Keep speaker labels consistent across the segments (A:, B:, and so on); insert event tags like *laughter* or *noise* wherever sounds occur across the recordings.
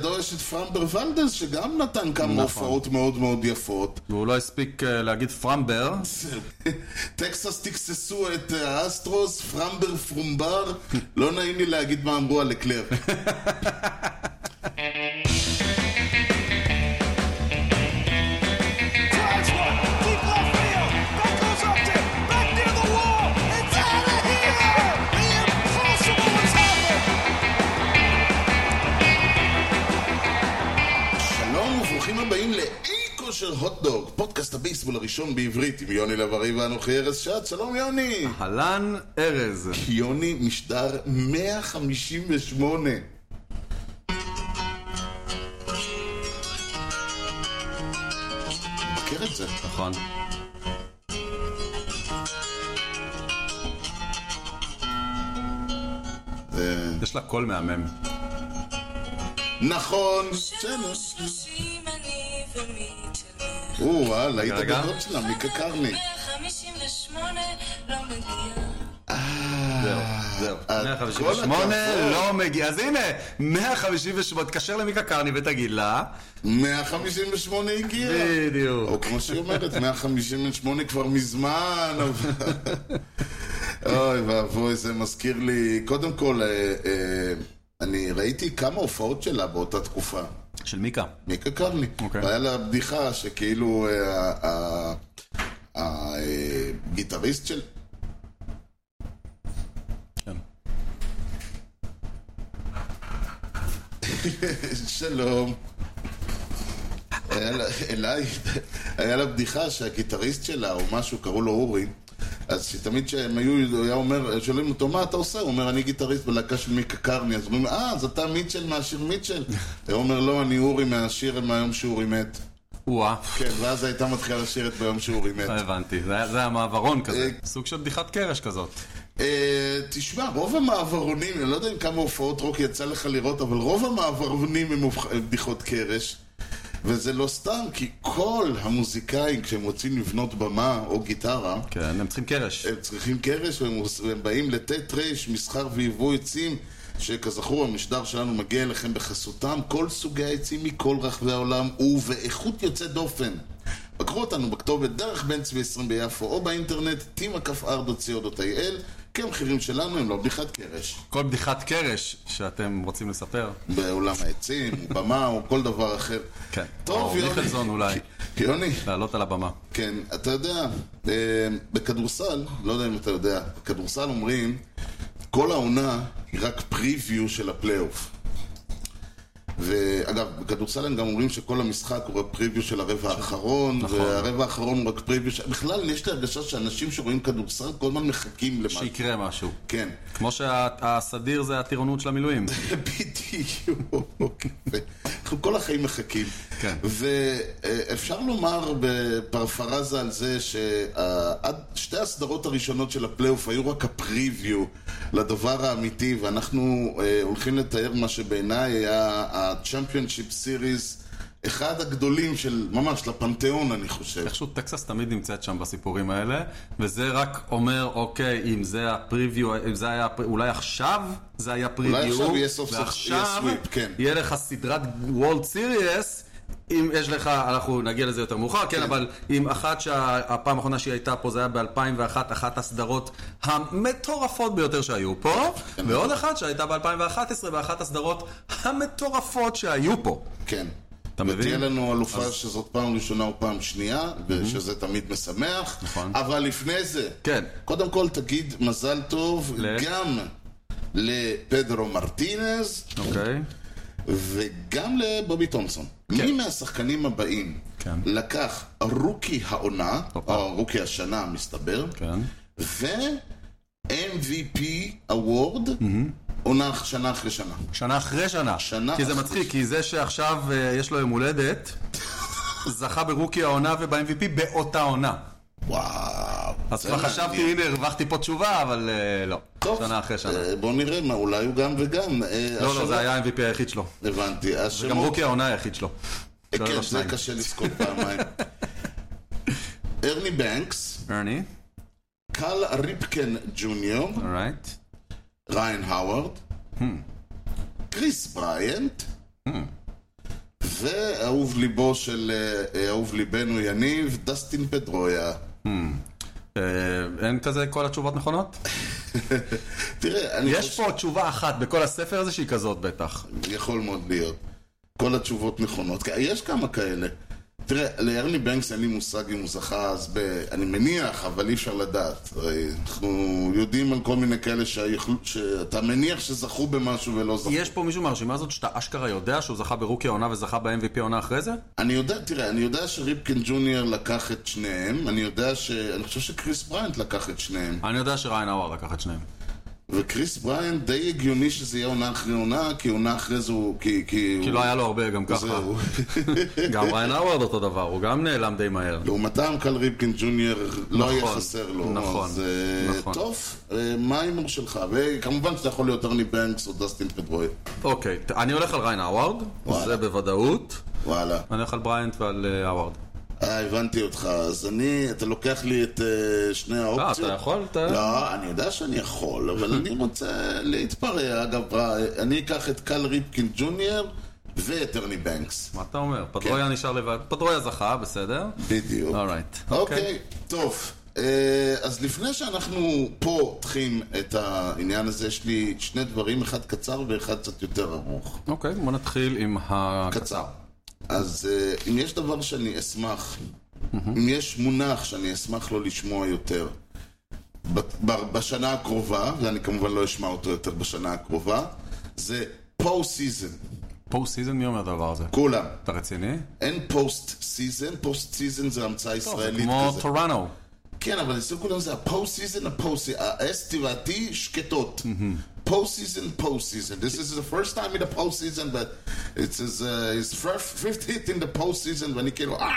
A: לידו יש את פרמבר ונדס, שגם נתן כמה הופעות מאוד מאוד יפות.
B: והוא לא הספיק אה, להגיד פרמבר.
A: טקסס תכססו את האסטרוס, פרמבר פרומבר, לא נעים לי להגיד מה אמרו על לקלר.
C: Drives one. Deep left field. That goes up to back near the wall. It's out of here. The impossible has happened.
A: שלום וברוכים הבאים לאי כושר הוטדוג, פודקאסט הבייסבול הראשון בעברית עם יוני לב-ארי ואנוכי ארז שעד, שלום יוני!
B: אהלן ארז.
A: יוני משדר 158. מכיר את זה?
B: נכון.
A: זה...
B: יש לה קול מהמם.
A: אה, נכון, בסדר.
D: שלוש נשים אני ומי תלך.
A: או, וואלה, היית
B: רגע.
A: גדול שלה, מיקה קרני.
D: 158 לא מגיע.
B: זהו, זהו.
A: אה,
B: 158
A: כל הכבוד.
B: לא מגיע. אז הנה, 158. תקשר למיקה קרני ותגיד לה.
A: 158 הגיע.
B: בדיוק.
A: או לא, כמו שהיא אומרת, 158 כבר מזמן. אבל- אוי ואבוי, זה מזכיר לי... קודם כל, אה, אה, אני ראיתי כמה הופעות שלה באותה תקופה.
B: של מיקה.
A: מיקה קרני.
B: אוקיי.
A: והיה לה בדיחה שכאילו אה, הגיטריסט אה, של...
B: כן.
A: *laughs* שלום. היה לה- אליי, היה לה בדיחה שהגיטריסט שלה או משהו, קראו לו אורי אז שתמיד כשהם היו, הוא היה אומר, שואלים אותו מה אתה עושה? הוא אומר אני גיטריסט בלהקה של מיקה קרני אז אומרים אה, אז אתה מיטשל מהשיר
B: *laughs*
A: מיטשל הוא אומר לא, אני אורי מהשיר מהיום שאורי מת
B: וואה.
A: כן, ואז הייתה מתחילה לשיר את ביום שאורי מת
B: לא הבנתי. זה היה- זה היה מעברון כזה.
A: אה.
B: סוג של בדיחת קרש כזאת.
A: אה, תשמע, רוב המעברונים, אני לא יודע אם כמה הופעות רוק יצא לך לראות, אבל רוב המעברונים הם הופ- הם בדיחות קרש. וזה לא סתם, כי כל המוזיקאים, כשהם רוצים לבנות במה או גיטרה,
B: כן, הם צריכים קרש.
A: הם צריכים קרש והם עוש- והם באים לט' ר', מסחר ויבוא עצים, שכזכור המשדר שלנו מגיע אליכם בחסותם, כל סוגי העצים מכל רחבי העולם ובאיכות יוצאת דופן. בקרו אותנו בכתובת דרך בן צבי 20 ביפו או באינטרנט, tima.co.il, כי המחירים שלנו הם לא בדיחת קרש.
B: כל בדיחת קרש שאתם רוצים לספר.
A: באולם העצים, *laughs* במה או כל דבר אחר.
B: כן.
A: טוב,
B: או מיכלזון
A: יוני.
B: אולי.
A: יוני,
B: לעלות על הבמה.
A: כן, אתה יודע, אה, בכדורסל, לא יודע אם אתה יודע, בכדורסל אומרים, כל העונה היא רק פריוויו של הפלייאוף. ואגב, בכדורסל הם גם אומרים שכל המשחק הוא רק פריוויו של הרבע האחרון,
B: נכון.
A: והרבע האחרון הוא רק פריוויו של... בכלל, יש לי הרגשה שאנשים שרואים כדורסל כל הזמן מחכים למה...
B: שיקרה משהו.
A: כן.
B: כמו שהסדיר זה הטירונות של המילואים.
A: בדיוק. אנחנו כל החיים מחכים.
B: כן.
A: ואפשר לומר בפרפרזה על זה ששתי הסדרות הראשונות של הפלייאוף היו רק הפריוויו לדבר האמיתי, ואנחנו אה, הולכים לתאר מה שבעיניי היה ה-Championship Series, אחד הגדולים של, ממש, לפנתיאון אני חושב.
B: איכשהו טקסס תמיד נמצאת שם בסיפורים האלה, וזה רק אומר, אוקיי, אם זה הפריוויו, אם זה היה, הפר- אולי עכשיו זה היה פריוויו,
A: עכשיו יהיה סוף סוף- יהיה סוויפ, כן.
B: יהיה לך סדרת וולד סיריוס, אם יש לך, אנחנו נגיע לזה יותר מאוחר, כן, אבל אם אחת שהפעם האחרונה שהיא הייתה פה זה היה ב-2001, אחת הסדרות המטורפות ביותר שהיו פה,
A: כן.
B: ועוד אחת שהייתה ב-2011, באחת הסדרות המטורפות שהיו פה.
A: כן.
B: אתה מבין?
A: ותהיה לנו אלופה אז... שזאת פעם ראשונה או פעם שנייה, ושזה תמיד משמח.
B: Mhm. נכון.
A: אבל לפני זה,
B: כן.
A: קודם כל תגיד מזל טוב
B: ל-
A: גם לפדרו מרטינז
B: אוקיי.
A: וגם לבובי תומסון. מי מהשחקנים הבאים
B: כן.
A: לקח רוקי העונה,
B: הופה.
A: או רוקי השנה מסתבר,
B: כן.
A: ו-MVP award
B: Mhm.
A: עונה שנה אחרי שנה.
B: שנה אחרי שנה.
A: שנה
B: כי זה
A: אחרי
B: מצחיק, כי זה שעכשיו אה, יש לו יום הולדת, *laughs* זכה ברוקי העונה וב-MVP באותה עונה.
A: וואו.
B: אז
A: זה
B: כבר
A: מעניין.
B: חשבתי, הנה, הרווחתי פה תשובה, אבל אה, לא.
A: טוב,
B: שנה אחרי שנה.
A: אה, בוא נראה מה, אולי הוא גם וגם. אה,
B: לא, לא, זה היה ה-MVP היחיד שלו.
A: הבנתי. השמות...
B: גם רוקי העונה היחיד שלו.
A: אה,
B: לא, לא,
A: כן, זה
B: שניים.
A: קשה לזכור
B: *laughs*
A: פעמיים. ארני בנקס,
B: ארני,
A: קל ריפקן ג'וניור,
B: אורייט. Hmm.
A: ריין האוורד, קריס בריאנט, ואהוב ליבו של אה, אה, אהוב ליבנו יניב, דסטין פדרויה.
B: אה, אין כזה כל
A: *laughs*
B: התשובות נכונות?
A: תראה, אני
B: יש פה תשובה אחת בכל הספר הזה שהיא כזאת בטח.
A: יכול מאוד להיות. כל התשובות נכונות. כי יש כמה כאלה. תראה, לירני בנקס אין לי מושג אם הוא זכה אז ב... אני מניח, אבל אי אפשר לדעת. הרי אנחנו יודעים על כל מיני כאלה שהיכל- שאתה מניח שזכו במשהו ולא זכו.
B: יש פה מישהו מהרשימה הזאת שאתה אשכרה יודע שהוא זכה ברוקי העונה וזכה ב-MVP העונה אחרי זה?
A: אני יודע, תראה, אני יודע שריפקין ג'וניור לקח את שניהם, אני יודע ש... אני חושב שקריס בריינט לקח את שניהם.
B: אני יודע שריין האואר לקח את שניהם.
A: וקריס בריינט די הגיוני שזה יהיה עונה אחרי עונה, כי עונה אחרי זה הוא... כי, כי
B: כי
A: הוא...
B: לא היה לו הרבה גם ככה.
A: זהו.
B: *laughs* גם ריין האווארד אותו דבר, הוא גם נעלם די מהר.
A: לעומתם, קל ריפקין ג'וניור לא היה
B: נכון,
A: חסר לו.
B: נכון,
A: אז, אה,
B: נכון.
A: טוב, אה, מה ההימור שלך? וכמובן שאתה יכול להיות ארני בנקס או דסטין פדרוי.
B: אוקיי, ת- אני הולך על ריין האווארד,
A: וואלה.
B: זה בוודאות.
A: וואלה.
B: אני הולך על בריינט ועל אה, האווארד.
A: אה, הבנתי אותך. אז אני, אתה לוקח לי את אה, שני
B: אה,
A: האופציות.
B: אתה יכול? אתה-
A: לא, אני יודע שאני יכול, אבל אני רוצה להתפרע. אגב, אה, אני אקח את קל ריפקין ג'וניור ואת ארני בנקס.
B: מה אתה אומר?
A: כן.
B: פטרויה נשאר לבד. פטרויה זכה, בסדר?
A: בדיוק.
B: אורייט.
A: אוקיי, טוב. אה, אז לפני שאנחנו פה פותחים את העניין הזה, יש לי שני דברים, אחד קצר ואחד קצת יותר ארוך.
B: אוקיי, בוא נתחיל עם ה...
A: קצר. אז אה, אם יש דבר שאני אשמח, אם יש מונח שאני אשמח לא לשמוע יותר ב- ב- בשנה הקרובה, ואני כמובן לא אשמע אותו יותר בשנה הקרובה, זה פוסט סיזן.
B: פוסט סיזן, מי אומר את הדבר הזה?
A: כולם.
B: אתה רציני?
A: אין פוסט סיזן, פוסט סיזן זה המצאה
B: טוב, זה
A: ישראלית
B: כמו
A: כזה.
B: טורנו.
A: כן, אבל אצל כולם זה הפוסט סיזן, הפוסט סיזן, ה-S טבעתי שקטות. פוסט סיזן, פוסט סיזן. This is the first time in the post season, but it's his, uh, his fir- fifth hit in the post season, ואני כאילו, "אה!"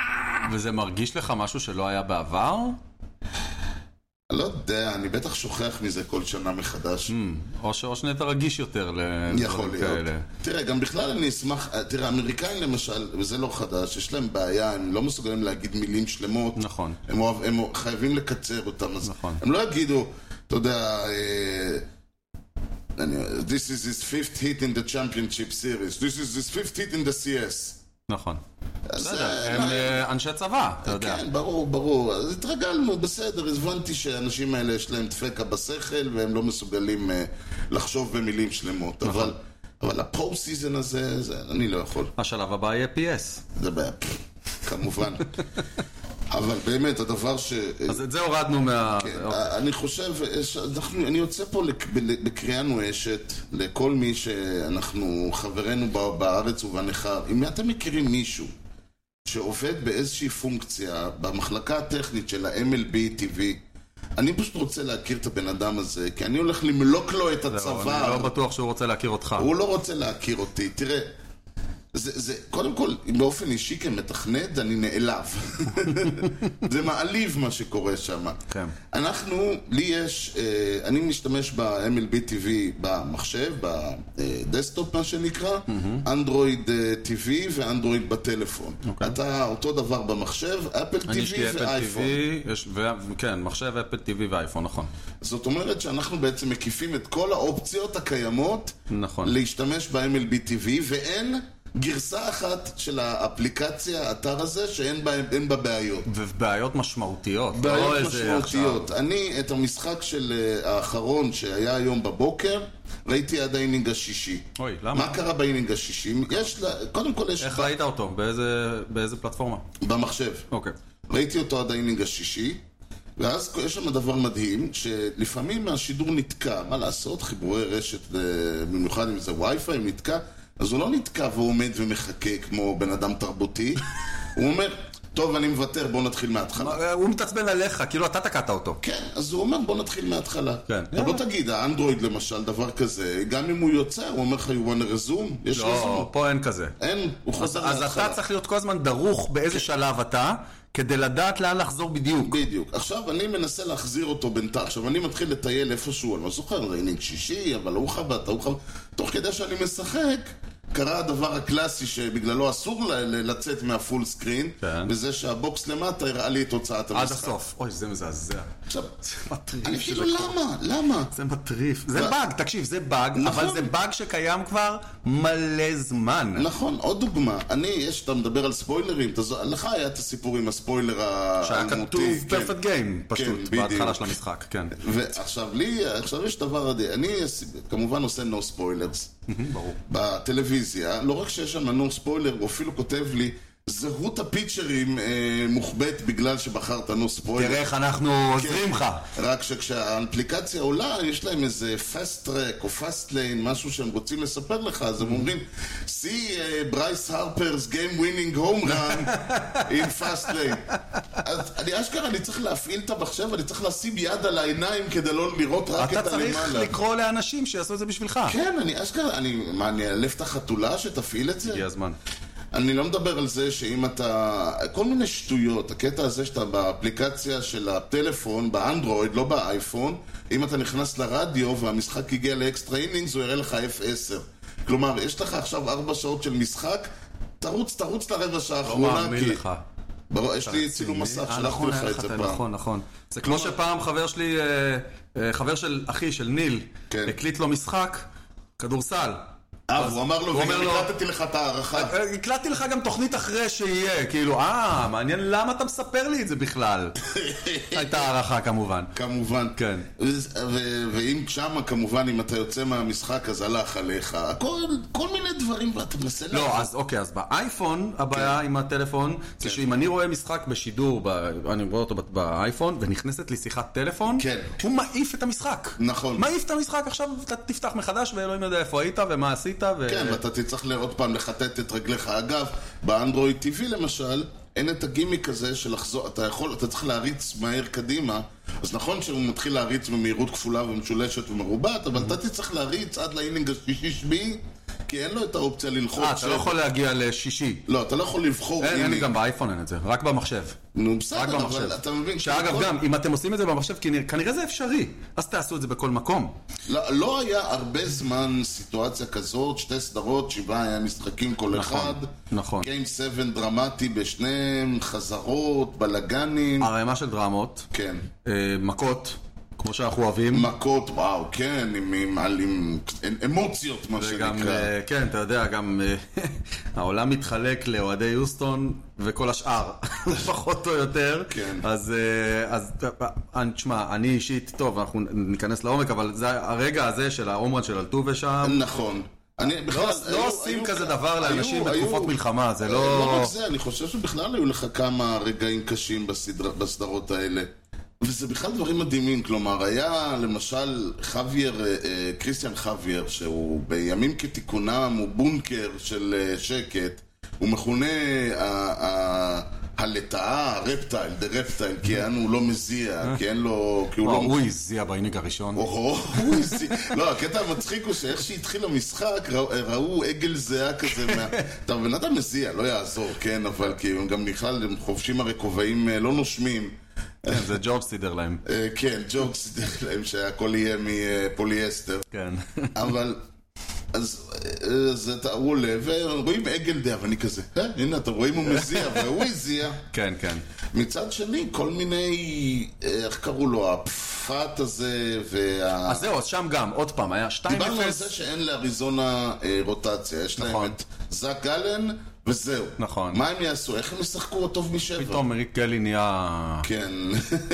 B: וזה מרגיש לך משהו שלא היה בעבר?
A: אני לא יודע, אני בטח שוכח מזה כל שנה מחדש.
B: או ש- או שנהיית רגיש יותר לדברים
A: יכול להיות.
B: כאלה.
A: תראה, גם בכלל אני אשמח, אה, תראה, האמריקאים למשל, וזה לא חדש, יש להם בעיה, הם לא מסוגלים להגיד מילים שלמות.
B: נכון.
A: הם, אוהב, הם חייבים לקצר אותם, אז
B: נכון.
A: הם לא יגידו, אתה יודע, אה, אני, This is his fifth hit in the championship series, this is his fifth hit in the CS.
B: נכון.
A: אז,
B: בסדר,
A: אה,
B: הם
A: לא,
B: אה, אנשי צבא, אתה יודע.
A: כן, ברור, ברור. אז התרגלנו, בסדר, הבנתי שהאנשים האלה יש להם דפקה בשכל והם לא מסוגלים אה, לחשוב במילים שלמות. אבל, אבל הפוסט סיזן הזה, זה, אני לא יכול.
B: השלב הבא יהיה PS.
A: זה בעיה. כמובן. אבל באמת, הדבר ש... אה,
B: אז את זה הורדנו מה...
A: כן,
B: אוקיי.
A: אני חושב, יש- אנחנו, אני יוצא פה לק- ב- בקריאה נואשת לכל מי שאנחנו, חברינו ב- בארץ ובנכר. אם אתם מכירים מישהו שעובד באיזושהי פונקציה במחלקה הטכנית של ה-MLB TV, אני פשוט רוצה להכיר את הבן אדם הזה, כי אני הולך למלוק לו את
B: זהו,
A: הצוואר.
B: אני לא בטוח שהוא רוצה להכיר אותך.
A: הוא לא רוצה להכיר אותי, תראה. זה, זה, קודם כל, באופן אישי כמתכנת, אני נעלב. *laughs* זה מעליב מה שקורה שם.
B: כן.
A: אנחנו, לי יש, אה, אני משתמש ב-MLB TV במחשב, בדסטופ מה שנקרא, אנדרואיד אה, TV ואנדרואיד בטלפון. אתה אותו דבר במחשב, אפל
B: אוקיי.
A: TV
B: אני יש לי אפל
A: ואייפון.
B: TV, יש- ו- כן, מחשב, אפל TV ואייפון, נכון.
A: זאת אומרת שאנחנו בעצם מקיפים את כל האופציות הקיימות
B: נכון.
A: להשתמש ב-MLB TV, ואין גרסה אחת של האפליקציה, האתר הזה, שאין בה, אין בה בעיות.
B: ובעיות משמעותיות. לא
A: בעיות
B: איזה עכשיו-
A: משמעותיות. אני, את המשחק של אה, האחרון שהיה היום בבוקר, ראיתי עד האינינג השישי.
B: אוי, למה?
A: מה קרה באינינג השישי? יש לה, קודם כל יש
B: איך ראית אותו? באיזה- באיזה פלטפורמה?
A: במחשב.
B: אוקיי.
A: ראיתי אותו עד האינינג השישי, ואז יש שם דבר מדהים, שלפעמים השידור נתקע, מה לעשות, חיבורי רשת, אה, במיוחד אם זה וי-פיי, אם נתקע, אז הוא לא נתקע והוא עומד ומחכה כמו בן אדם
B: *laughs*
A: תרבותי, הוא אומר, טוב, אני מוותר, בואו נתחיל מההתחלה.
B: אה, הוא מתעצבן עליך, כאילו אתה תקעת אותו.
A: כן, אז הוא אומר, בוא נתחיל מההתחלה.
B: כן.
A: אתה לא תגיד, האנדרואיד למשל, דבר כזה, גם אם הוא יוצא, הוא אומר לך, you want a resume? יש
B: לא,
A: resume.
B: פה אין כזה.
A: אין, הוא חוזר
B: אז
A: מההתחלה.
B: אתה צריך להיות כל הזמן דרוך באיזה שלב אתה, כדי לדעת לאן לחזור בדיוק.
A: כן. בדיוק. עכשיו אני מנסה להחזיר אותו בינתיים. עכשיו אני מתחיל לטייל איפשהו, אני לא זוכר, זה אינינג שישי, אבל הוא חבט, הוא חבט. תוך כדי שאני משחק, קרה הדבר הקלאסי שבגללו אסור ל- ל- לצאת מהפול סקרין,
B: כן.
A: וזה שהבוקס למטה הראה לי את תוצאת המשחק.
B: עד הסוף. אוי, זה מזעזע.
A: עכשיו,
B: זה
A: אני
B: מטריף.
A: כאילו, למה? למה?
B: זה מטריף. זה באג, תקשיב, זה באג,
A: נכון.
B: אבל זה באג שקיים כבר מלא זמן.
A: נכון, עוד דוגמה. אני, יש, אתה מדבר על ספוילרים, אתה, זו- לך היה את הסיפור עם הספוילר האלמותי.
B: שהיה כתוב
A: כן.
B: פרפקט גיים,
A: כן,
B: פשוט,
A: בדיוק.
B: בהתחלה של המשחק, כן.
A: ועכשיו לי, עכשיו יש דבר עדיין, אני כמובן עושה נו ספוילרס.
B: ברור.
A: בטלוויזיה, לא רק שיש שם נו ספוילר, הוא אפילו כותב לי, זהות הפיצ'רים אה, מוחבאת בגלל שבחרת נו ספוילר.
B: תראה איך אנחנו עוזרים לך.
A: רק שכשהאפליקציה עולה, יש להם איזה fast track או fast lane, משהו שהם רוצים לספר לך, אז הם אומרים, see ברייס הרפרס game winning home run in fast lane. אז אני אשכרה, אני צריך להפעיל את המחשב, אני צריך לשים יד על העיניים כדי לא לראות רק את
B: אתה
A: הלמעלה.
B: צריך לקרוא לאנשים שיעשו את זה בשבילך.
A: כן, אני אשכרה, אני, מה, אני אלף את החתולה שתפעיל את זה?
B: הגיע הזמן.
A: אני לא מדבר על זה שאם אתה... כל מיני שטויות. הקטע הזה שאתה באפליקציה של הטלפון, באנדרואיד, לא באייפון, אם אתה נכנס לרדיו והמשחק הגיע לאקסטרה אינינגס, הוא יראה לך F10. כלומר, יש לך עכשיו ארבע שעות של משחק, תרוץ, תרוץ לרבע שעה האחרונה.
B: לא מאמין
A: כי-
B: לך.
A: ברור, יש לי צילום
B: אה,
A: מסך, שלחתי
B: נכון,
A: לך
B: היה
A: את זה
B: את-
A: פעם.
B: נכון, נכון. זה כמו שפעם חבר שלי, אה, אה, חבר של אחי, של ניל,
A: כן.
B: הקליט לו משחק, כדורסל.
A: אה, הוא אמר לו,
B: הוא אומר
A: וגם
B: לו-
A: הקלטתי לך את ההערכה.
B: אה, הקלטתי לך גם תוכנית אחרי שיהיה, כאילו, אה, מעניין למה אתה מספר לי את זה
A: *laughs*
B: בכלל. הייתה הערכה כמובן.
A: כמובן.
B: כן.
A: ו- ו- ואם שמה, כמובן, אם אתה יוצא מהמשחק, אז הלך עליך. כל, כל מיני דברים, ואתה מנסה...
B: לא, אז אוקיי, אז באייפון
A: כן.
B: הבעיה עם הטלפון, זה שאם אני רואה משחק בשידור, ב- אני רואה אותו ב- באייפון, ונכנסת לי שיחת טלפון,
A: כן.
B: הוא מעיף את המשחק.
A: נכון.
B: מעיף את המשחק, עכשיו אתה תפתח מחדש, ואלוהים יודע איפה היית, ומה עשית, ו...
A: כן, ואתה תצטרך ל- עוד פעם לכתת את רגליך. אגב, באנדרואיד TV למשל, אין את הגימיק הזה של לחזור, אתה יכול, אתה צריך להריץ מהר קדימה. אז נכון שהוא מתחיל להריץ במהירות כפולה ומשולשת ומרובעת, אבל אתה תצטרך להריץ עד לאינינג השלישי-שביעי, כי אין לו את האופציה ללחוץ.
B: אה, אתה לא
A: ש-
B: יכול להגיע לשישי.
A: לא, אתה לא יכול לבחור
B: אין, אין לי
A: אינינג.
B: גם באייפון אין את זה, רק במחשב.
A: נו,
B: רק
A: בסדר,
B: במחשב.
A: אבל אתה מבין...
B: שאגב,
A: כל-
B: גם, אם אתם עושים את זה במחשב, כנראה- כנראה זה אפשרי, אז תעשו את זה בכל מקום.
A: לא, לא היה הרבה זמן סיטואציה כזאת, שתי סדרות, שבעה היה משחקים כל
B: נכון,
A: אחד. כן.
B: נכון.
A: גיים 7 דרמטי בשניהם, חזרות, בלאגנים.
B: ערימה של דרמות,
A: כן.
B: אה, מכות, כמו שאנחנו אוהבים.
A: מכות, וואו, כן, עם, עם, על- עם אמוציות, מה
B: וגם,
A: שנקרא.
B: אה, כן, אתה יודע, גם אה, *laughs* העולם מתחלק לאוהדי יוסטון וכל השאר, *laughs* פחות או יותר.
A: כן.
B: אז, אה, אז אה, תשמע, אני אישית, טוב, אנחנו ניכנס לעומק, אבל זה הרגע הזה של העומרן של אלטובה שם.
A: נכון. אני בכלל...
B: אה, לא
A: היו-
B: עושים
A: היו-
B: כזה דבר לאנשים
A: היו-
B: בתקופות
A: היו-
B: מלחמה, זה
A: אה,
B: לא-
A: לא רק זה, אני חושב שבכלל היו לך כמה רגעים קשים בסדר- בסדרות האלה. וזה בכלל דברים מדהימים, כלומר, היה למשל חוויאר, אה, אה, קריסטיאן חוויאר, שהוא בימים כתיקונם הוא בונקר של אה, שקט, הוא מכונה ה- ה- הלטאה, הרפטייל, דה רפטייל,
B: *laughs*
A: כי אנו לא מזיע, כי אין לו, כי הוא
B: וואו,
A: לא...
B: הוא הזיע באינינג הראשון.
A: אוהו, הוא הזיע. לא, הקטע המצחיק הוא שאיך שהתחיל המשחק, ראו- ראו עגל זהה כזה מה... אתה בן אדם מזיע, לא יעזור, כן, אבל כי הם גם בכלל, הם חובשים הרי כובעים אה, לא נושמים.
B: כן, זה ג'וב סידר להם.
A: אה, כן, ג'וקס, *laughs* להם שהכל יהיה מפוליאסטר.
B: כן. *laughs*
A: אבל... אז, אה, אז אתה, הוא עולה, ורואים עגל דעה, ואני כזה, "אה, הנה, אתם רואים הוא מזיע, והוא הזיע.
B: כן, כן.
A: מצד שני, כל מיני, אה, איך קראו לו, הפפת הזה, וה...
B: אז זהו, אז שם גם, עוד פעם, היה 2-0.
A: דיברנו על זה שאין לאריזונה אה, רוטציה, יש
B: נכון.
A: להם את זאק גלן וזהו.
B: נכון.
A: מה הם יעשו? איך הם ישחקו טוב משבע?
B: פתאום ריק גלי נהיה... *laughs*
A: כן,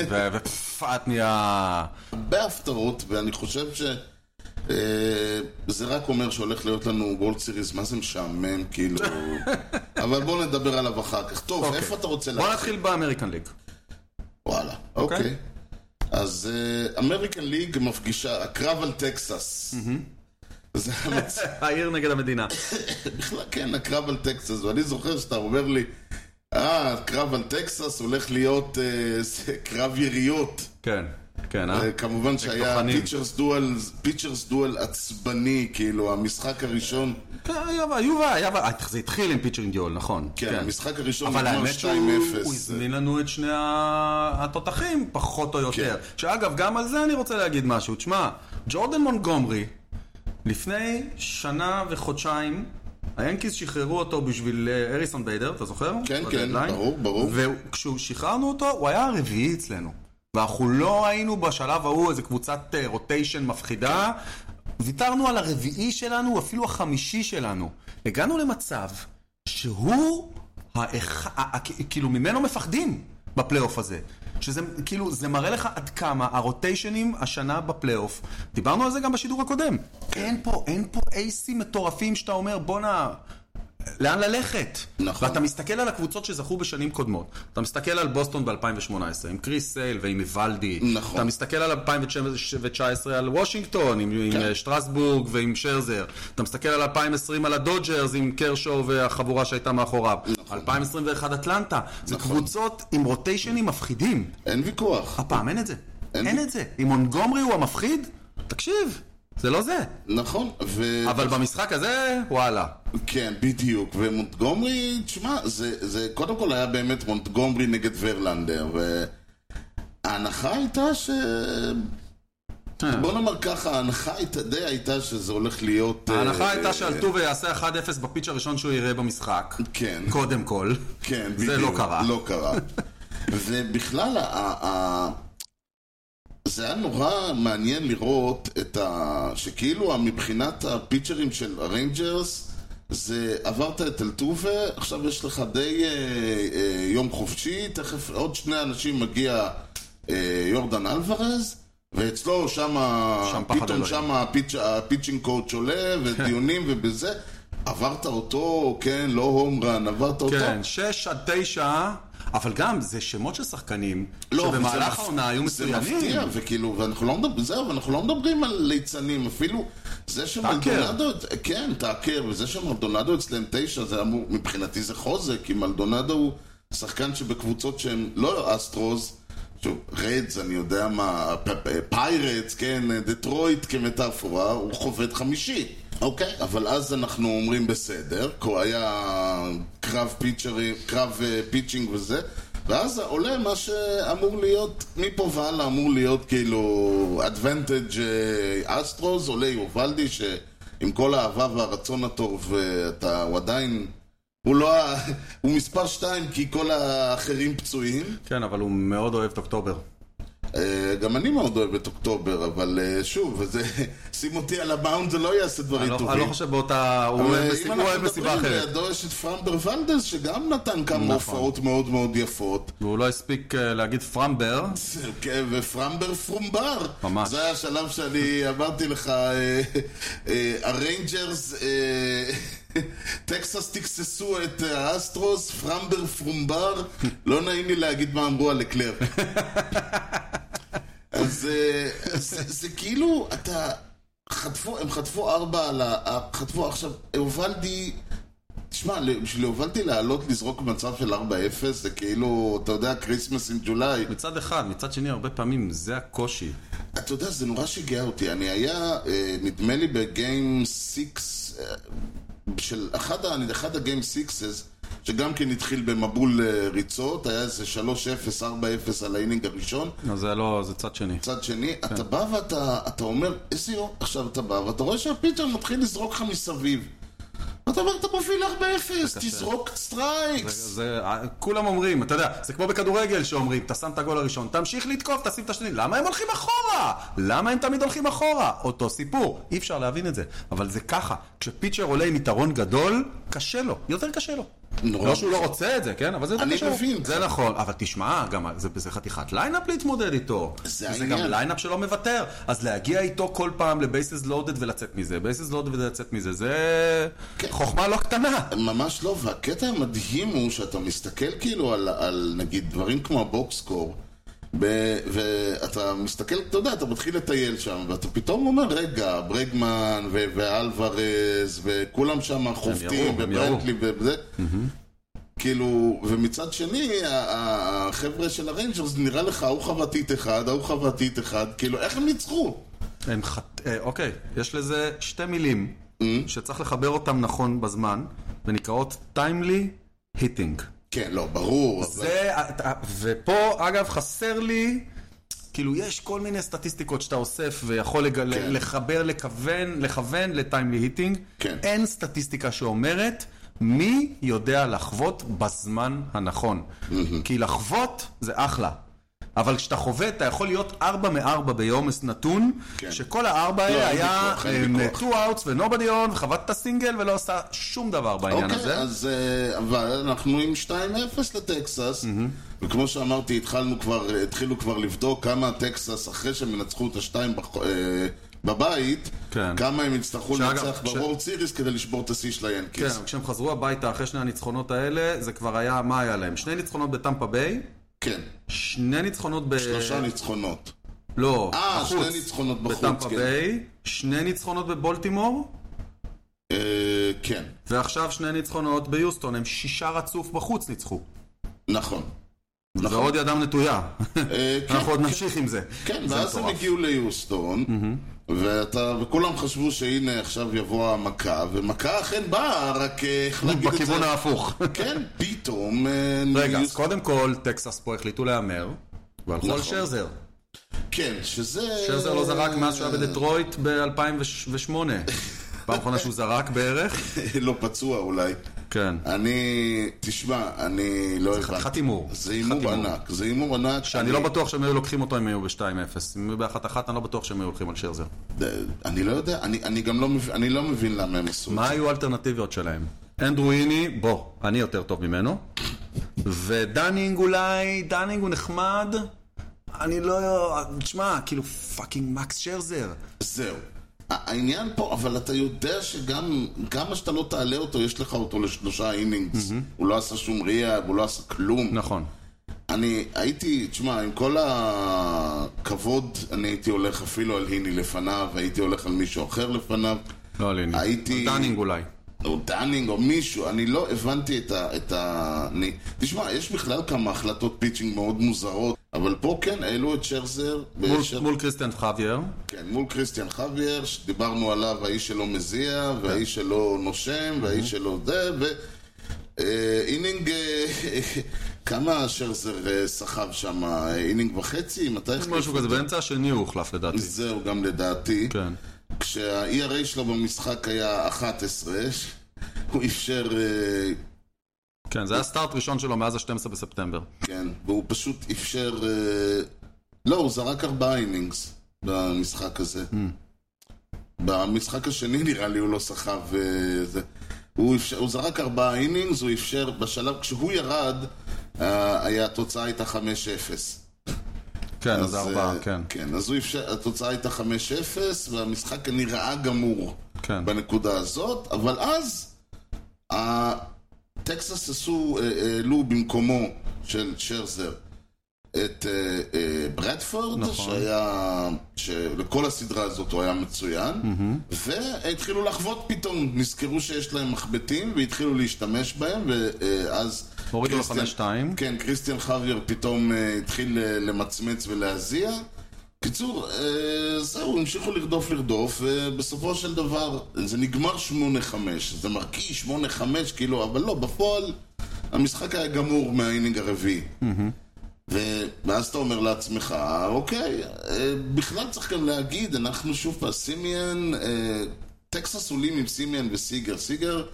B: ו- ופאט נהיה...
A: הרבה הפתעות, ואני חושב ש... אה, זה רק אומר שהולך להיות לנו וולד סיריס, מה זה משעמם,
B: *laughs*
A: כאילו... אבל בואו נדבר עליו אחר כך. טוב,
B: אוקיי.
A: איפה אתה רוצה
B: בוא נתחיל באמריקן ליג.
A: וואלה,
B: אוקיי.
A: אוקיי. אז אמריקן ליג מפגישה, הקרב על טקסס. זה המצב.
B: *laughs* העיר
A: *laughs*
B: נגד המדינה.
A: בכלל, כן, הקרב על טקסס, ואני זוכר שאתה אומר לי, אה, הקרב על טקסס הולך להיות אה, זה קרב יריות.
B: כן, כן, אה?
A: אה, כמובן שהיה
B: אגרופנים.
A: פיצ'רס דואל, פיצ'רס דואל עצבני, כאילו, המשחק הראשון,
B: כן, היו, היו, היה, אה, זה התחיל עם פיצ'רינג יול, נכון.
A: כן, המשחק הראשון
B: אבל
A: נגמר
B: האמת
A: 2-0.
B: שהוא הוא הזמין לנו את שני ה- התותחים, פחות או יותר.
A: כן.
B: שאגב, גם על זה אני רוצה להגיד משהו. תשמע, ג'ורדן מונגומרי, לפני שנה וחודשיים, היאנקיז שחררו אותו בשביל אה, אריסון ביידר, אתה זוכר?
A: כן,
B: בדדליין.
A: כן, ברור, ברור.
B: וכששחררנו אותו, הוא היה הרביעי אצלנו. ואנחנו לא היינו בשלב ההוא איזה קבוצת אה, רוטיישן מפחידה.
A: כן.
B: ויתרנו על הרביעי שלנו, אפילו החמישי שלנו. הגענו למצב שהוא, האח... ה- ה- כאילו ממנו מפחדים בפלייאוף הזה. שזה כאילו, זה מראה לך עד כמה הרוטיישנים השנה בפלייאוף, דיברנו על זה גם בשידור הקודם. אין פה, אין פה אייסים מטורפים שאתה אומר, בואנה, לאן ללכת.
A: נכון.
B: ואתה מסתכל על הקבוצות שזכו בשנים קודמות. אתה מסתכל על בוסטון ב-2018, עם קריס סייל ועם איוולדי.
A: נכון.
B: אתה מסתכל על 2019 על וושינגטון, עם, עם
A: כן.
B: אה, שטרסבורג ועם שרזר. אתה מסתכל על 2020 על הדודג'רס עם קרשו והחבורה שהייתה מאחוריו. נכון. 2021 אטלנטה. זה
A: נכון.
B: קבוצות עם רוטיישנים מפחידים.
A: אין ויכוח.
B: הפעם אין את זה.
A: אין.
B: אין את זה. עם מונגומרי הוא המפחיד? תקשיב, זה לא זה.
A: נכון, ו...
B: אבל במשחק הזה, וואלה.
A: כן, בדיוק. ומונטגומרי, תשמע, זה, זה קודם כל היה באמת מונטגומרי נגד ורלנדר, וההנחה הייתה ש...
B: אה.
A: בוא נאמר ככה, ההנחה הייתה די הייתה שזה הולך להיות... אה,
B: ההנחה הייתה
A: אה,
B: שאלטובה יעשה 1-0 בפיץ' הראשון שהוא יראה במשחק.
A: כן.
B: קודם כל.
A: כן, בדיוק.
B: זה לא קרה.
A: לא קרה. ובכלל, ה- ה- זה היה נורא מעניין לראות את ה... שכאילו מבחינת הפיצ'רים של הריינג'רס, זה עברת את אלטובה, עכשיו יש לך די אה, אה, יום חופשי, תכף עוד שני אנשים מגיע אה, יורדן אלוורז, ואצלו שמה,
B: שם פחד
A: פתאום
B: אלוהים.
A: שמה הפיצ', הפיצ'ינג קואוצ' עולה,
B: *laughs*
A: ודיונים ובזה. עברת אותו, כן, לא הום רן, עברת אותו.
B: כן, 6 עד 9, אבל גם זה שמות של שחקנים,
A: לא, אבל זה
B: שבמהלך
A: מפ-
B: העונה היו מצוינים.
A: זה מפתיע, וכאילו, ואנחנו לא מדברים, זהו, ואנחנו לא מדברים על ליצנים, אפילו זה שמלדונדו, כן, תעקר, וזה שמלדונדו אצלם תשע, זה אמור, מבחינתי זה חוזק, כי מלדונדו הוא שחקן שבקבוצות שהם לא אסטרוז, שוב, רדס, אני יודע מה, פ- פ- פיירטס, כן, דטרויט כמטאפורה, הוא חובד חמישי. אוקיי, אבל אז אנחנו אומרים בסדר, כה היה קרב פיצ'רים, קרב אה, פיצ'ינג וזה, ואז עולה מה שאמור להיות, מפה והלאה אמור להיות כאילו אדוונטג' אסטרוס, עולה יובלדי שעם כל האהבה והרצון הטוב אה, אתה, הוא עדיין, הוא לא, ה- *laughs* הוא מספר שתיים כי כל האחרים פצועים.
B: כן, אבל הוא מאוד אוהב את אוקטובר.
A: אה, גם אני מאוד אוהב את אוקטובר, אבל אה, *laughs* שוב, וזה, שים אותי על הבאונד זה לא יעשה דברים
B: אני לא-
A: טובים.
B: אני לא חושב באותה... הוא
A: אבל אה,
B: אוהב
A: אם
B: מסיבה- הוא
A: אנחנו
B: אוהב מסיבה
A: מדברים,
B: אחרת. נכון.
A: לידו יש את פרמבר ולדס, שגם נתן כמה הופעות מאוד מאוד יפות.
B: והוא לא הספיק אה, להגיד פרמבר.
A: כן, ופרמבר פרומבר.
B: ממש.
A: זה היה השלב שאני אמרתי לך, אה, אה, הריינג'רס, אה, טקסס תכססו את אה, האסטרוס, פרמבר פרומבר, לא נעים לי להגיד מה אמרו על לקלר. אז אה, זה, זה כאילו, אתה... חטפו, הם חטפו ארבע על ה... ה- חטפו עכשיו, הובלתי... תשמע, ל- בשביל הובלתי לעלות לזרוק במצב של 4-0, זה כאילו, אתה יודע, כריסמס עם ג'ולי.
B: מצד אחד, מצד שני, הרבה פעמים זה הקושי.
A: אתה יודע, זה נורא שיגע אותי. אני היה, אה, נדמה לי בגיים סיקס, אה, של אחד, ה- אחד הגיים סיקסס, שגם כן התחיל במבול אה, ריצות, היה איזה 3-0, 4-0 על האינינג הראשון.
B: לא, זה לא, זה צד שני.
A: מצד שני, אתה בא ואתה אתה אומר, איזה יום, עכשיו אתה בא ואתה רואה שהפיצ'ר מתחיל לזרוק לך מסביב. ואתה אומר, אתה מוביל 4-0, תזרוק סטרייקס.
B: זה, אה, כולם אומרים, אתה יודע, זה כמו בכדורגל שאומרים, אתה שם את הגול הראשון, תמשיך לתקוף, תשים את השני, למה הם הולכים אחורה? למה הם תמיד הולכים אחורה? אותו סיפור, אי אפשר להבין את זה, אבל זה ככה, כשפיצ'ר עולה עם יתרון גדול, קשה לו, יותר קשה לו.
A: נורא.
B: לא שהוא לא רוצה את זה, כן? אבל זה יותר
A: אני
B: קשה לו.
A: מבין.
B: זה נכון, אבל תשמע, גם זה, זה חתיכת ליינאפ להתמודד איתו.
A: זה
B: זה
A: העניין.
B: גם ליינאפ שלא מוותר, אז להגיע איתו כל פעם לבייסס לודד ולצאת מזה, בייסס לודד ולצאת מזה, זה
A: כן.
B: חוכמה לא קטנה.
A: ממש לא, והקטע המדהים הוא שאתה מסתכל כאילו על, על נגיד דברים כמו הבוקסקור, ב- ואתה מסתכל, אתה יודע, אתה מתחיל לטייל שם, ואתה פתאום אומר, רגע, ברגמן ו- ואלוורז, וכולם שם חובטים,
B: ירו, הם ירו.
A: וברנקלי וזה. כאילו, ומצד שני, ה- ה- החבר'ה של הריינג'רס, נראה לך ההוא חוותית אחד, ההוא חוותית אחד, כאילו, איך הם ניצחו?
B: הם חט... אה, אוקיי, יש לזה שתי מילים שצריך לחבר אותם נכון בזמן, ונקראות timely hitting. אה,
A: כן, לא, ברור. אבל-
B: זה, ופה אגב חסר לי כאילו, יש כל מיני סטטיסטיקות שאתה אוסף ויכול לג...
A: כן.
B: לחבר, לכוון, לכוון לטיימלי היטינג.
A: כן.
B: אין סטטיסטיקה שאומרת מי יודע לחוות בזמן הנכון. כי לחוות זה אחלה. אבל כשאתה חווה, אתה יכול להיות 4 מ-4 ביום נתון,
A: כן.
B: שכל הארבע האלה
A: אין
B: היה
A: ויכוח, אין
B: אה,
A: ויכוח.
B: two outs ונובדי און, וחבט את הסינגל ולא עשה שום דבר בעניין
A: אוקיי,
B: הזה.
A: אז אה, אבל אנחנו עם 2-0 לטקסס, וכמו שאמרתי, התחלנו כבר, התחילו כבר לבדוק כמה טקסס, אחרי שהם ינצחו את השתיים בח- אה, בבית,
B: כן.
A: כמה הם יצטרכו
B: שאגב,
A: לנצח
B: ש-
A: בוורד סיריס כדי לשבור את השיא של
B: כן,
A: היאנקיס.
B: אבל כשהם חזרו הביתה אחרי שני הניצחונות האלה, זה כבר היה, מה היה להם? שני ניצחונות בטמפה ביי,
A: כן,
B: אה. שני ניצחונות ב...
A: שלושה ניצחונות.
B: לא,
A: אה,
B: בחוץ.
A: שני ניצחונות בחוץ,
B: בטמפה
A: כן.
B: ביי, שני ניצחונות בבולטימור,
A: אה, כן,
B: ועכשיו שני ניצחונות ביוסטון. הם שישה רצוף בחוץ ניצחו.
A: נכון.
B: זה עוד ידם נטויה.
A: אה, *laughs* כן,
B: אנחנו עוד נמשיך עם זה.
A: כן,
B: זה
A: ואז הם
B: מטורף.
A: הגיעו ליוסטון, ואתה- וכולם חשבו שהנה עכשיו יבוא המכה, ומכה אכן באה, רק אה, איך להגיד את זה?
B: בכיוון ההפוך.
A: *laughs* כן, פתאום... אה,
B: *laughs* רגע, אז
A: ניוס-
B: קודם כל, טקסס פה החליטו להמר, והלכו על
A: נכון.
B: שרזר.
A: כן, שזה...
B: שרזר לא זרק מאז שהיה
A: אה.
B: בדטרויט ב-2008.
A: *laughs*
B: פעם אחרונה שהוא זרק בערך.
A: לא פצוע אולי.
B: כן.
A: אני... תשמע, אני לא הבנתי.
B: חתיכת הימור.
A: זה
B: חתיכת
A: הימור ענק, זה הימור ענק.
B: שאני לא בטוח שהם היו לוקחים אותו אם היו ב-2-0. אם היו ב-1-1, אני לא בטוח שהם היו הולכים על שרזר.
A: אני לא יודע, אני- אני גם לא מבין- אני לא מבין למה הם עשו את
B: מה
A: זה.
B: היו האלטרנטיביות שלהם? אנדרו איני, בוא, אני יותר טוב ממנו. ודנינג אולי, דנינג הוא נחמד. אני לא... תשמע, כאילו פאקינג מקס שרזר.
A: זהו. ה- העניין פה, אבל אתה יודע שגם כמה שאתה לא תעלה אותו, יש לך אותו לשלושה אינינגס. הוא לא עשה שום ריאב, הוא לא עשה כלום.
B: נכון.
A: אני הייתי, תשמע, עם כל הכבוד, אני הייתי הולך אפילו על היני לפניו, הייתי הולך על מישהו אחר לפניו.
B: לא על איני.
A: הייתי-
B: על דנינג אולי.
A: או דנינג או מישהו, אני לא הבנתי את ה... את ה... אני... תשמע, יש בכלל כמה החלטות פיצ'ינג מאוד מוזרות, אבל פה כן, העלו את שרזר.
B: מול-
A: ושר-
B: מול קריסטיאן חוויאר.
A: כן, מול קריסטיאן חוויאר, שדיברנו עליו, האיש שלו מזיע,
B: כן.
A: והאיש שלו נושם,
B: Mm-hmm.
A: והאיש שלו זה, ו... אה, אינינג, אה, *laughs* כמה שרזר אה, סחב שם? אה, אינינג וחצי? מתי החליפו?
B: משהו כזה, באמצע השני הוא הוחלף לדעתי.
A: זהו גם לדעתי.
B: כן.
A: כשה-ERA שלו במשחק היה 11, *laughs* הוא אפשר... אה,
B: כן, זה היה סטארט ראשון שלו מאז ה-12 בספטמבר.
A: כן, והוא פשוט אפשר... אה, לא, הוא זרק ארבעה אינינגס במשחק הזה.
B: Mm.
A: במשחק השני נראה לי הוא לא סחב... אה, זה. הוא, אפשר, הוא זרק ארבעה אינינגס, הוא אפשר בשלב... כשהוא ירד, אה, היה, התוצאה הייתה 5-0.
B: כן, אז ארבעה,
A: אה,
B: כן.
A: כן, אז הוא אפשר, התוצאה הייתה 5-0, והמשחק נראה גמור
B: כן.
A: בנקודה הזאת, אבל אז ה- טקסס עשו, אה, העלו במקומו של שרזר את אה, אה, ברדפורד,
B: נכון.
A: שהיה, שלכל הסדרה הזאת הוא היה מצוין, והתחילו לחוות פתאום, נזכרו שיש להם מחבטים, והתחילו להשתמש בהם, ואז...
B: הורידו לו
A: קריסטיאן-
B: 5-2.
A: כן, קריסטיאן חוויאר פתאום אה, התחיל אה, למצמץ ולהזיע. קיצור, אה, זהו, המשיכו לרדוף לרדוף, ובסופו של דבר זה נגמר 8-5. זה מרגיש 8-5, כאילו, אבל לא, בפועל המשחק היה גמור מהאינינג הרביעי. ו- ואז אתה אומר לעצמך, אוקיי, אה, בכלל צריך גם להגיד, אנחנו שוב פעם, סימיאן, אה, טקסס עולים עם סימיאן וסיגר. סיגר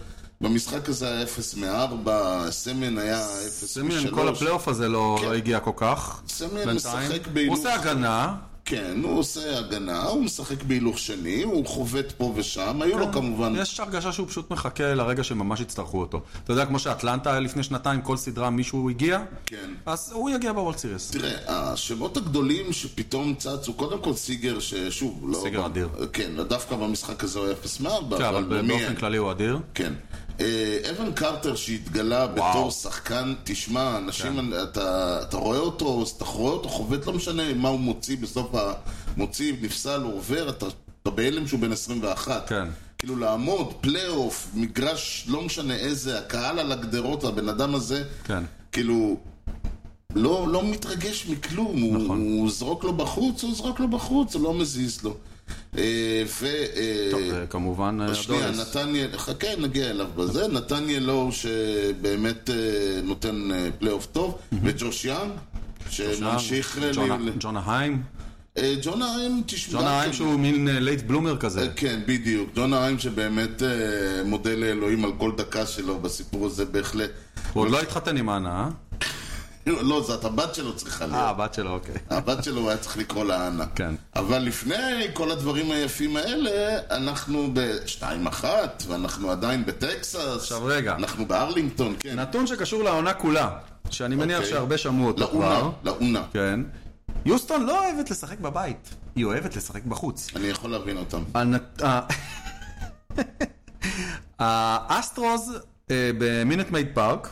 A: במשחק הזה היה 0 מ-4, סימיאן היה 0
B: סימיון,
A: מ-3.
B: כל הפלייאוף הזה לא
A: כן.
B: לא הגיע כל כך.
A: סימיאן
B: בינתיים.
A: משחק
B: הוא
A: בהילוך.
B: עושה הגנה,
A: כן, הוא עושה הגנה, הוא משחק בהילוך שני, הוא חובט פה ושם, היו לו לא, כמובן...
B: כן. יש הרגשה שהוא פשוט מחכה לרגע שממש יצטרכו אותו. אתה יודע, כמו שאטלנטה היה לפני שנתיים, כל סדרה מישהו הגיע,
A: כן.
B: אז הוא יגיע בוולד סיריס.
A: תראה, השמות הגדולים שפתאום צצו, קודם כל סיגר, ששוב, לא...
B: סיגר אדיר.
A: כן, דווקא במשחק הזה הוא היה 0 מ-4,
B: כן, אבל
A: במי
B: באופן
A: אין?
B: כללי הוא אדיר.
A: כן. אה, אבן קרטר שהתגלה בתור שחקן, תשמע, אנשים,
B: כן.
A: אתה אתה רואה אותו, אתה רואה אותו חובט, לא משנה מה הוא מוציא בסוף ה... מוציא, נפסל, הוא עובר, אתה אתה בהלם שהוא בן 21.
B: כן.
A: כאילו לעמוד, פלייאוף, מגרש, לא משנה איזה, הקהל על הגדרות, הבן אדם הזה,
B: כן.
A: כאילו, לא, לא מתרגש מכלום, נכון. הוא, הוא זרוק לו בחוץ, הוא זרוק לו בחוץ, הוא לא מזיז לו. אה, ו... אה,
B: טוב, וכמובן אה,
A: שנייה,
B: אדוניס.
A: נתניאל, חכה, כן, נגיע אליו בזה, לא נתניאל לואו שבאמת אה, נותן אה, פלייאוף טוב, וג'וש יאנג, שממשיך ל...
B: ג'ונה-
A: ל-
B: ג'ונה היים?
A: אה, ג'ונה איים תשמע...
B: ג'ונה היים
A: כ-
B: שהוא מין לייט בלומר כזה.
A: אה, כן, בדיוק. ג'ונה היים שבאמת אה, מודה לאלוהים על כל דקה שלו בסיפור הזה בהחלט.
B: הוא עוד לא התחתן עם אנה, אה?
A: לא, זאת הבת שלו צריכה להיות.
B: אה, הבת שלו, אוקיי.
A: הבת שלו היה צריך לקרוא לה אנה.
B: כן.
A: אבל לפני כל הדברים היפים האלה, אנחנו בשתיים אחת, ואנחנו עדיין בטקסס. עכשיו
B: רגע.
A: אנחנו בארלינגטון, כן.
B: נתון שקשור לעונה כולה, שאני מניח
A: אוקיי.
B: שהרבה שמעו אותו
A: לאונה,
B: כבר.
A: לאונה.
B: כן. יוסטון לא אוהבת לשחק בבית, היא אוהבת לשחק בחוץ. אה,
A: אני יכול להבין אותם.
B: הנת- *laughs* ה- האסטרוז אה, במינט מייד פארק,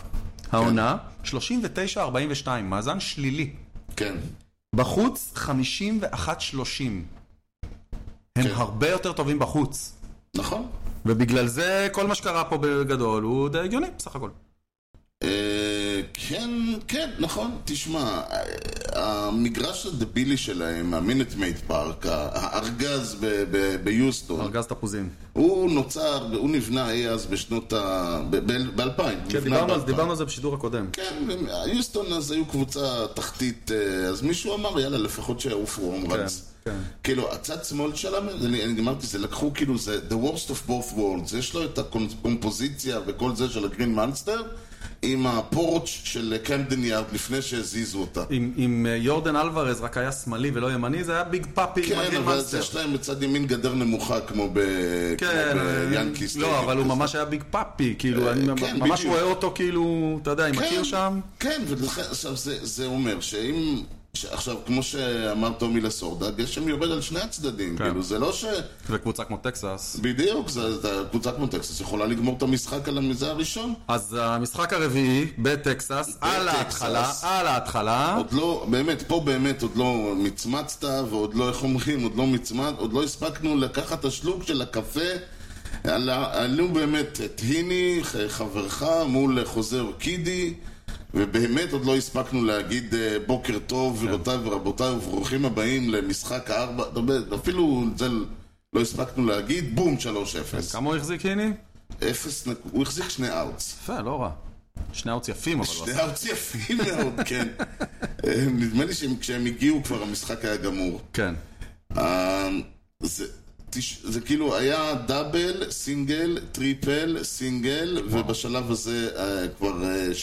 B: העונה, 39-42, מאזן שלילי.
A: כן.
B: בחוץ, 51-30. הם
A: כן.
B: הרבה יותר טובים בחוץ.
A: נכון.
B: ובגלל זה כל מה שקרה פה בגדול הוא די הגיוני בסך הכל.
A: אה, כן, כן, נכון, תשמע, אה, המגרש הדבילי שלהם, המינט מייט פארק, ה- הארגז ב- ב- ביוסטון,
B: ארגז תפוזים.
A: הוא נוצר, הוא נבנה אי אז בשנות ה... ב-2000.
B: כן, דיברנו על- דיברנו על זה בשידור הקודם.
A: כן, הם- יוסטון אז היו קבוצה תחתית, אה, אז מישהו אמר, יאללה, לפחות שיעופו הום ראנס.
B: כן.
A: כאילו, הצד שמאל שלהם, אני אני אמרתי, זה לקחו כאילו, זה the worst of both worlds, יש לו את הקומפוזיציה וכל זה של הגרין מנסטר, עם הפורץ' של קמדן יארד לפני שהזיזו אותה.
B: אם אם, אה, יורדן אלוורז רק היה שמאלי ולא ימני זה היה ביג פאפי עם
A: כן,
B: הגרין
A: אבל אז
B: מאסטר.
A: יש להם בצד ימין גדר נמוכה, כמו ב-
B: כן,
A: כמו
B: אה,
A: ביאנקי
B: לא,
A: סטיידיום
B: אבל הוא
A: כזה.
B: ממש היה ביג פאפי, כאילו,
A: אה,
B: אני
A: כן,
B: ממש
A: בדיוק.
B: רואה אותו כאילו, אתה יודע, עם הקיר שם.
A: כן, ולכן, עכשיו זה, זה אומר שאם... ש- עכשיו, כמו שאמר טומי לסורדה, הגשם יורד על שני הצדדים,
B: כן.
A: כאילו, זה לא ש...
B: וקבוצה כמו טקסס.
A: בדיוק, זה, זה, קבוצה כמו טקסס יכולה לגמור את המשחק על המזה הראשון.
B: אז המשחק הרביעי בטקסס, על ההתחלה, על ההתחלה.
A: עוד לא, באמת, פה באמת עוד לא מצמצת, ועוד לא, איך אומרים, עוד לא מצמד, עוד לא הספקנו לקחת את השלוק של הקפה. עלה- עלו באמת את היני, ח- חברך, מול חוזר קידי, ובאמת עוד לא הספקנו להגיד אה, בוקר טוב, גבירותיי ורבותיי, וברוכים הבאים למשחק הארבע, אתה יודע, אפילו את זה לא הספקנו להגיד, בום, 3-0.
B: כמה הוא החזיק הנה?
A: אפס נק- הוא החזיק שני אאוטס.
B: יפה, לא רע. שני ערוץ יפים, אבל לא הוא
A: שני ארץ יפים מאוד, כן. אה, נדמה לי שכשהם הגיעו כבר המשחק היה גמור.
B: כן.
A: אה, זה, תש- זה כאילו היה דאבל, סינגל, טריפל, סינגל, ובשלב הזה אה, כבר אה,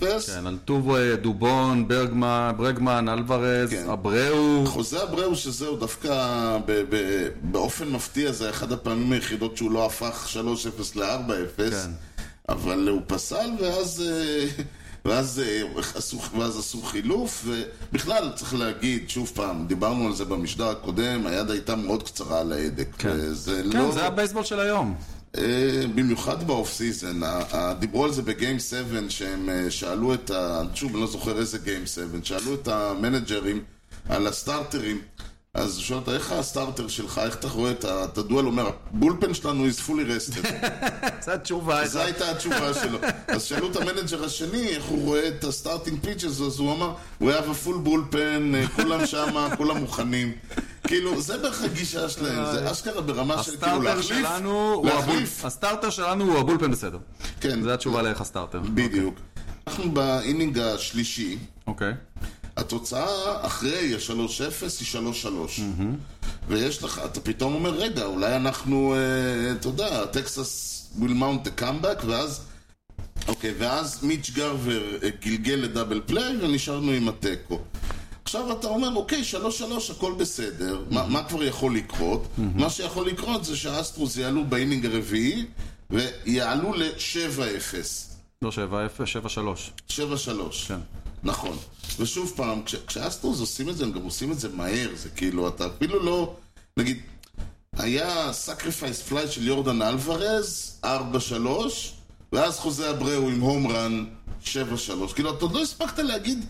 A: 3-0.
B: כן, אלטובו, דובון, ברגמן, ברגמן, אלוורז,
A: כן.
B: אברהו.
A: חוזה אברהו שזהו דווקא ב- ב- באופן מפתיע זה אחת הפעמים היחידות שהוא לא הפך 3-0 ל-4-0
B: כן.
A: אבל הוא פסל ואז, אה, *laughs* ואז, אה, עשו, ואז עשו חילוף ובכלל צריך להגיד שוב פעם דיברנו על זה במשדר הקודם היד הייתה מאוד קצרה על ההדק
B: כן.
A: זה
B: כן,
A: לא,
B: זה הבייסבול של היום.
A: אה, במיוחד באוף סיזן, ה- ה- דיברו על זה בגיים 7, שהם אה, שאלו את ה... שוב, אני לא זוכר איזה גיים 7, שאלו את המנג'רים על הסטארטרים, אז הוא שואל אותה, איך הסטארטר שלך, איך אתה רואה את ה- את הדואל, אומר, הבולפן שלנו is fully rested. *laughs*
B: זה התשובה.
A: זו הייתה התשובה שלו. אז שאלו את המנג'ר השני, איך הוא רואה את הסטארטינג פיצ'ס, אז הוא אמר, we have a full bullpen, אה, כולם שמה, *laughs* כולם מוכנים. כאילו, זה בערך הגישה שלהם, זה אשכרה ברמה של כאילו
B: אה, הסטארטר
A: להחליף,
B: שלנו הוא
A: להחליף.
B: הבול- הסטארטר שלנו הוא הבולפן בסדר.
A: כן.
B: זה התשובה לאיך הסטארטר.
A: בדיוק. אנחנו באינינג השלישי,
B: אוקיי.
A: התוצאה אחרי ה-3-0 היא 3-3. ויש לך, אתה פתאום אומר, רגע, אולי אנחנו, אה, אתה יודע, טקסס will mount the comeback, ואז, אוקיי, ואז מיץ' גרבר אה, גלגל לדאבל פליי, ונשארנו עם התיקו. עכשיו אתה אומר, אוקיי, שלוש שלוש, הכל בסדר, מה, מה כבר יכול לקרות? מה שיכול לקרות זה שהאסטרוס יעלו באינינג הרביעי, ויעלו ל-7-0.
B: לא, 7-0, 7-3.
A: 7-3.
B: כן.
A: נכון. ושוב פעם, כש, כשאסטרוס עושים את זה, הם גם עושים את זה מהר. זה כאילו, אתה אפילו לא... נגיד, היה סקריפייס פליי של יורדן אלוורז, 4-3, ואז חוזה אברהו עם הום רן, 7-3. כאילו, אתה עוד לא הספקת להגיד,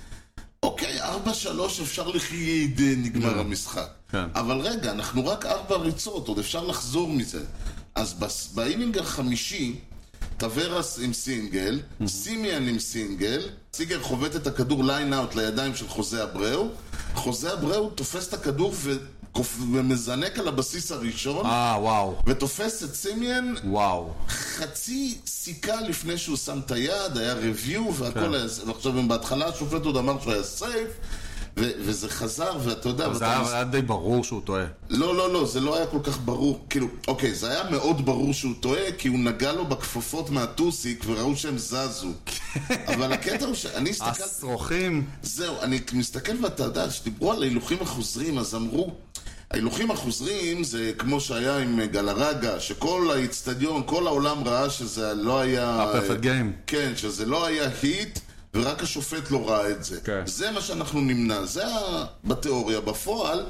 A: אוקיי, 4-3 אפשר לחייד, אה, נגמר המשחק.
B: כן.
A: אבל רגע, אנחנו רק ארבע ריצות, עוד אפשר לחזור מזה. אז בס- באינינג החמישי, טברס עם סינגל, סימיאן עם סינגל, סיגר חובט את הכדור ליין-אאוט לידיים של חוזה אברהו, חוזה אברהו תופס את הכדור קופ- ומזנק על הבסיס הראשון,
B: אה, וואו.
A: ותופס את סימיאן
B: וואו.
A: חצי סיכה לפני שהוא שם את היד, היה review והכל היה... עכשיו, אם בהתחלה השופט עוד אמר שהוא היה סייף, ו- וזה חזר, ואתה יודע...
B: זה
A: ואתה
B: היה
A: מס-
B: היה די ברור שהוא טועה.
A: לא, לא, לא, זה לא היה כל כך ברור. כאילו, אוקיי, זה היה מאוד ברור שהוא טועה, כי הוא נגע לו בכפפות מהטוסיק וראו שהם זזו. אבל הקטע הוא שאני הסתכלתי...
B: הסרוכים.
A: זהו, אני מסתכל ואתה יודע, כשדיברו על ההילוכים החוזרים, אז אמרו... ההילוכים החוזרים זה כמו שהיה עם גלרגה, שכל האיצטדיון, כל העולם ראה שזה לא היה...
B: ה-perfect game.
A: כן, שזה לא היה היט, ורק השופט לא ראה את זה.
B: כן.
A: זה מה שאנחנו נמנע. זה ה- בתיאוריה. בפועל,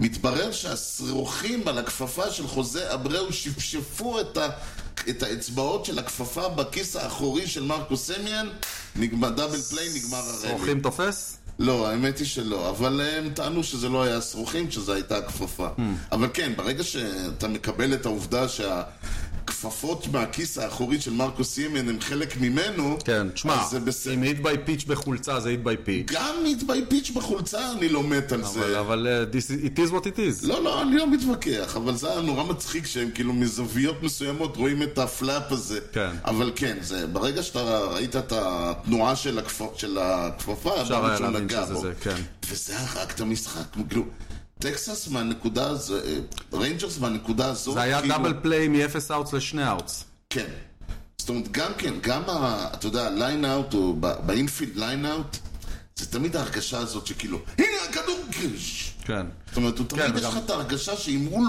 A: מתברר שהשרוכים על הכפפה של חוזה אברהו שפשפו את, ה... את האצבעות של הכפפה בכיס האחורי של מרקו סמיאן, נגמר דאבל פליי, נגמר הרמי.
B: סרוכים תופס?
A: לא, האמת היא שלא, אבל הם טענו שזה לא היה שרוכים, שזה הייתה הכפפה. אבל כן, ברגע שאתה מקבל את העובדה שהכפפות מהכיס האחורי של מרקו סיימן הם חלק ממנו,
B: כן, תשמע,
A: אז זה בסדר.
B: אם היט ביי פיץ' בחולצה זה היט ביי פיץ'.
A: גם מטבי פיץ' בחולצה, אני לא מת על
B: אבל-
A: זה.
B: אבל אה, this is- it is what it is.
A: לא, לא, אני לא מתווכח, אבל זה היה נורא מצחיק שהם כאילו מזוויות מסוימות רואים את הפלאפ הזה.
B: כן.
A: אבל כן, זה, ברגע שאתה ראית את התנועה של, הכפ... של הכפפה,
B: אפשר
A: הבנו
B: היה
A: שהוא
B: להבין
A: נגע
B: שזה
A: בו.
B: זה, כן.
A: וזה הרג את המשחק, כאילו, טקסס מהנקודה הזו, אה, ריינג'רס מהנקודה הזו,
B: זה היה
A: כאילו,
B: דאבל פליי מ-0 אאוטס ל-2 אאוטס.
A: כן. זאת אומרת, גם כן, גם, ה, אתה יודע, ליין-אאוט, או ב- באינפילד ליין-אאוט, זה תמיד ההרגשה הזאת שכאילו, הנה הכדור, גריש!
B: כן.
A: זאת אומרת, הוא תמיד
B: כן,
A: יש
B: וגם-
A: לך את ההרגשה שאם מול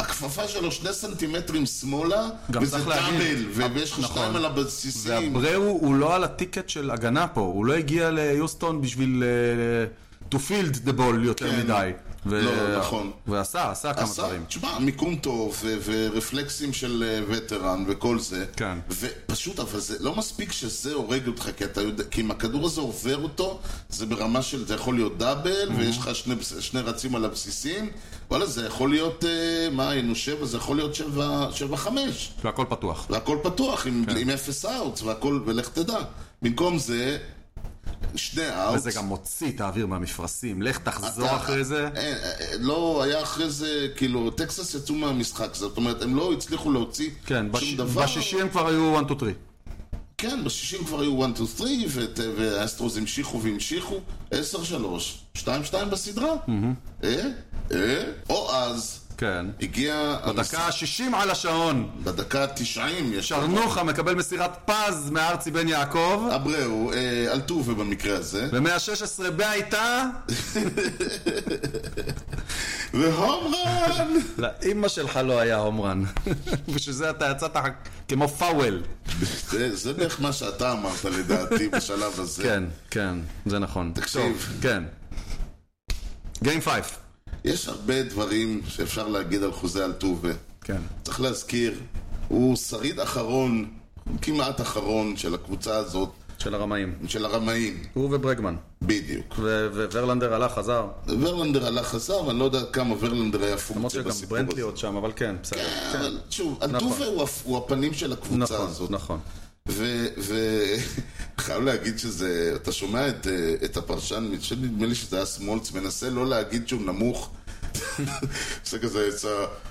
A: הכפפה שלו שני סנטימטרים שמאלה,
B: גם
A: וזה
B: צריך להגיד.
A: דאבל, ו- ויש לך
B: נכון.
A: שתיים על הבסיסים.
B: ואברהו הוא לא על הטיקט של הגנה פה, הוא לא הגיע ליוסטון בשביל אה, to field the ball יותר
A: כן.
B: מדי. ו-
A: לא, נכון.
B: ועשה, עשה כמה
A: עשה,
B: דברים.
A: תשמע, מיקום טוב, ו- ורפלקסים של אה, וטרן וכל זה.
B: כן.
A: ופשוט, אבל זה לא מספיק שזה הורג אותך, כי אתה יודע, כי אם הכדור הזה עובר אותו, זה ברמה של, זה יכול להיות
B: Mhm.
A: דאבל, ויש לך שני, בס- שני רצים על הבסיסים, וואלה, זה יכול להיות, אה, מה היינו, שבע, זה יכול להיות שבע, שבע חמש.
B: והכל פתוח.
A: והכל פתוח, עם, כן. עם אפס אאוטס, והכל, ולך תדע. במקום זה, שני אאוטס.
B: וזה גם מוציא את האוויר מהמפרשים, לך תחזור
A: לא. אתה-
B: אחרי זה.
A: אין, אה, לא, היה אחרי זה, כאילו, טקסס יצאו מהמשחק, זאת אומרת, הם לא הצליחו להוציא
B: כן, בש-
A: שום דבר. לא-
B: בשישי הם כבר היו 1, 2, 3.
A: כן, בשישים כבר היו 1, 2, 3, ואת- אה, והאסטרוס המשיכו והמשיכו, 10, 3, 2, 2 בסדרה. אה? אה? או אז,
B: כן.
A: הגיע
B: דקה ה-60 על השעון,
A: בדקה ה-90, יש...
B: שרנוחה מקבל מסירת פז מארצי בן יעקב,
A: אברהו, אה, אלטובה במקרה הזה.
B: ו-116 בעיטה
A: והום רן!
B: לאימא שלך לא היה הומרן. *laughs* בשביל זה אתה יצאת כמו פאוול.
A: זה- זה בערך מה שאתה אמרת לדעתי בשלב הזה.
B: כן, כן, זה נכון.
A: תקשיב.
B: טוב, כן. גיים פייף.
A: יש הרבה דברים שאפשר להגיד על חוזה אלטובה.
B: כן.
A: צריך להזכיר, הוא שריד אחרון, כמעט אחרון של הקבוצה הזאת,
B: של הרמאים.
A: של הרמאים,
B: הוא וברגמן.
A: בדיוק.
B: ו- וורלנדר הלך, חזר.
A: ורלנדר הלך חזר, אני לא יודע כמה ורלנדר היה
B: למרות
A: פונקציה
B: שגם
A: בסיפור
B: ברנטלי
A: הזה.
B: עוד שם, אבל כן, בסדר.
A: אבל שוב, אלטובה הוא הפ- הוא הפנים של הקבוצה
B: נכון,
A: הזאת.
B: נכון.
A: *laughs* וחייב להגיד שזה, אתה שומע את, אה, את הפרשן, נדמה לי שזה היה סמולץ, מנסה לא להגיד שהוא נמוך. *laughs* עושה כזה, it's a...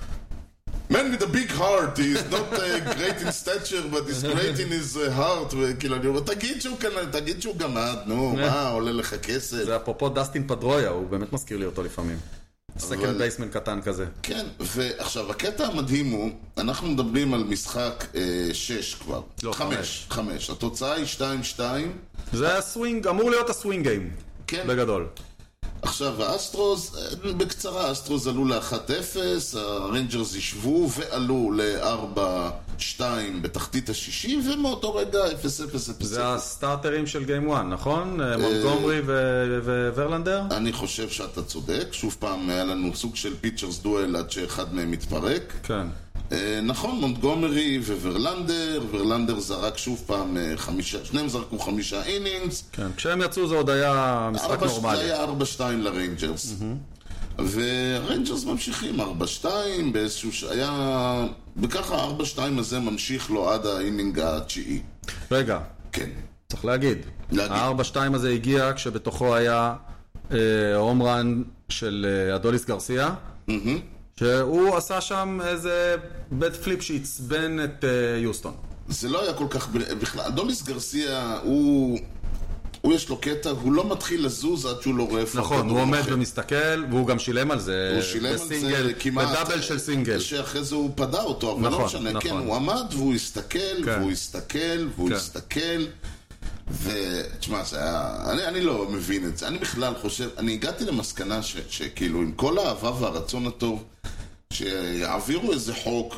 A: Man with a big heart, he is not uh, great in stature, but he's great in his uh, heart, וכאילו, אני אומר, תגיד שהוא כאן, תגיד שהוא גמד,
B: *laughs*
A: נו, מה, עולה לך כסף?
B: זה אפרופו דסטין פדרויה, הוא באמת מזכיר לי אותו לפעמים. סקנד
A: אבל-
B: בייסמן קטן כזה.
A: כן, ועכשיו, הקטע המדהים הוא, אנחנו מדברים על משחק אה, שש כבר.
B: לא,
A: חמש. חמש. התוצאה היא שתיים שתיים.
B: זה היה סווינג, אמור להיות הסווינג גיים.
A: אה. כן.
B: בגדול.
A: עכשיו, האסטרוס, אה, בקצרה, האסטרוס עלו ל-1-0, הרנג'רס ישבו ועלו ל-4-2 בתחתית השישי, ומאותו רגע 0-0-0.
B: זה הסטארטרים של גיים 1, נכון?
A: אה,
B: מונטגומרי ו- וורלנדר?
A: אני חושב שאתה צודק, שוב פעם, היה לנו סוג של פיצ'רס דואל עד שאחד מהם התפרק.
B: כן.
A: אה, נכון, מונטגומרי וורלנדר, וורלנדר זרק שוב פעם אה, חמישה, שניהם זרקו חמישה אינינגס,
B: כן. כשהם יצאו זה עוד היה משחק
A: ארבע- זה
B: נורמלי.
A: היה 4-2 לריינג'רס. והריינג'רס ממשיכים 4-2 באיזשהו שהיה... וככה 4-2 הזה ממשיך לו עד האינינג התשיעי.
B: רגע,
A: כן.
B: צריך להגיד.
A: להגיד.
B: ה-4-2 הזה הגיע כשבתוכו היה אה, הום רן של אה, אדוליס גרסיה, שהוא עשה שם איזה בית פליפ שעצבן את אה, יוסטון.
A: זה לא היה כל כך ב- בכלל. דומיס גרסיה, הוא... הוא יש לו קטע, הוא לא מתחיל לזוז עד שהוא לא רואה איפה
B: נכון,
A: הכדור
B: הוא עומד
A: נוחת.
B: ומסתכל, והוא גם שילם על זה.
A: הוא שילם על זה
B: בסינגל,
A: כמעט...
B: בדאבל של סינגל.
A: שאחרי זה הוא פדה אותו, אבל
B: נכון,
A: לא משנה.
B: נכון.
A: כן, הוא עמד והוא הסתכל,
B: כן.
A: והוא הסתכל, והוא
B: כן.
A: הסתכל. ותשמע, זה היה... אני, אני לא מבין את זה. אני בכלל חושב... אני הגעתי למסקנה ש, שכאילו, עם כל האהבה והרצון הטוב, שיעבירו איזה חוק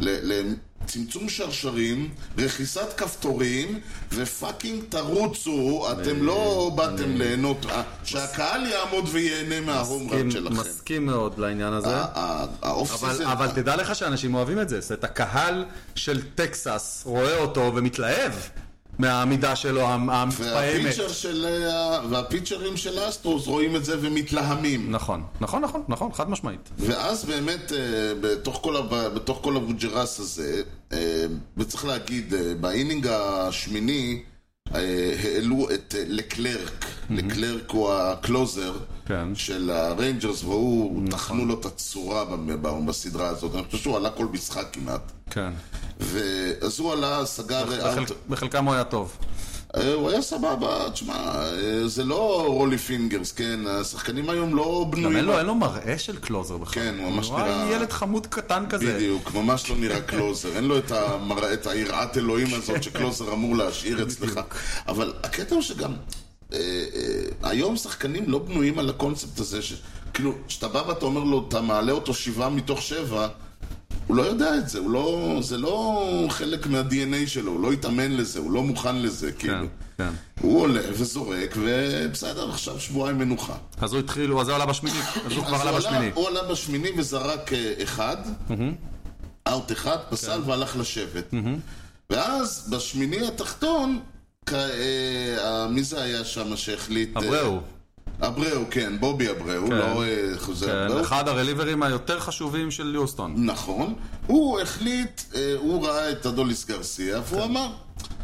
A: ל- לצמצום שרשרים, רכיסת כפתורים, ופאקינג תרוצו, אתם לא באתם ליהנות, אה, שהקהל יעמוד ויהנה
B: מסכים-
A: מההומרן שלכם. אה,
B: מסכים מאוד לעניין הזה.
A: ה- ה- האוף
B: אבל,
A: סיזן,
B: אבל תדע לך שאנשים אוהבים את זה, זאת אומרת, הקהל של טקסס רואה אותו ומתלהב מהעמידה שלו המ- המתפעמת.
A: והפיצ'ר של, ה- והפיצ'רים של האסטרוס רואים את זה ומתלהמים.
B: נכון, נכון, נכון, נכון, חד משמעית.
A: ואז באמת, אה, בתוך כל, ה- בתוך כל הבוג'רס הזה, אה, וצריך להגיד, אה, באינינג השמיני, אה, העלו את אה, לקלרק. לקלרק הוא הקלוזר
B: כן. נכון.
A: של הריינג'רס, והוא, טחנו לו את הצורה במ- בסדרה הזאת. אני חושב שהוא עלה כל משחק כמעט.
B: כן.
A: ואז הוא עלה, סגר...
B: בחלק,
A: אאוט-
B: בחלקם הוא היה טוב.
A: אה, הוא היה סבבה, תשמע, אה, זה לא רולי פינגרס, כן? השחקנים היום לא
B: גם אין
A: בנויים...
B: לו, אין לו מראה של קלוזר בכלל.
A: כן, הוא ממש
B: הוא
A: נראה-
B: היה ילד חמוד קטן כזה.
A: בדיוק, ממש לא נראה קלוזר, אין לו את המראה- את היראת אלוהים הזאת שקלוזר אמור להשאיר אצלך. אבל הקטע הוא שגם, אה, אה, היום שחקנים לא בנויים על הקונספט הזה, ש- כאילו, כשאתה בא ואתה אומר לו, אתה מעלה אותו שבעה מתוך שבע, הוא לא יודע את זה, הוא לא, זה לא חלק מה-DNA שלו, הוא לא התאמן לזה, הוא לא מוכן לזה,
B: כן,
A: כאילו.
B: כן.
A: הוא עולה וזורק, ובסדר, עכשיו שבועיים מנוחה.
B: אז הוא התחיל, הוא- אז הוא עלה בשמינית. אז הוא כבר
A: אז
B: עלה
A: הוא
B: בשמיני.
A: הוא עלה בשמיני וזרק אה, אחד, אאוט אחד,
B: כן.
A: פסל והלך לשבת. ואז בשמיני התחתון, כ- אה, מי זה היה שם שהחליט? אה,
B: אברהו.
A: אברהו, כן, בובי אברהו, לא אה, חוזה
B: כן,
A: אברהו.
B: אחד הרליברים היותר חשובים של יוסטון.
A: נכון. הוא החליט, אה, הוא ראה את אדוליס גרסיה,
B: כן.
A: והוא אמר,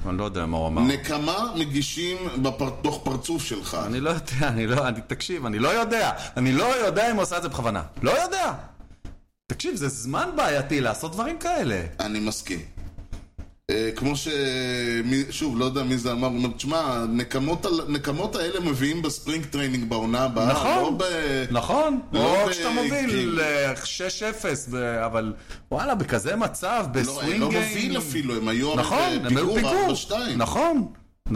B: אני לא יודע מה הוא אמר.
A: נקמה מגישים בתוך פרצוף שלך.
B: אני לא יודע, אני לא, אני, תקשיב, אני לא יודע. אני לא יודע אם הוא עשה את זה בכוונה. לא יודע. תקשיב, זה זמן בעייתי לעשות דברים כאלה.
A: אני מסכים. אה, כמו ש... מי- שוב, לא יודע מי זה אמר, הוא אומר, תשמע, נקמות, על- נקמות האלה מביאים בספרינג טריינינג בעונה הבאה,
B: נכון.
A: לא ב...
B: נכון?
A: לא
B: לא
A: ב- כן.
B: כשאתה מוביל אה, 6-0, ב- אבל וואלה, בכזה מצב,
A: לא,
B: בסווינג
A: הם לא מוביל אפילו, הם היו אה,
B: נכון, הם היו פיגור.
A: 4-2.
B: נכון.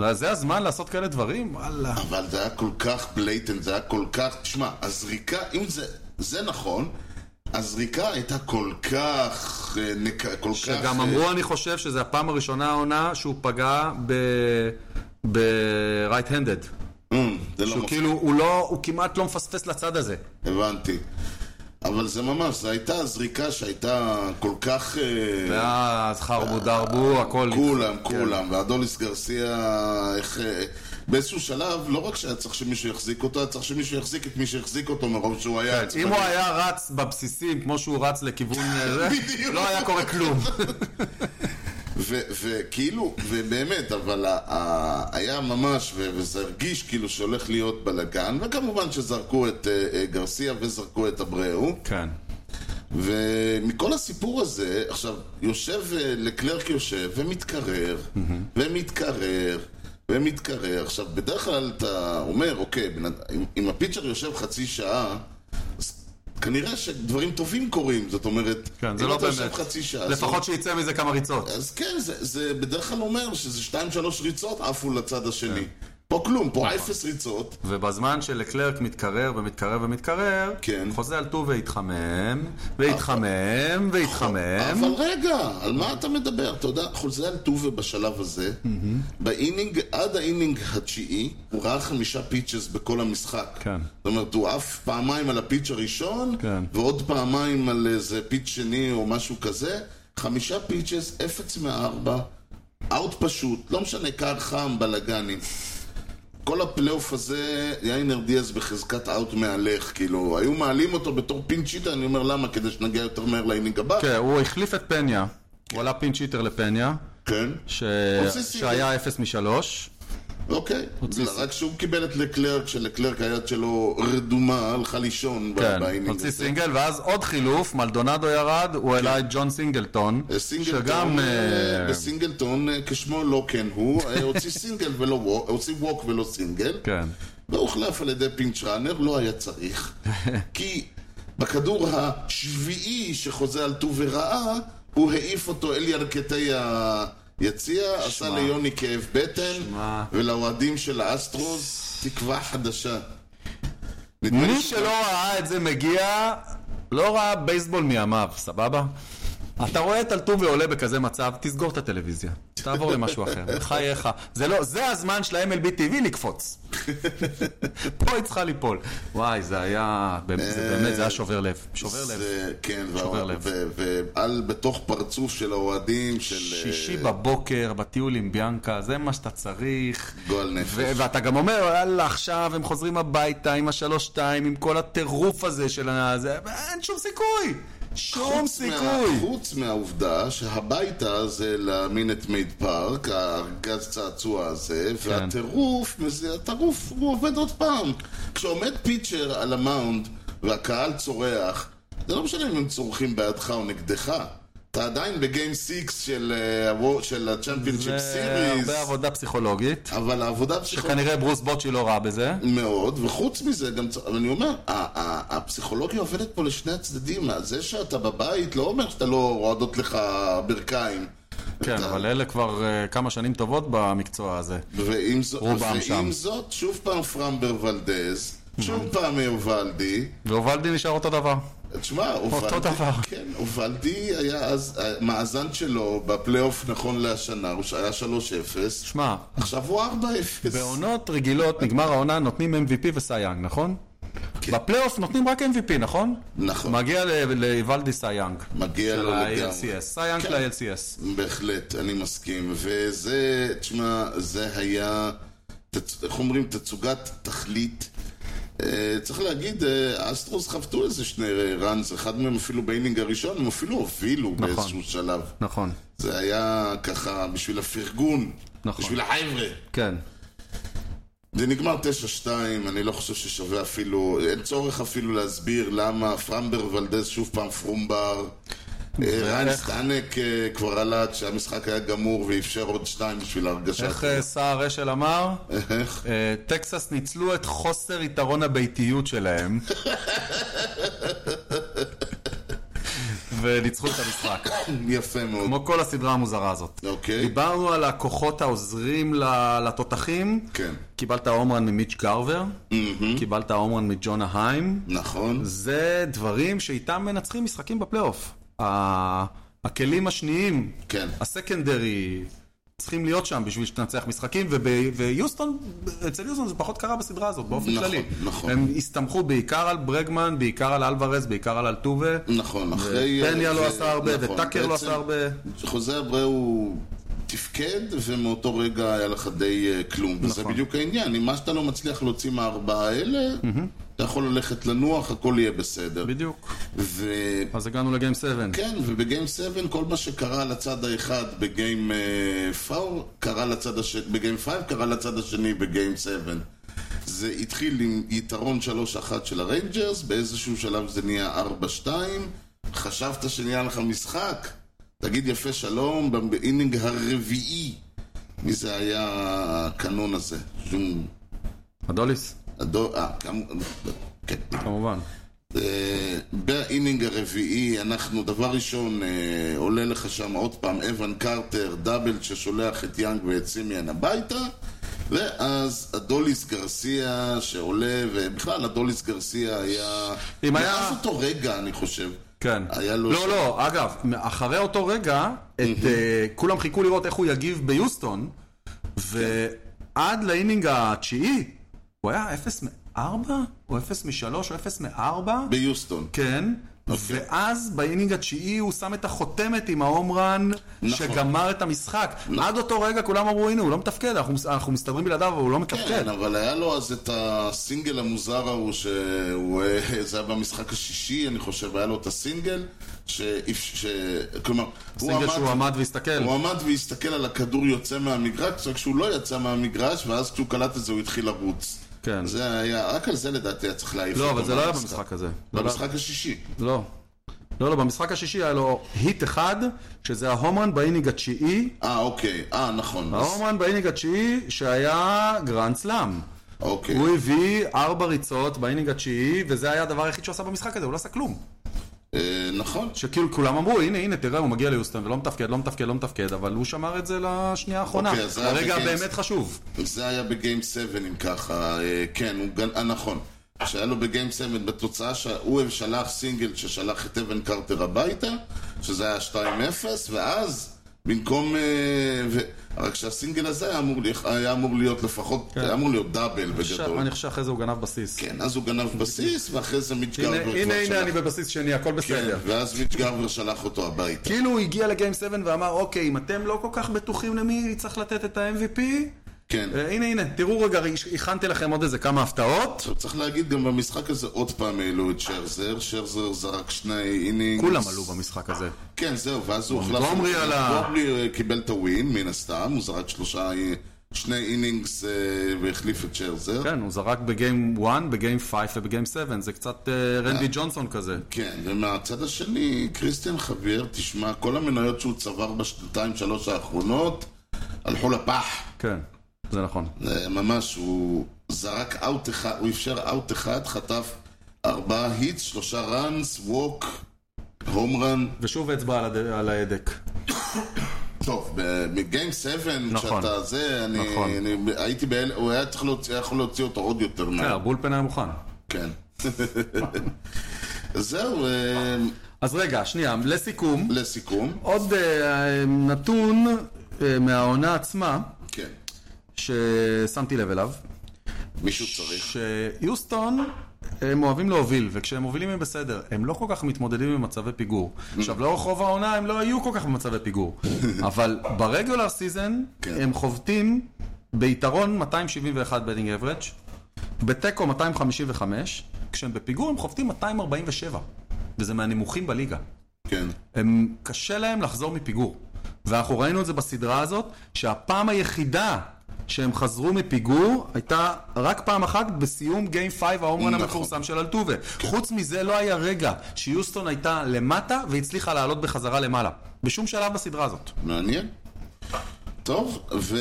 B: אז זה הזמן לעשות כאלה דברים? וואלה.
A: אבל זה היה כל כך בלייטן, זה היה כל כך... תשמע, הזריקה, אם זה, זה נכון, הזריקה הייתה כל כך... אה, נק... כל כך...
B: שגם
A: אה,
B: אמרו, אני חושב, שזו הפעם הראשונה העונה שהוא פגע ב-right-handed.
A: אמ, זה לא
B: שהוא
A: מפחיד,
B: כאילו, הוא לא, הוא כמעט לא מפספס לצד הזה.
A: הבנתי. אבל זה ממש, זו הייתה הזריקה שהייתה כל כך... אה,
B: ואז חרבו דרבו, הכל... כן.
A: כולם, כולם, ואדוליס גרסיה, איך... אה, באיזשהו שלב, לא רק שהיה צריך שמישהו יחזיק אותו, היה צריך שמישהו יחזיק את מי שהחזיק אותו מרוב שהוא היה עצבני.
B: כן, אם הוא היה רץ בבסיסים, כמו שהוא רץ לכיוון... זה,
A: *laughs* בדיוק.
B: לא היה קורה
A: *laughs*
B: כלום.
A: ו- וכאילו, ובאמת, אבל ה- ה- היה ממש, ו- וזה הרגיש כאילו שהולך להיות בלאגן, וכמובן שזרקו את אה, אה, גרסיה וזרקו את אברהו,
B: כן.
A: ומכל הסיפור הזה, עכשיו, יושב, אה, לקלרק יושב, ומתקרר, ומתקרר, ומתקרר. עכשיו, בדרך כלל אתה אומר, אוקיי, בן אד- אם- אם הפיצ'ר יושב חצי שעה, אז כנראה שדברים טובים קורים, זאת אומרת,
B: כן, זה
A: אם
B: לא
A: אתה יושב
B: באמת.
A: חצי שעה, אז לא-
B: לפחות שיצא מזה כמה ריצות.
A: אז כן, זה, זה בדרך כלל אומר שזה שתיים, שלוש ריצות עפו לצד השני.
B: כן.
A: פה כלום,
B: נכון.
A: פה אפס ריצות.
B: ובזמן שלקלרק מתקרר ומתקרר ומתקרר,
A: כן.
B: חוזה על טו והתחמם, והתחמם, והתחמם.
A: אבל רגע, על מה אתה מדבר? אתה יודע, חוזה על טובה בשלב הזה, באינינג, עד האינינג התשיעי, הוא ראה חמישה פיצ'ס בכל המשחק.
B: כן.
A: זאת אומרת, הוא עף פעמיים על הפיץ' הראשון,
B: כן.
A: ועוד פעמיים על איזה פיץ' שני או משהו כזה, חמישה פיצ'ס, אפס מארבע, אאוט פשוט, לא משנה, קר חם, בלאגנים. כל הפלייאוף הזה, יאינר דיאז בחזקת אאוט מהלך, כאילו, היו מעלים אותו בתור פינצ'יטה, אני אומר למה, כדי שנגיע יותר מהר לאינינג הבא.
B: כן, הוא החליף את פניה. הוא עלה פינצ'יטר לפניה,
A: כן.
B: ש-
A: עושה סיבוב.
B: שהיה 0 מ-3.
A: אוקיי,
B: הוציא
A: רק שהוא קיבל את לקלרק, שלקלרק היד שלו רדומה, הלכה לישון ב-
B: כן,
A: באינינג
B: הוציא
A: הזה.
B: סינגל, ואז עוד חילוף, מלדונדו ירד, הוא העלה את ג'ון סינגלטון,
A: כן. אה, סינגלטון,
B: שגם...
A: אה,
B: אה,
A: בסינגלטון, אה, כשמו לא כן הוא, אה,
B: *laughs*
A: הוציא סינגל ולא ווק, הוציא ווק ולא סינגל,
B: כן.
A: והוחלף לא על ידי פינץ' ראנר, לא היה
B: *laughs*
A: צריך. כי בכדור השביעי שחוזה על טוב ורעה, הוא העיף אותו אל ירכתי היציע, עשה ליוני כאב בטן,
B: שמע.
A: ולאוהדים של האסטרוס תקווה חדשה. נדמה לי
B: מי שלא ראה את זה מגיע, לא ראה בייסבול מימיו, סבבה? אתה רואה את אלטובי עולה בכזה מצב, תסגור את הטלוויזיה. תעבור למשהו אחר, בחייך. זה לא, זה הזמן של ה-MLB TV לקפוץ. *laughs* פה היא צריכה ליפול. וואי, זה היה, זה באמת, זה היה שובר לב. שובר לב.
A: זה- כן,
B: שובר לב.
A: ועל בתוך פרצוף של האוהדים, של... אה,
B: שישי בבוקר, בטיול עם ביאנקה, זה מה שאתה צריך.
A: גועל נפש.
B: ו- ואתה גם אומר, יאללה, עכשיו הם חוזרים הביתה עם השלוש-שתיים, עם כל הטירוף הזה של ה... זה- אין שום סיכוי! שום
A: חוץ מה-
B: סיכוי!
A: חוץ מהעובדה שהביתה זה להאמין את מייד פארק, הארגז צעצוע הזה,
B: כן.
A: והטירוף, מזה- הטירוף הוא עובד עוד פעם. כשעומד פיצ'ר על המאונד והקהל צורח, זה לא משנה אם הם צורכים בעדך או נגדך. אתה עדיין בגיים 6 של, אה, הוו- של ה-Championship
B: זה
A: Series,
B: הרבה עבודה פסיכולוגית.
A: אבל העבודה הפסיכולוגית...
B: כנראה ברוס בוצ'י לא ראה בזה.
A: מאוד, וחוץ מזה גם, צ- אבל אני אומר, ה- ה- הפסיכולוגיה עובדת פה לשני הצדדים, זה שאתה בבית לא אומר שאתה לא רועדות לך ברכיים.
B: כן,
A: אתה-
B: אבל אלה כבר אה, כמה שנים טובות במקצוע הזה.
A: ועם, זו,
B: רובם שם.
A: ועם זאת, שוב פעם פרמבר ולדז, שוב פעם יובלדי,
B: והובלדי נשאר אותו דבר.
A: תשמע,
B: אותו
A: אובלדי-
B: דבר.
A: כן, אובלדי היה אז, המאזן שלו בפלייאוף נכון להשנה, הוא היה 3-0,
B: שמע,
A: עכשיו הוא 4-0.
B: בעונות רגילות נגמר העונה, נותנים MVP וסייאנג, נכון?
A: כן.
B: בפלייאוף נותנים רק MVP, נכון?
A: נכון.
B: מגיע ל- ליוולדי סייאנג.
A: מגיע
B: של
A: לו לגמרי. כן.
B: ה-ALCS. סייאנג של ה-ALCS.
A: בהחלט, אני מסכים. וזה, תשמע, זה היה, תצ- איך אומרים, תצוגת תכלית. אה, צריך להגיד, אה, האסטרוס חבטו איזה שני ראנס, אחד מהם אפילו באינינג הראשון, הם אפילו הובילו באיזשהו שלב.
B: נכון,
A: זה היה ככה בשביל הפרגון,
B: נכון.
A: בשביל החבר'ה.
B: כן.
A: זה נגמר 9-2, אני לא חושב ששווה אפילו, אין צורך אפילו להסביר למה פרמבר ולדז שוב פעם פרומבר. אה, ריין סטאנק אה, כבר עלה כשהמשחק היה גמור ואפשר עוד שתיים בשביל ההרגשה.
B: איך אה, סער אשל אמר?
A: איך?
B: אה, טקסס ניצלו את חוסר יתרון הביתיות שלהם. *laughs* וניצחו את המשחק.
A: יפה מאוד.
B: כמו כל הסדרה המוזרה הזאת.
A: אוקיי.
B: דיברנו על הכוחות העוזרים ל- לתותחים.
A: כן.
B: קיבלת הומרן ממיץ' גרבר. קיבלת הומרן מג'ונה היים.
A: נכון.
B: זה דברים שאיתם מנצחים משחקים בפלייאוף. ה- הכלים השניים,
A: כן.
B: הסקנדרי, צריכים להיות שם בשביל שתנצח משחקים, וב- ויוסטון, אצל יוסטון זה פחות קרה בסדרה הזאת, באופן
A: נכון,
B: כללי.
A: נכון.
B: הם הסתמכו בעיקר על ברגמן, בעיקר על אלוורז, בעיקר על אלטובה.
A: נכון, אחרי...
B: פניה
A: ו-
B: לא עשה הרבה,
A: נכון,
B: וטאקר לא
A: בעצם
B: עשה הרבה.
A: חוזה אברה הוא תפקד, ומאותו רגע היה לך די אה, כלום. וזה בדיוק העניין, אם מה שאתה לא מצליח להוציא מהארבעה האלה, אתה יכול ללכת לנוח, הכל יהיה בסדר.
B: בדיוק.
A: ו...
B: אז הגענו לגיים 7.
A: כן, ובגיים 7 כל מה שקרה לצד האחד בגיים 4 קרה לצד השני, בגיים 5 קרה לצד השני בגיים 7. זה התחיל עם יתרון 3-1 של הריינג'רס, באיזשהו שלב זה נהיה 4-2, חשבת שנהיה לך משחק? תגיד יפה שלום, גם באינינג הרביעי, מי זה היה הקנון הזה? שום-
B: אדוליס,
A: הדו... אה, כאמור, כן.
B: כמובן.
A: אה, באינינג הרביעי אנחנו דבר ראשון אה, עולה לך שם עוד פעם אבן קרטר דאבל ששולח את יאנג ואת סימיאן הביתה ואז אדוליס גרסיה שעולה ובכלל אדוליס גרסיה היה
B: אם היה-
A: מאז אותו רגע אני חושב
B: כן.
A: היה לו
B: לא, לא, אגב, אחרי אותו רגע, את, אה, כולם חיכו לראות איך הוא יגיב ביוסטון, ועד לאינינג התשיעי, הוא היה 0 מ-4? או 0 מ-3? או 0 מ-4?
A: ביוסטון
B: כן,
A: אוקיי.
B: ואז באינינג התשיעי הוא שם את החותמת עם ההום רן
A: נכון.
B: שגמר את המשחק. עד אותו רגע כולם אמרו, הנה, הוא לא מתפקד, אנחנו מס- אנחנו מסתדרים בלעדיו, אבל הוא לא מתפקד.
A: כן, אבל היה לו אז את הסינגל המוזר ההוא, שהוא, אה, *laughs* זה היה במשחק השישי, אני חושב, היה לו את הסינגל, ש... ש... כלומר,
B: סינגל שהוא עמד והסתכל.
A: הוא עמד והסתכל על הכדור יוצא מהמגרש, רק שהוא לא יצא מהמגרש, ואז כשהוא קלט את זה הוא התחיל לרוץ.
B: כן.
A: זה היה, רק על זה לדעתי היה צריך להעיף
B: לא,
A: אותו
B: אבל זה לא היה
A: מהמשחק.
B: במשחק הזה.
A: במשחק השישי.
B: לא. לא, לא, במשחק השישי היה לו היט אחד, שזה ההום רן באינינג התשיעי.
A: אה, אוקיי, אה, נכון. אז-
B: ההום רן באינינג התשיעי שהיה גרנד סלאם.
A: אוקיי.
B: הוא הביא ארבע ריצות באינינג התשיעי, וזה היה הדבר היחיד שהוא עשה במשחק הזה, הוא לא עשה כלום.
A: אה, נכון.
B: שכאילו כולם אמרו, הנה, הנה, תראה, הוא מגיע ליוסטון ולא מתפקד, לא מתפקד, לא מתפקד, אבל הוא שמר את זה לשנייה האחרונה.
A: אוקיי, אז זה היה
B: הרגע
A: בגיימס.
B: הבאמת חשוב.
A: זה היה בגיים 7 אם ככה, אה, כן, הוא גן... אה, נכון. שהיה לו בגיים 7 בתוצאה שהוא שלח סינגל ששלח את אבן קרטר הביתה, שזה היה 2-0, ואז במקום... אה, ו... רק שהסינגל הזה היה אמור, לי- היה אמור להיות לפחות, היה אמור להיות דאבל
B: ש-
A: בגדול.
B: כן. אני חושב שאחרי זה הוא גנב בסיס.
A: כן, אז הוא גנב בסיס, ואחרי זה מיץ'
B: הנה,
A: גרבר
B: הנה,
A: כבר
B: הנה, אני
A: שלח.
B: בבסיס שני, הכל
A: כן,
B: בסדר.
A: ואז מיץ' גרבר שלח אותו הביתה.
B: כאילו הוא הגיע לגיים 7 ואמר, אוקיי, אם אתם לא כל כך בטוחים למי צריך לתת את ה-MVP,
A: כן.
B: אה, הנה, הנה, תראו רגע, הכנתי לכם עוד איזה כמה הפתעות.
A: עכשיו צריך להגיד, גם במשחק הזה עוד פעם אה, העלו את שרזר, שרזר זרק שני אינינגס.
B: כולם עלו במשחק הזה.
A: כן, זהו, ואז הוא החלף...
B: מונטגומרי עלה.
A: מונטגומרי אה, קיבל את הווין, מן הסתם, הוא זרק שלושה... אה, שני אינינגס אה, והחליף את שרזר.
B: כן, הוא זרק בגיים 1, בגיים 5 ובגיים 7, זה קצת אה, רנדי ג'ונסון כזה.
A: כן, ומהצד השני, קריסטיאן חבייר, תשמע, כל המניות שהוא צבר בשנתיים, שלוש האחרונות, הלכו לפח.
B: כן, זה נכון.
A: אה, ממש, הוא זרק אאוט אחד, הוא אפשר אאוט אחד, חטף ארבעה היטס, שלושה ראנס, ווק, הום ראן.
B: ושוב אצבע על הד- על ההדק.
A: טוב, בגיים 7,
B: נכון.
A: כשאתה זה, אני,
B: נכון.
A: אני הייתי באל... הוא היה צריך להוציא, היה יכול להוציא אותו עוד יותר
B: כן,
A: מהר.
B: הבולפן היה מוכן.
A: כן. *laughs* זהו, אה,
B: אז רגע, שנייה, לסיכום,
A: לסיכום.
B: עוד אה, נתון אה, מהעונה עצמה,
A: כן.
B: ששמתי לב אליו,
A: מישהו צריך.
B: שיוסטון, הם אוהבים להוביל, וכשהם מובילים הם בסדר. הם לא כל כך מתמודדים עם מצבי פיגור. עכשיו, לאורך רוב העונה הם לא היו כל כך במצבי פיגור. אבל ברגולר סיזן,
A: כן.
B: הם חובטים ביתרון 271 בדינג אברג', בתיקו 255, כשהם בפיגור הם חובטים 247, וזה מהנמוכים בליגה.
A: כן.
B: הם, קשה להם לחזור מפיגור. ואנחנו ראינו את זה בסדרה הזאת, שהפעם היחידה שהם חזרו מפיגור הייתה רק פעם אחת בסיום גיים 5 ההומרן
A: נכון.
B: המפורסם של אלטובה. חוץ מזה לא היה רגע שיוסטון הייתה למטה והצליחה לעלות בחזרה למעלה. בשום שלב בסדרה הזאת.
A: מעניין. טוב, ו...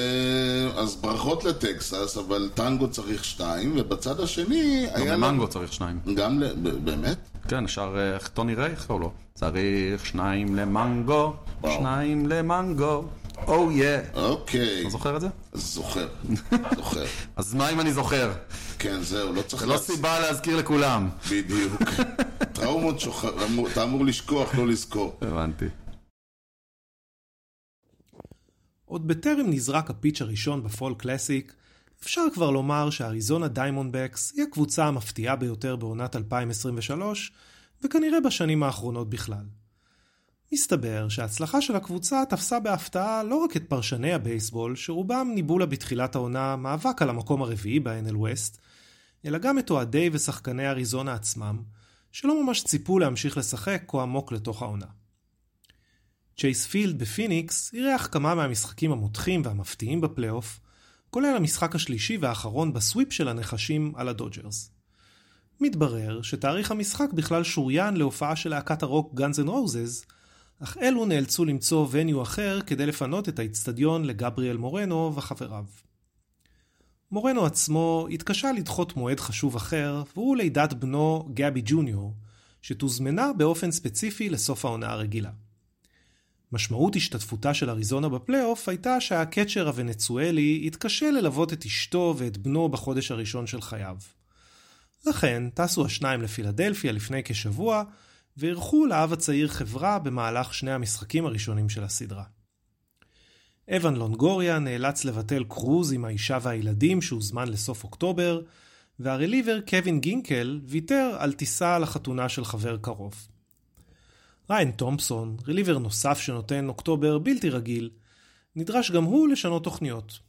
A: אז ברכות לטקסס, אבל טנגו צריך שתיים, ובצד השני
B: גם
A: היה...
B: למנגו צריך שניים.
A: לו- גם ל... ב- באמת?
B: כן, אפשר, אה, איך טוני ריי, איך לא? צריך שניים למנגו,
A: וואו.
B: שניים למנגו, או יא.
A: אוקיי.
B: אתה לא זוכר את זה?
A: זוכר.
B: *laughs*
A: זוכר.
B: אז מה אם אני זוכר?
A: כן, זהו, לא צריך...
B: זה לא
A: להצ-
B: סיבה להזכיר לכולם.
A: בדיוק. טראומות שוכח... אמור- אתה אמור לשכוח, לא לזכור.
B: הבנתי.
E: עוד בטרם נזרק הפיץ' הראשון בפול קלאסיק, אפשר כבר לומר שהאריזונה דיימונדבקס היא הקבוצה המפתיעה ביותר בעונת 2023, וכנראה בשנים האחרונות בכלל. מסתבר שההצלחה של הקבוצה תפסה בהפתעה לא רק את פרשני הבייסבול, שרובם ניבאו לה בתחילת העונה מאבק על המקום הרביעי ב-NL West, אלא גם את אוהדי ושחקני אריזונה עצמם, שלא ממש ציפו להמשיך לשחק כה עמוק לתוך העונה. צ'ייס פילד בפיניקס אירח כמה מהמשחקים המותחים והמפתיעים בפלייאוף, כולל המשחק השלישי והאחרון בסוויפ של הנחשים על הדודג'רס. מתברר שתאריך המשחק בכלל שוריין להופעה של להקת הרוק Guns N' Roses, אך אלו נאלצו למצוא וניו אחר כדי לפנות את האיצטדיון לגבריאל מורנו וחבריו. מורנו עצמו התקשה לדחות מועד חשוב אחר, והוא לידת בנו גבי ג'וניור, שתוזמנה באופן ספציפי לסוף העונה הרגילה. משמעות השתתפותה של אריזונה בפלייאוף הייתה שהקצ'ר הוונצואלי התקשה ללוות את אשתו ואת בנו בחודש הראשון של חייו. לכן טסו השניים לפילדלפיה לפני כשבוע, ואירחו לאב הצעיר חברה במהלך שני המשחקים הראשונים של הסדרה. אבן לונגוריה נאלץ לבטל קרוז עם האישה והילדים שהוזמן לסוף אוקטובר, והרליבר קווין גינקל ויתר על טיסה לחתונה של חבר קרוב. ריין תומפסון, ריליבר נוסף שנותן אוקטובר בלתי רגיל, נדרש גם הוא לשנות תוכניות.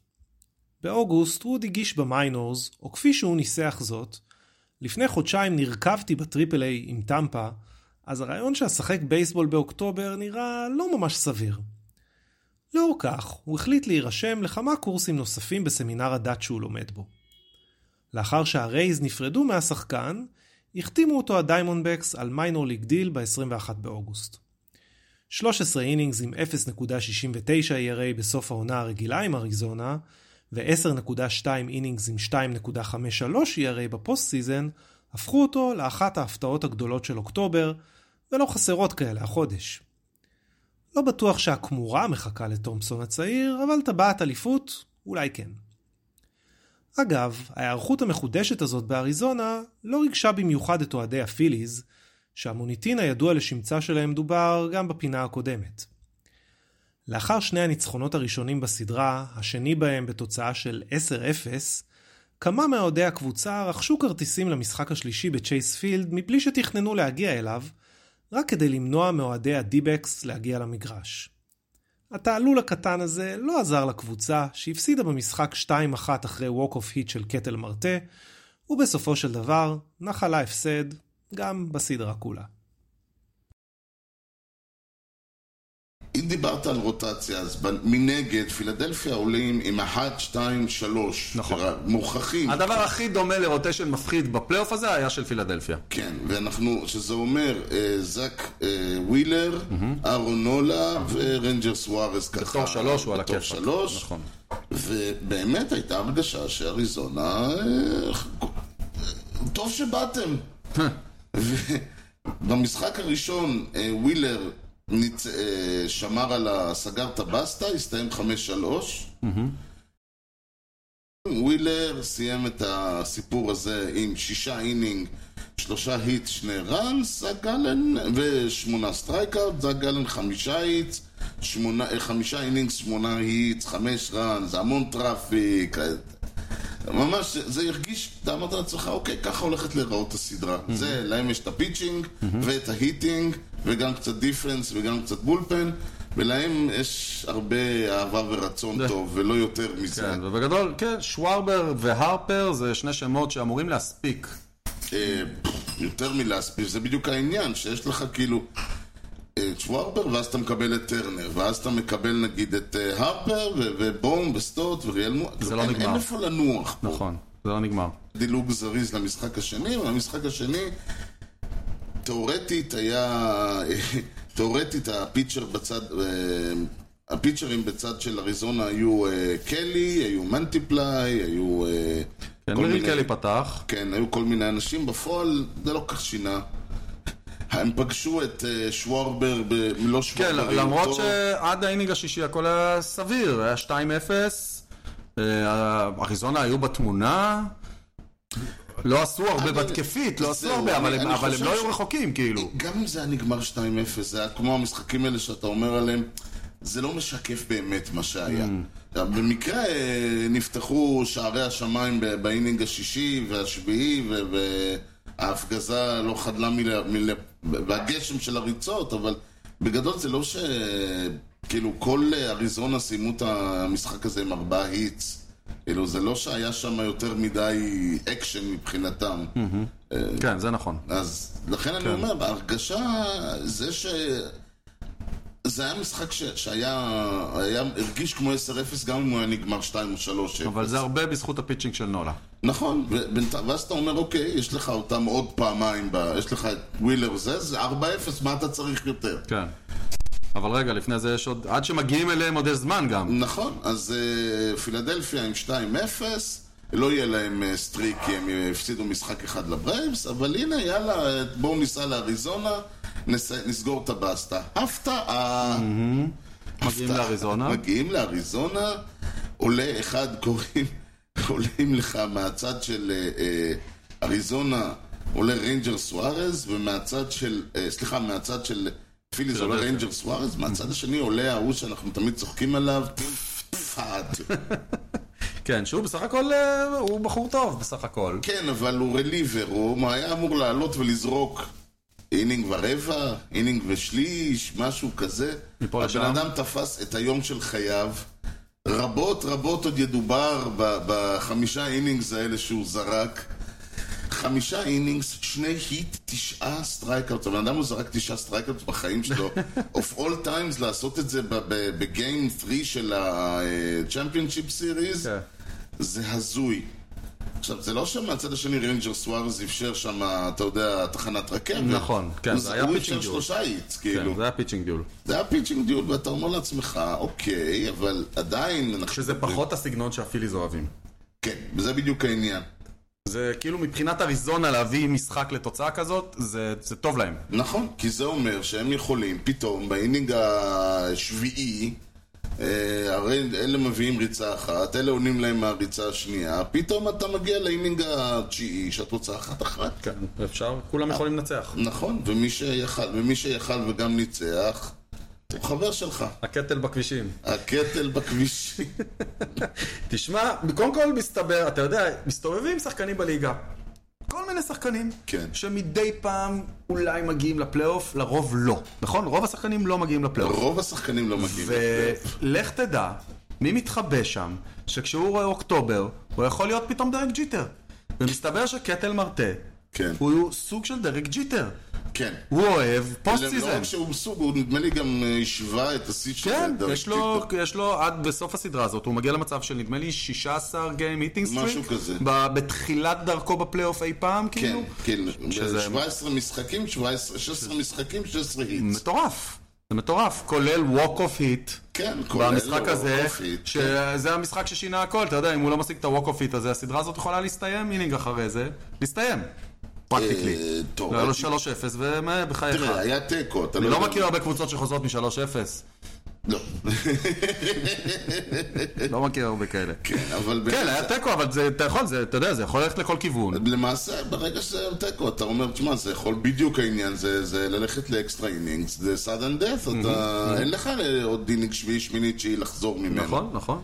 E: באוגוסט ווד הגיש במיינורס, או כפי שהוא ניסח זאת, לפני חודשיים נרכבתי בטריפל איי עם טמפה, אז הרעיון שאשחק בייסבול באוקטובר נראה לא ממש סביר. לאור כך, הוא החליט להירשם לכמה קורסים נוספים בסמינר הדת שהוא לומד בו. לאחר שהרייז נפרדו מהשחקן, החתימו אותו הדיימונדבקס על מיינור ליג דיל ב-21 באוגוסט. 13 אינינגס עם 0.69 ERA E בסוף העונה הרגילה עם אריזונה, ו-10.2 אינינגס עם 2.53 ERA E בפוסט סיזן, הפכו אותו לאחת ההפתעות הגדולות של אוקטובר, ולא חסרות כאלה החודש. לא בטוח שהכמורה מחכה לתומפסון הצעיר, אבל טבעת אליפות, אולי כן. אגב, ההיערכות המחודשת הזאת באריזונה לא ריגשה במיוחד את אוהדי הפיליז, שהמוניטין הידוע לשמצה שלהם דובר גם בפינה הקודמת. לאחר שני הניצחונות הראשונים בסדרה, השני בהם בתוצאה של 10-0, כמה מאוהדי הקבוצה רכשו כרטיסים למשחק השלישי בצ'ייס פילד מבלי שתכננו להגיע אליו, רק כדי למנוע מאוהדי הדיבקס להגיע למגרש. התעלול הקטן הזה לא עזר לקבוצה, שהפסידה במשחק 2-1 אחרי ווק-אוף היט של קטל מרטה, ובסופו של דבר נחלה הפסד גם בסדרה כולה.
A: אם דיברת על רוטציה, אז בנ- מנגד, פילדלפיה עולים עם 1, 2, 3.
B: נכון.
A: מוכחים.
B: *clears throat* הדבר הכי דומה לרוטשן מפחיד בפלייאוף הזה היה של פילדלפיה.
A: כן, ואנחנו, שזה אומר, אה, זאק אה, ווילר, אהרון נולה ורנג'ר סוארז ככה.
B: בתור שלוש הוא על
A: אה, בתור
B: הכיפאק.
A: שלוש.
B: נכון.
A: ובאמת הייתה הרגשה שאריזונה... אה, טוב שבאתם. במשחק הראשון אה, ווילר ניצ... אה, שמר על ה... סגר את הבסטה, הסתיים 5-3. ווילר סיים את הסיפור הזה עם שישה אינינג, שלושה היט, שני ראנס, זאק גלן ושמונה סטרייקאוט, זאק גלן חמישה היט, שמונה, אה, חמישה אינינגס, שמונה היט, חמש ראנס, המון טראפיק. אה, ממש, זה הרגיש, אתה אמרת לעצמך, אוקיי, ככה הולכת להיראות הסדרה. זה, להם יש את הפיצ'ינג, ואת ההיטינג, וגם קצת דיפרנס, וגם קצת בולפן, ולהם יש הרבה אהבה ורצון טוב, ולא יותר מזה.
B: כן, ובגדול, כן, שווארבר והרפר זה שני שמות שאמורים להספיק.
A: אה, יותר מלהספיק, זה בדיוק העניין, שיש לך כאילו אה, את שווארבר, ואז אתה מקבל את טרנר, ואז אתה מקבל נגיד את אה, הרפר, ו- ובום, וסטוט, וריאל מואר.
B: זה לא
A: אין-
B: נגמר.
A: אין איפה לנוח פה.
B: נכון, זה לא נגמר.
A: דילוג זריז למשחק השני, והמשחק השני, תאורטית היה... אה, *laughs* תאורטית הפיצ'ר בצד... אה, הפיצ'רים בצד של אריזונה היו אה, קלי, היו מנטיפליי, היו... אה,
B: כן,
A: כל
B: מירי
A: מיני-
B: קלי פתח.
A: כן, היו כל מיני אנשים, בפועל זה לא כל כך שינה. הם פגשו את אה, שווארבר, ב... לא
B: כן,
A: שווארבר,
B: למרות
A: היותו-
B: שעד האינינג השישי הכל היה סביר, היה 2-0, אה, אריזונה היו בתמונה, לא עשו הרבה
A: אבל-
B: בתקפית, לא עשו
A: זהו,
B: הרבה, אבל
A: אני-
B: הם
A: אני
B: אבל הם
A: חושב
B: לא
A: ש- אה,
B: היו רחוקים, כאילו.
A: גם אם זה היה נגמר 2-0, זה היה כמו המשחקים האלה שאתה אומר עליהם, זה לא משקף באמת מה שהיה. במקרה אה, נפתחו שערי השמיים ב- באינינג השישי והשביעי, ו- וההפגזה לא חדלה מל... מל... והגשם של הריצות, אבל בגדול זה לא ש... כאילו, כל אה, אריזונה סיימו את המשחק הזה עם ארבעה היטס. כאילו, זה לא שהיה שם יותר מדי אקשן מבחינתם. אה.
B: כן, זה נכון.
A: אז לכן
B: כן.
A: אני אומר, בהרגשה, זה ש... זה היה משחק ש... שהיה, היה, הרגיש כמו 10-0 גם אם הוא היה נגמר 2 או 3
B: אבל זה הרבה בזכות הפיצ'ינג של נולה.
A: נכון, ובינתי- ואז אתה אומר, אוקיי, יש לך אותם עוד פעמיים, ב... יש לך את ווילר זה, זה 4-0, מה אתה צריך יותר?
B: כן. אבל רגע, לפני זה יש עוד, עד שמגיעים אליהם עוד יש זמן גם.
A: נכון, אז uh, פילדלפיה עם 2-0, לא יהיה להם uh, סטריק כי הם אה, הפסידו משחק אחד לברייבס, אבל הנה, יאללה, אה, בואו ניסע לאריזונה, נס... נסגור את הבסטה. הפתעה.
B: מגיעים
A: הפתעה.
B: לאריזונה.
A: מגיעים לאריזונה, עולה אחד, קוראים, *laughs* עולים לך מהצד של אה, אה, אריזונה, עולה ריינג'ר סוארז, ומהצד של, אה, סליחה, מהצד של פיליז עולה
B: פילדלפיה.
A: ריינג'ר סוארז, מהצד השני עולה ההוא שאנחנו תמיד צוחקים עליו, פאט.
B: כן, שהוא בסך הכל, אה, הוא בחור טוב בסך הכל.
A: כן, אבל הוא רליבר, הוא היה אמור לעלות ולזרוק. אינינג ורבע, אינינג ושליש, משהו כזה.
B: מפה לשם.
A: הבן אדם תפס את היום של חייו. רבות רבות עוד ידובר ב- בחמישה אינינגס האלה שהוא זרק. חמישה אינינגס, שני היט, תשעה סטרייקאוטס. הבן אדם הוא זרק תשעה סטרייקאוטס בחיים
B: *laughs*
A: שלו. of all times לעשות את זה בגיים 3 של ה-Championship Series,
B: כן.
A: זה הזוי. עכשיו, זה לא שמהצד השני רנג'ר סוארז אפשר שם, אתה יודע, תחנת רכבת.
B: נכון, כן,
A: הוא-
B: זה היה
A: הוא
B: pitching
A: אפשר
B: duel.
A: שלושה איץ,
B: כן,
A: כאילו.
B: זה היה פיצ'ינג דיול.
A: זה היה פיצ'ינג דיול, ואתה אומר לעצמך, אוקיי, אבל עדיין... אנחנו-
B: שזה פחות הסגנון שהפיליז אוהבים.
A: כן, וזה בדיוק העניין.
B: זה כאילו מבחינת אריזונה להביא משחק לתוצאה כזאת, זה, זה טוב להם.
A: נכון, כי זה אומר שהם יכולים פתאום באינינג השביעי, אה, הרי אלה מביאים ריצה אחת, אלה עונים להם מהריצה השנייה, פתאום אתה מגיע לאינינג התשיעי שהתוצאה אחת אחת.
B: כן, אפשר, כולם יכולים לנצח.
A: נכון, ומי שיכל, ומי שיכל וגם ניצח, הוא חבר שלך.
B: הקטל בכבישים.
A: הקטל בכביש.
B: תשמע, קודם כל מסתבר, אתה יודע, מסתובבים שחקנים בליגה. כל מיני שחקנים.
A: כן.
B: שמדי פעם אולי מגיעים לפלייאוף, לרוב לא. נכון? רוב השחקנים לא מגיעים לפלייאוף.
A: רוב השחקנים לא מגיעים. לפלייאוף.
B: ולך תדע, מי מתחבא שם, שכשהוא רואה אוקטובר, הוא יכול להיות פתאום דרג ג'יטר. ומסתבר שקטל מרטה,
A: כן.
B: הוא סוג של דרג ג'יטר.
A: כן.
B: הוא אוהב פוסט
A: לא
B: סיזן.
A: רק שהוא סוג, הוא נדמה לי גם אה, השווה את השיא של
B: כן,
A: דרק
B: יש לו,
A: ג'יטר.
B: יש לו עד בסוף הסדרה הזאת, הוא מגיע למצב של נדמה לי 16 גיים היטינג סטריק.
A: משהו כזה.
B: ב- בתחילת דרכו בפלייאוף אי פעם,
A: כן,
B: כאילו.
A: כן,
B: שזה-
A: 17 משחקים, 17, 16 משחקים, 16 היטס.
B: מטורף. זה מטורף, כולל ווק אוף היט.
A: כן, כולל
B: במשחק
A: walk-off
B: הזה,
A: hit,
B: שזה המשחק ששינה הכל, אתה יודע, אם הוא לא משיג את הווק אוף היט הזה, הסדרה הזאת יכולה להסתיים אינינג אחרי זה, להסתיים, פרקטיקלי. לא,
A: אה, טוב,
B: היה לו
A: אה,
B: 3-0 ובחייך.
A: תראה, אה, היה תיקו, אתה
B: אני לא
A: יודע-
B: מכיר הרבה קבוצות שחוזרות מ-3-0,
A: לא.
B: לא מכיר הרבה כאלה.
A: אה, כן, אבל...
B: *laughs* כן, היה תיקו, אבל זה, אתה יכול, זה, אתה יודע, זה יכול ללכת לכל
A: אה,
B: כיוון.
A: למעשה, ברגע שזה היה תיקו, אתה אומר, תשמע, זה יכול בדיוק העניין, זה, זה ללכת לאקסטרה אינינגס, זה sudden death, אתה, אין לך עוד אינינג שביעי, שמיני, תשיעי לחזור ממנו.
B: נכון, נכון.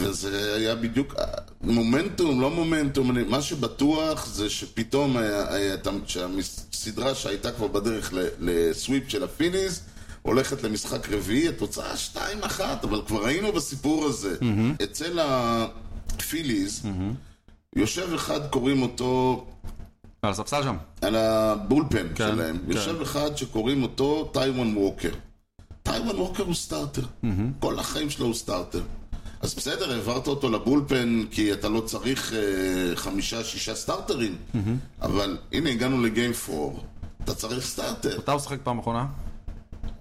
A: וזה היה בדיוק, אה, מומנטום, לא מומנטום, אני- מה שבטוח זה שפתאום היה- היה- שהסדרה שהייתה כבר בדרך ל- לסוויפ של הפיניס, הולכת למשחק רביעי, התוצאה 2-1, אבל כבר היינו בסיפור הזה. אצל הפיליז, יושב אחד, קוראים אותו,
B: אה, על הספסל שם.
A: על הבולפן
B: כן,
A: שלהם,
B: כן.
A: יושב אחד שקוראים אותו טייוון ווקר. טייוון ווקר הוא סטארטר. כל החיים שלו הוא סטארטר. אז בסדר, העברת אותו לבולפן כי אתה לא צריך אה, חמישה-שישה סטארטרים, אבל הנה הגענו לגיים פור, אתה צריך סטארטר.
B: אתה הוא שחק פעם אחרונה?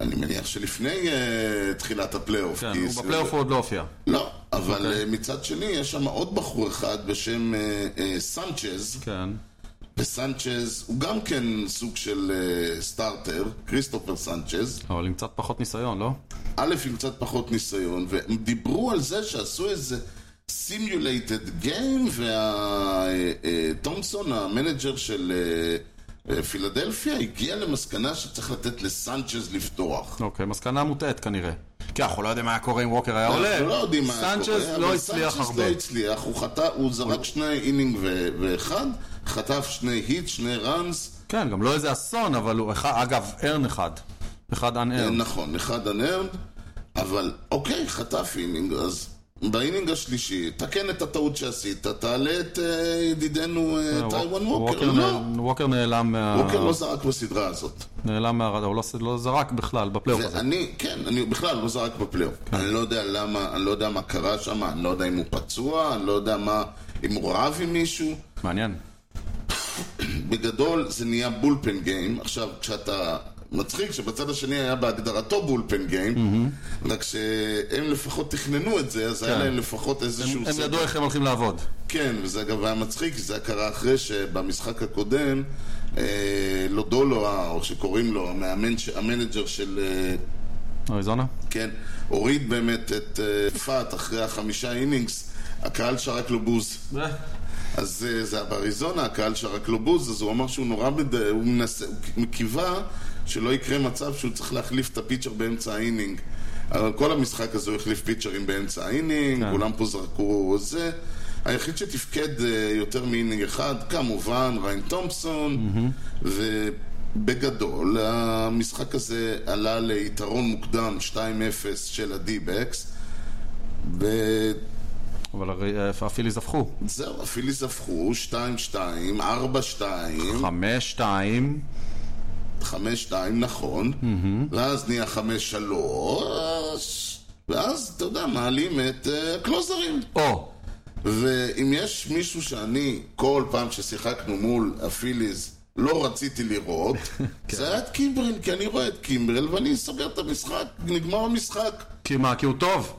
A: אני מניח שלפני אה, תחילת הפלייאוף.
B: כן,
A: כי
B: הוא
A: סביב-
B: בפלייאוף הוא אוקיי. עוד לא הופיע.
A: לא, אבל אה, מצד שני יש שם עוד בחור אחד בשם אה, אה, סנצ'ז.
B: כן.
A: וסנצ'ז הוא גם כן סוג של אה, סטארטר, כריסטופר סנצ'ז,
B: אבל עם קצת פחות ניסיון, לא?
A: א' עם קצת פחות ניסיון, והם דיברו על זה שעשו איזה סימולייטד גיים, ותומפסון, אה, המנג'ר של אה, אה, פילדלפיה, הגיע למסקנה שצריך לתת לסנצ'ז לפתוח.
B: אוקיי, מסקנה מוטעית כנראה. כי אנחנו לא יודעים מה היה קורה אם ווקר היה עולה.
A: אנחנו לא יודעים מה קורה,
B: סנצ'ז
A: אבל
B: לא הצליח
A: סנצ'ז
B: הרבה.
A: לא הצליח, הוא חטא, הוא זרק שני אינינג ו- ואחד, חטף שני היט, שני ראנס,
B: כן, גם לא איזה אסון, אבל הוא, אחד- אגב, ארן אחד. אחד אן ארן.
A: נכון, אחד הנרד, אבל אוקיי, חטף אינינג, אז באינינג השלישי, תקן את הטעות שעשית, תעלה את אה, ידידנו אה, טייוואן ווקר. לא,
B: ווקר נעלם מה-
A: ווקר לא זרק בסדרה הזאת.
B: נעלם מהרדה, הוא לא ס- לא זרק בכלל בפלייאוף הזה.
A: ואני, כן, אני בכלל לא זרק בפלייאוף. אני לא יודע למה, אני לא יודע מה קרה שם, אני לא יודע אם הוא פצוע, אני לא יודע מה, אם הוא רב עם מישהו.
B: מעניין.
A: בגדול זה נהיה בולפן גיים. עכשיו, כשאתה... מצחיק שבצד השני היה בהגדרתו בולפן גיים, רק שהם לפחות תכננו את זה, אז היה
B: כן.
A: להם לפחות איזשהו
B: הם ידעו איך הם הולכים לעבוד.
A: כן, וזה אגב היה מצחיק, כי זה קרה אחרי שבמשחק הקודם, אה, לודולו, אה, או שקוראים לו, המאמן, ש- המנג'ר של... אה,
B: אריזונה?
A: כן, הוריד באמת את אה, פאט אחרי החמישה אינינגס, הקהל שרק לו בוז. אז אה, זה היה באריזונה, הקהל שרק לו בוז, אז הוא אמר שהוא נורא מד... הוא מנסה, הוא קיווה שלא יקרה מצב שהוא צריך להחליף את הפיצ'ר באמצע האינינג. אבל כל המשחק הזה הוא החליף פיצ'רים באמצע האינינג,
B: כן.
A: כולם פה זרקו זה. היחיד שתפקד אה, יותר מאינינג אחד, כמובן, ריין תומפסון, בגדול, המשחק הזה עלה ליתרון מוקדם 2-0 של הדי-בקס, וזהו,
B: אבל הרי אה, הפיליז הפכו.
A: הפיליס הפכו 2-2,
B: נכון.
A: 4-2,
B: חמש, שתיים.
A: חמש שתיים, נכון, ואז נהיה חמש שלוש, ואז, אתה יודע, מעלים את אה, הקלוזרים.
B: או,
A: ואם יש מישהו שאני, כל פעם ששיחקנו מול הפיליז, לא רציתי
B: *laughs*
A: לראות,
B: כן.
A: זה היה את קימברל, כי אני רואה את קימברל ואני סוגר את המשחק, נגמר המשחק.
B: כי מה, כי הוא טוב.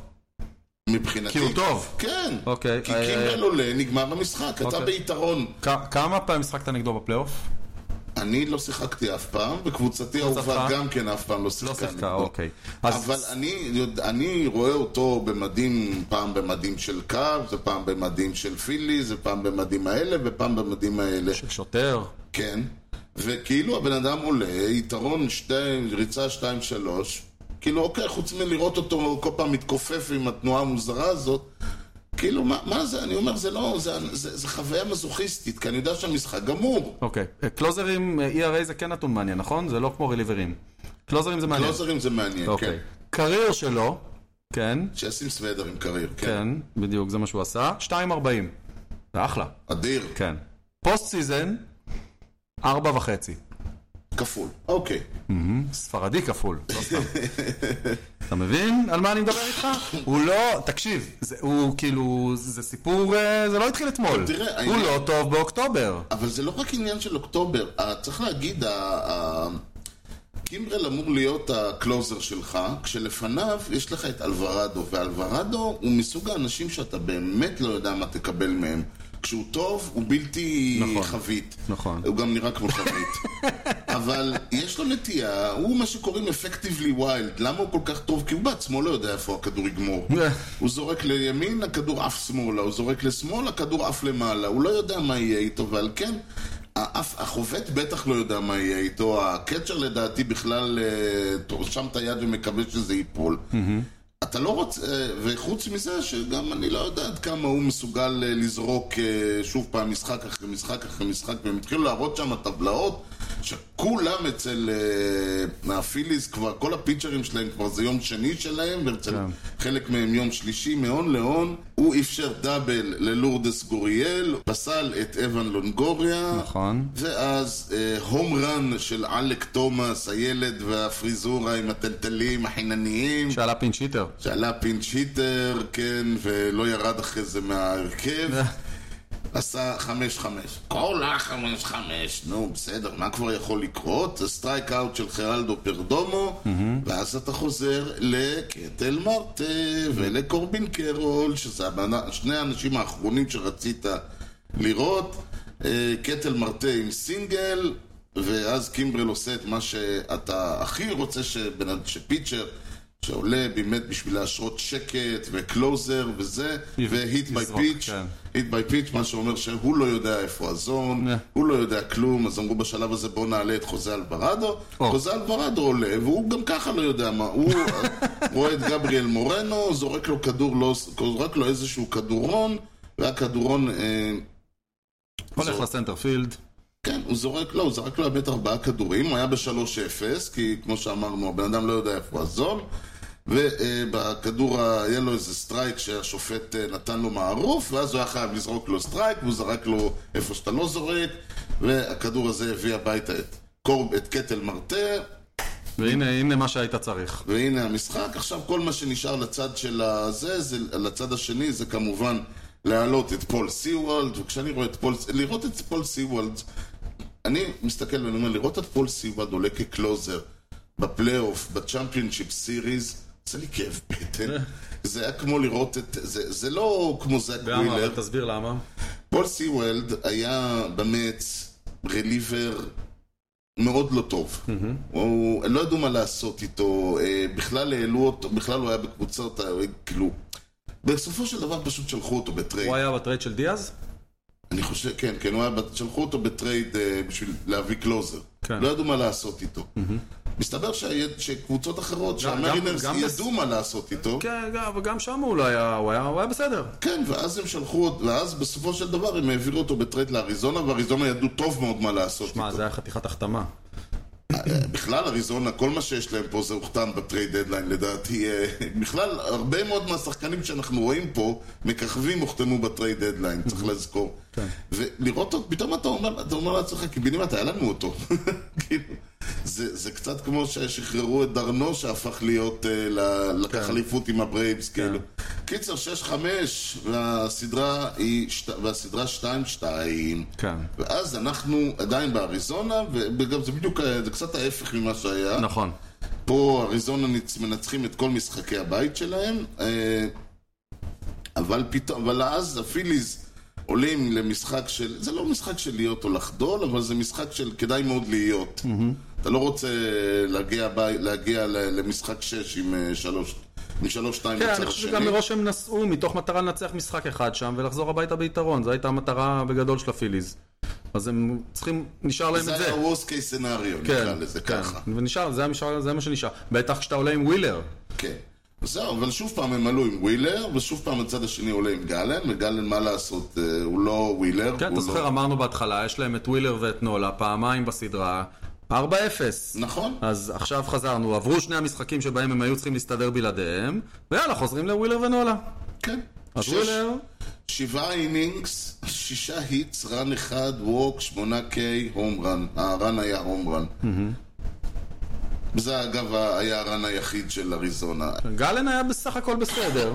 A: מבחינתי.
B: כי הוא טוב.
A: כן.
B: אוקיי,
A: כי
B: אה,
A: קימברל עולה, נגמר המשחק, אתה
B: אוקיי.
A: ביתרון.
B: כ- כמה פעמים משחקת נגדו בפלייאוף?
A: אני לא שיחקתי אף פעם, וקבוצתי האהובה
B: קבוצתך?
A: גם כן אף פעם לא שיחקה.
B: לא שיחקת,
A: נגדו.
B: אוקיי.
A: אבל אני, יודע- אני רואה אותו במדים, פעם במדים של קו, זה פעם במדים של פילי, זה פעם במדים האלה ופעם במדים האלה.
B: של שוטר.
A: כן. וכאילו הבן אדם עולה, יתרון שתי, ריצה 2-3, כאילו אוקיי, חוץ מלראות אותו כל פעם מתכופף עם התנועה המוזרה הזאת, כאילו מה, מה זה, אני אומר, זה לא, זה, זה, זה חוויה מזוכיסטית, כי אני יודע שהמשחק גמור.
B: אוקיי. אה, קלוזרים, אה, ERA זה כן נתון מעניין, נכון? זה לא כמו רליברים. קלוזרים זה מעניין.
A: קלוזרים לא זה מעניין,
B: כן. אוקיי.
A: כן.
B: קרייר שלו, כן,
A: שישים סוודר עם קרייר, כן.
B: כן, בדיוק, זה מה שהוא עשה. 2.40. זה אחלה.
A: אדיר,
B: כן. פוסט סיזן, 4 וחצי. כן.
A: כפול. אוקיי.
B: ספרדי כפול, לא
A: *laughs*
B: סתם. אתה מבין על מה אני מדבר איתך? הוא לא, תקשיב, זה, הוא כאילו, זה סיפור, אה, זה לא התחיל אתמול.
A: תראה,
B: הוא
A: העניין-
B: לא טוב באוקטובר.
A: אבל זה לא רק עניין של אוקטובר, אה, צריך להגיד, ה- ה- קימברל אמור להיות הקלוזר שלך, כשלפניו יש לך את אלוורדו, ואלוורדו הוא מסוג האנשים שאתה באמת לא יודע מה תקבל מהם. כשהוא טוב, הוא בלתי
B: נכון.
A: חבית.
B: נכון.
A: הוא גם נראה כמו
B: *laughs*
A: חבית. אבל יש לו נטייה, הוא מה שקוראים effectively wild. למה הוא כל כך טוב? כי הוא בעצמו לא יודע איפה הכדור יגמור. הוא זורק לימין, הכדור עף שמאלה, הוא זורק לשמאל, הכדור עף למעלה, הוא לא יודע מה יהיה איתו, ועל כן, האף- החובט בטח לא יודע מה יהיה איתו, הקצ'ר לדעתי בכלל אה, שם את היד ומקווה שזה ייפול. אתה לא רוצה, אה, וחוץ מזה שגם אני לא יודע עד כמה הוא מסוגל אה, לזרוק אה, שוב פעם משחק אחרי משחק אחרי משחק, והם התחילו להראות שם טבלאות שכולם אצל אה, הפיליז כבר, כל הפיצ'רים שלהם כבר זה יום שני שלהם, ואצל חלק מהם יום שלישי מהון להון. הוא אפשר דאבל ללורדס גוריאל, פסל את אבן לונגוריה.
B: נכון.
A: ואז אה, הום רן של עלק תומאס, הילד והפריזורה עם הטלטלים החינניים.
B: שעלה פינצ'יטר.
A: שעלה פינץ' היטר, כן, ולא ירד אחרי זה מההרכב. עשה חמש חמש. כל החמש חמש, נו בסדר, מה כבר יכול לקרות? זה סטרייק אאוט של חרלדו פרדומו, ואז אתה חוזר לקטל מרטה ולקורבין קרול, שזה הבנ- שני האנשים האחרונים שרצית לראות. אה, קטל מרטה עם סינגל, ואז קימברל עושה את מה שאתה הכי רוצה שבנ- שפיצ'ר... שעולה באמת בשביל להשרות שקט וקלוזר וזה, והיט ביי
B: לזרוק,
A: פיץ',
B: כן.
A: hit by pitch, מה שאומר שהוא לא יודע איפה הזון,
B: אה.
A: הוא לא יודע כלום, אז אמרו בשלב הזה בואו נעלה את חוזה אלברדו.
B: או.
A: חוזה אלברדו עולה, והוא גם ככה לא יודע מה, הוא *laughs* רואה את גבריאל מורנו, זורק לו כדור, לא, זורק לו איזשהו כדורון, והכדורון... אה,
B: הולך
A: זו-
B: לסנטרפילד.
A: כן, הוא זורק, לא, הוא זרק לו באמת ארבעה כדורים, הוא היה ב-3-0, כי כמו שאמרנו, הבן אדם לא יודע איפה הזול, ובכדור היה לו איזה סטרייק שהשופט אה, נתן לו מערוף, ואז הוא היה חייב לזרוק לו סטרייק, והוא זרק לו איפה שאתה לא זורק, והכדור הזה הביא הביתה את קורב, את קטל מרטה,
B: והנה, הנה מה שהיית צריך.
A: והנה המשחק. עכשיו כל מה שנשאר לצד של הזה, זה, לצד השני, זה כמובן להעלות את פול סי-וולד, וכשאני רואה את פול, לראות את פול סי-וולד, אני מסתכל ואני אומר, לראות את פול סי-וולד עולה כקלוזר בפלייאוף, בצ'מפיונשיפ סיריז, זה לי כאב בטן. זה היה כמו לראות את, זה, זה לא כמו זאק ווילר.
B: תסביר למה.
A: פול סי-וולד היה באמת רליבר מאוד לא טוב.
B: Mm-hmm.
A: הוא, לא ידעו מה לעשות איתו, אה, בכלל העלו אותו, בכלל הוא היה בקבוצות, ה- כאילו... בסופו של דבר פשוט שלחו אותו בטרייד.
B: הוא היה בטרייד של דיאז?
A: אני חושב, כן, כן, הוא היה, בת- שלחו אותו בטרייד אה, בשביל להביא קלוזר.
B: כן. Mm-hmm.
A: לא ידעו מה לעשות איתו. מסתבר שהיד- שקבוצות אחרות,
B: גם-
A: שהמרינרס
B: גם בס-
A: ידעו מה לעשות איתו.
B: כן, גם- אבל גם שם הוא לא היה, הוא היה- הוא היה בסדר.
A: כן, ואז הם שלחו, אותו- ואז בסופו של דבר הם העבירו אותו בטרייד לאריזונה, ואריזונה ידעו טוב מאוד מה לעשות איתו.
B: מה, זה היה חתיכת החתמה.
A: בכלל, אריזונה, כל מה שיש להם פה זה הוכתם בטרייד דדליין לדעתי. אה, בכלל, הרבה מאוד מהשחקנים שאנחנו רואים פה, מככבים הוכתמו בטרייד דדליין, צריך לזכור. ולראות אותו, פתאום אתה אומר אתה אומר לעצמך, קיבינימט, היה לנו אותו. *laughs* כאילו, זה זה קצת כמו ששחררו את דרנו שהפך להיות, אה, ל- לקח אליפות עם הברייבס, כאילו. קיצר, 6-5, והסדרה היא שת- והסדרה 2-2.
B: כן.
A: ואז אנחנו עדיין באריזונה, וגם זה בדיוק, אה, זה קצת ההפך ממה שהיה.
B: נכון.
A: פה אריזונה ניצ- מנצחים את כל משחקי הבית שלהם, אה, אבל פתאום, אבל אז הפיליז עולים למשחק של, זה לא משחק של להיות או לחדול, אבל זה משחק של כדאי מאוד להיות. אתה לא רוצה להגיע, הבי- להגיע ל- למשחק 6 עם אה, שלוש, עם שלוש, שתיים
B: כן,
A: בצד
B: אני חושב שגם
A: השני.
B: מראש הם נסעו מתוך מטרה לנצח משחק אחד שם ולחזור הביתה ביתרון, זו הייתה המטרה בגדול של הפיליז. אז הם צריכים, נשאר להם
A: זה
B: את
A: היה
B: זה. כן,
A: ה-Worst case scenario, נקרא לזה ככה.
B: ונשאר, זה, המשאר, זה מה שנשאר. בטח כשאתה עולה עם ווילר.
A: כן. זהו, אבל שוב פעם הם עלו עם ווילר, ושוב פעם הצד השני עולה עם גלן, וגלן, מה לעשות, אה, הוא לא ווילר.
B: כן, אתה
A: הוא
B: זוכר,
A: לא...
B: אמרנו בהתחלה, יש להם את ווילר ואת נולה, פעמיים בסדרה, 4-0.
A: נכון.
B: אז עכשיו חזרנו, עברו שני המשחקים שבהם הם היו צריכים להסתדר בלעדיהם, ויאללה, חוזרים לווילר ונולה.
A: כן.
B: אז
A: שש-
B: ווילר,
A: שבעה אינינגס, שישה היטס, רן אחד, ווק, שמונה קיי, הום רן. הרן היה הום רן. זה אגב היה הרן היחיד של אריזונה.
B: גלן היה בסך הכל בסדר.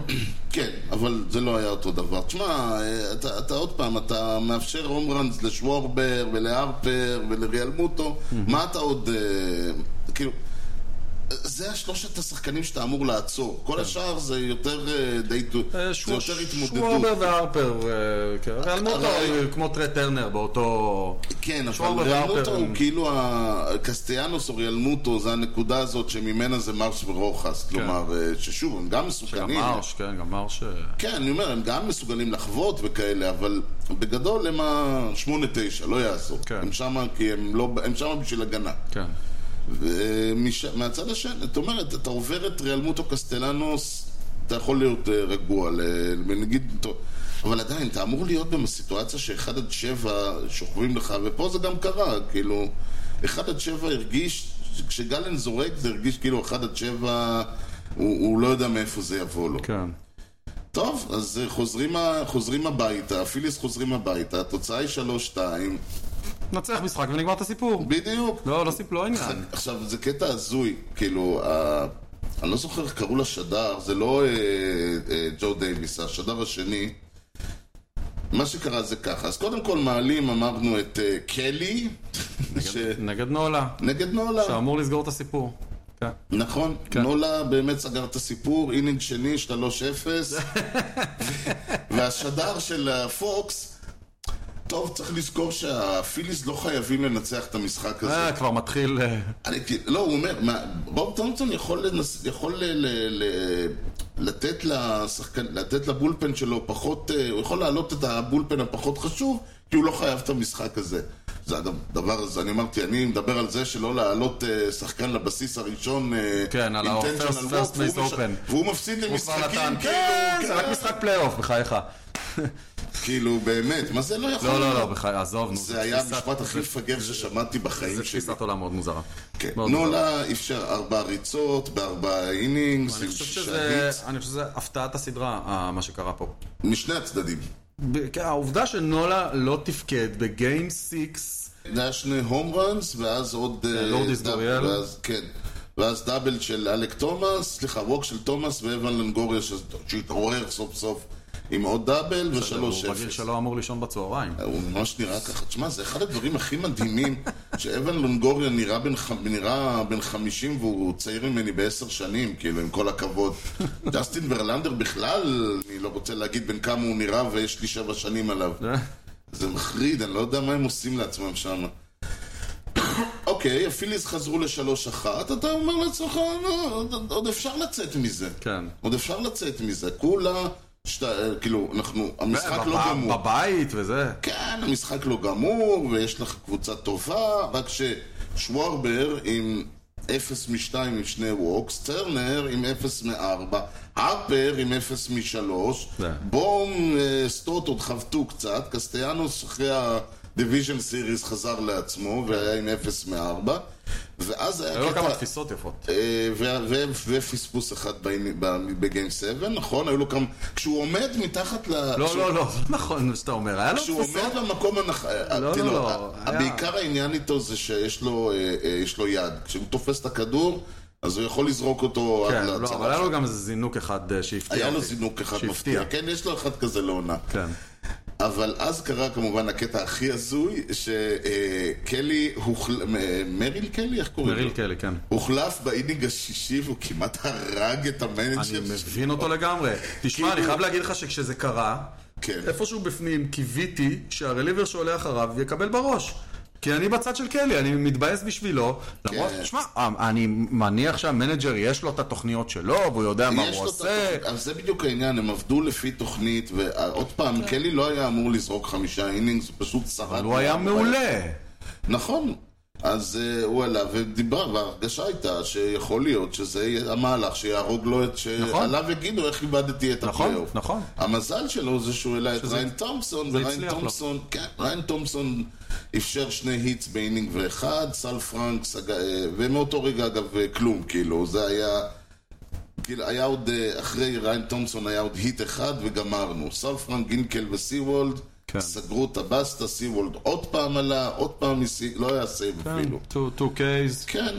A: כן, אבל זה לא היה אותו דבר. תשמע, אה, אתה, אתה עוד פעם, אתה מאפשר הום ראנס לשוורבר ולהרפר ולריאלמוטו, מה אתה עוד... אה, כאילו... אה, זה השלושת השחקנים שאתה אמור לעצור. כל השאר זה יותר אה, די...
B: אה,
A: זה
B: שוו-
A: יותר התמודדות.
B: שוורבר והרפר, אה, כן. ריאל מוטו
A: אבל-
B: הוא כמו טרי טרנר באותו...
A: כן, אבל
B: שוורבר
A: ריאלמוטו
B: והרפר
A: הוא
B: הם-
A: כאילו ה- קסטיאנוס או ריאלמוטו, זה הנקודה הזאת שממנה זה מרש ורוחס. כלומר, אה, ששוב, הם גם
B: גם
A: מסוכנים.
B: מרש, כן, גם מרש... אה,
A: כן, אני אומר, הם גם מסוגלים לחוות וכאלה, אבל בגדול הם ה-8-9, לא יעזור.
B: כן.
A: הם שמה כי הם לא... הם שמה בשביל הגנה.
B: כן.
A: ומש... מהצד השני, זאת אומרת, אתה עובר את ריאלמוטו קסטלנוס, אתה יכול להיות אה, רגוע, ל... נגיד... אבל עדיין, אתה אמור להיות בסיטואציה שאחד עד שבע שוכבים לך, ופה זה גם קרה, כאילו, אחד עד שבע הרגיש, כשגלן זורק זה הרגיש כאילו אחד עד שבע, הוא, הוא לא יודע מאיפה זה יבוא לו.
B: כן.
A: טוב, אז אה, חוזרים, ה- חוזרים הביתה, הפיליס חוזרים הביתה, התוצאה היא 3-2,
B: נצח משחק ונגמר את הסיפור.
A: בדיוק.
B: לא, לא סיפור, לא עניין.
A: עכשיו, זה קטע הזוי, כאילו, ה... אני לא זוכר איך קראו לשדר, זה לא אה, אה, ג'ו דייוויס, השדר השני. מה שקרה זה ככה, אז קודם כל מעלים, אמרנו את אה, קלי, ש...
B: נגד נולה,
A: נגד נולה.
B: שאמור לסגור את הסיפור. כן.
A: נכון, כן. נולה באמת סגר את הסיפור, אינינג שני, 3-0, והשדר של הפוקס, טוב, צריך לזכור שהפיליס לא חייבים לנצח את המשחק הזה.
B: אה, כבר מתחיל... אה,
A: אני, כאילו, לא, הוא אומר, מה, בוב תומפסון יכול, לנס, יכול ל, ל, ל, לתת, לשחקן, לתת לבולפן שלו פחות, אה, הוא יכול להעלות את הבולפן הפחות חשוב, כי הוא לא חייב את המשחק הזה. זה הדבר הזה, אני אמרתי, אני מדבר על זה שלא להעלות אה, שחקן לבסיס הראשון, אה,
B: כן, על ה-
A: intentional walk,
B: first- first
A: והוא
B: base open.
A: והוא מפסיד
B: הוא כבר
A: למשחקים,
B: נתן.
A: כאילו,
B: כן, זה רק
A: כן.
B: משחק פלייאוף, בחייך.
A: כאילו, באמת, מה זה לא יכול
B: לא, לא,
A: להיות?
B: לא, בחייך, עזוב, נו.
A: זה היה
B: תפיסת-
A: המשפט הכי מפגר ששמעתי בחיים
B: זה
A: שלי.
B: תפיסת עולם מאוד מוזרה.
A: כן.
B: מאוד מוזרה.
A: נולה אפשר ארבע ריצות, בארבע אינינגס,
B: אני
A: עם
B: חושב
A: שישה
B: שזה-
A: היטס,
B: אני חושב שזה הפתעת הסדרה, אה, מה שקרה פה.
A: משני הצדדים.
B: ב- כן, העובדה שנולה לא תפקד בגיים 6,
A: זה היה שני הום ראנס, ואז עוד... אה,
B: לורדיס
A: דאב-
B: גוריאל.
A: ואז- כן. ואז דאבל של אלק תומאס, סליחה, ווק של תומאס ואבן לנגוריה ש- שהתעורר סוף סוף עם עוד דאבל
B: הוא
A: ושלוש
B: רגיל
A: אפס. אה,
B: שלא אמור לישון בצהריים.
A: הוא ממש נראה ככה. תשמע, זה אחד הדברים הכי מדהימים, *laughs* שאבן לונגוריה נראה בן, ח- נראה בן 50 והוא צעיר ממני בעשר שנים, כאילו, עם כל הכבוד. דסטין ורלנדר בכלל, אני לא רוצה להגיד בן כמה הוא נראה, ויש לי שבע שנים עליו.
B: לא. אה,
A: זה מחריד, אני לא יודע מה הם עושים לעצמם שם. *coughs* אוקיי, הפיליז חזרו לשלוש אחת, אתה אומר לעצמך, לא, עוד- עוד אפשר לצאת מזה.
B: כן.
A: עוד אפשר לצאת מזה. כולה, שת, כאילו, אנחנו, המשחק לא
B: בב-
A: גמור.
B: בבית וזה.
A: כן, המשחק לא גמור, ויש לך קבוצה טובה, רק ששוורבר עם 0 מ-2 עם שני ווקס, טרנר עם 0 מ-4, הרפר עם 0 מ-3,
B: זה.
A: בום, אה, סטוט עוד חבטו קצת, קסטיאנוס אחרי ה-Division Series חזר לעצמו והיה עם 0 מ-4, ואז היה
B: היו לו
A: קטע...
B: כמה תפיסות יפות.
A: אה, ו- ו- ופספוס אחד בעני- ב- בגיים 7, נכון? היו לו כמה... כשהוא עומד מתחת ל...
B: לא,
A: כשהוא-
B: לא, לא, לא נכון מה שאתה אומר, היה לו
A: כשהוא
B: תפיסות.
A: עומד במקום אה, הנכון,
B: לא, לא, היה-
A: בעיקר העניין איתו זה שיש לו, אה, אה, יש לו יד. כשהוא תופס את הכדור, אז הוא יכול לזרוק אותו
B: כן,
A: עד
B: לא, אבל היה
A: להצלה.
B: לו גם איזה זינוק אחד אה, שהפתיע אותי.
A: היה לו זינוק אחד
B: שהפתיע.
A: מפתיע. כן, יש לו אחד כזה לעונה.
B: כן.
A: אבל אז קרה כמובן הקטע הכי הזוי, אה, שקלי, אה, מריל קלי, איך קוראים לו?
B: מריל קלי, כן.
A: הוחלף באינינג השישי והוא כמעט הרג את
B: אני
A: המנג'ר.
B: מבין אותו
A: אה,
B: לגמרי. תשמע,
A: כאילו-
B: אני חייב להגיד לך שכשזה קרה,
A: כן.
B: איפשהו בפנים קיוויתי שהרליבר שעולה אחריו יקבל בראש. כי אני בצד של קלי, אני מתבאס בשבילו. למרות,
A: כן.
B: תשמע, אני מניח שהמנג'ר יש לו את התוכניות שלו, והוא יודע מה
A: יש
B: הוא
A: לו את
B: עושה.
A: התוכנית, אז זה בדיוק העניין, הם עבדו לפי תוכנית, ועוד פעם, קלי לא היה אמור לזרוק חמישה אינינגס, הוא פשוט שרד.
B: אבל הוא היה מעולה.
A: אה, נכון. אז uh, הוא עלה ודיבר, וההרגשה הייתה שיכול להיות שזה יהיה המהלך שיהרוג לו את...
B: נכון.
A: שעליו יגידו איך איבדתי את
B: נכון,
A: הפלייאוף.
B: נכון.
A: המזל שלו זה שהוא העלה את
B: שזה-
A: ריין תומפסון,
B: זה
A: וריין
B: הצליח לו.
A: תומפסון, כן, ריין תומפסון אפשר שני היטס באינינג ואחד, סל פרנקס, אג- אה, ומאותו רגע אגב אה, כלום, כאילו, זה היה... כאילו, היה עוד, אה, אחרי ריין תומפסון היה עוד היט אחד וגמרנו. סל פרנק, גינקל וסי וולד,
B: כן.
A: סגרו את הבסטה, סי וולד עוד פעם עלה, עוד פעם ניסי, לא היה סייב
B: כן.
A: אפילו.
B: 2Ks.
A: כן,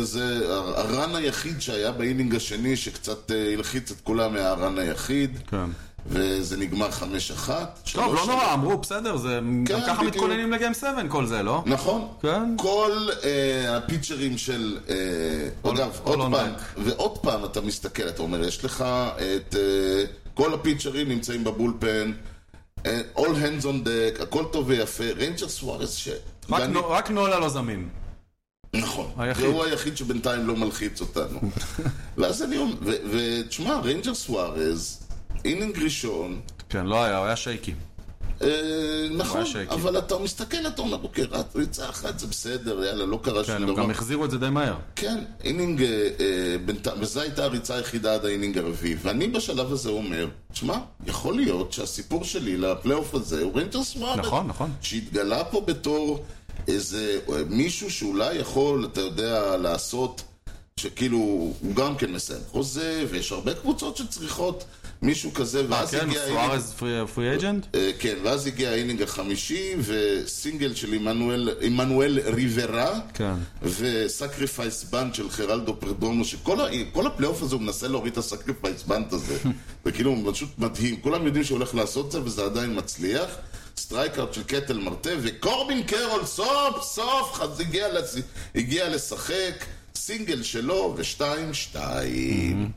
A: וזה הר- הרן היחיד שהיה באינינג השני, שקצת אה, הלחיץ את כולם מהרן היחיד.
B: כן.
A: וזה נגמר 5-1.
B: טוב,
A: שלוש-
B: לא נורא, אמרו, בסדר, זה... גם
A: כן,
B: ככה
A: בדיוק.
B: מתכוננים לגיים 7 כל זה, לא?
A: נכון.
B: כן.
A: כל אה, הפיצ'רים של... אה, אגב, עוד
B: אולון
A: פעם,
B: בק.
A: ועוד פעם אתה מסתכל, אתה אומר, יש לך את... אה, כל הפיצ'רים נמצאים בבולפן, אה, all hands on deck, הכל טוב ויפה, ריינג'ר סוארס ש...
B: רק
A: ואני-
B: נו- רק נולה לא זמין.
A: נכון.
B: היחיד.
A: והוא היחיד שבינתיים לא מלחיץ
B: *laughs*
A: אותנו. ואז אני אומר, ו- ותשמע, ריינג'ר סוארס, אינינג ראשון,
B: כן, לא היה, הוא היה שייקי.
A: אה, נכון,
B: ממש, כאילו.
A: אבל אתה מסתכל, אתה אומר, אוקיי, רץ, הוא יצא אחת, זה בסדר, יאללה, לא קרה
B: כן,
A: שום
B: הם גם
A: דבר.
B: החזירו את זה די מהר.
A: כן, אינינג, אה, אה, בינתיים- וזו הייתה הריצה היחידה עד האינינג הרביעי, ואני בשלב הזה אומר, שמע, יכול להיות שהסיפור שלי לפלייאוף הזה הוא ריינג'ר סווארד.
B: נכון, נכון.
A: שהתגלה פה בתור איזה אה, מישהו שאולי יכול, אתה יודע, לעשות, שכאילו, הוא גם כן מסיים חוזה, ויש הרבה קבוצות שצריכות מישהו כזה, ואז
B: כן,
A: הגיע האינינג
B: סוארז פרי- פרי אג'נט?
A: אה, כן, ואז הגיע האינינג החמישי, וסינגל של עמנואל, עמנואל ריברה,
B: כן.
A: וסקריפייס בנד של חרלדו פרדומו, שכל ה- כל הפלייאוף הזה הוא מנסה להוריד את הסקריפייס בנד הזה. זה כאילו פשוט מדהים, כולם יודעים שהוא הולך לעשות זה, וזה עדיין מצליח. סטרייקאוט של קטל מרטה, וקורבין קרול סוף סוף חז- הגיע, לס... הגיע לשחק, סינגל שלו, ושתיים שתיים.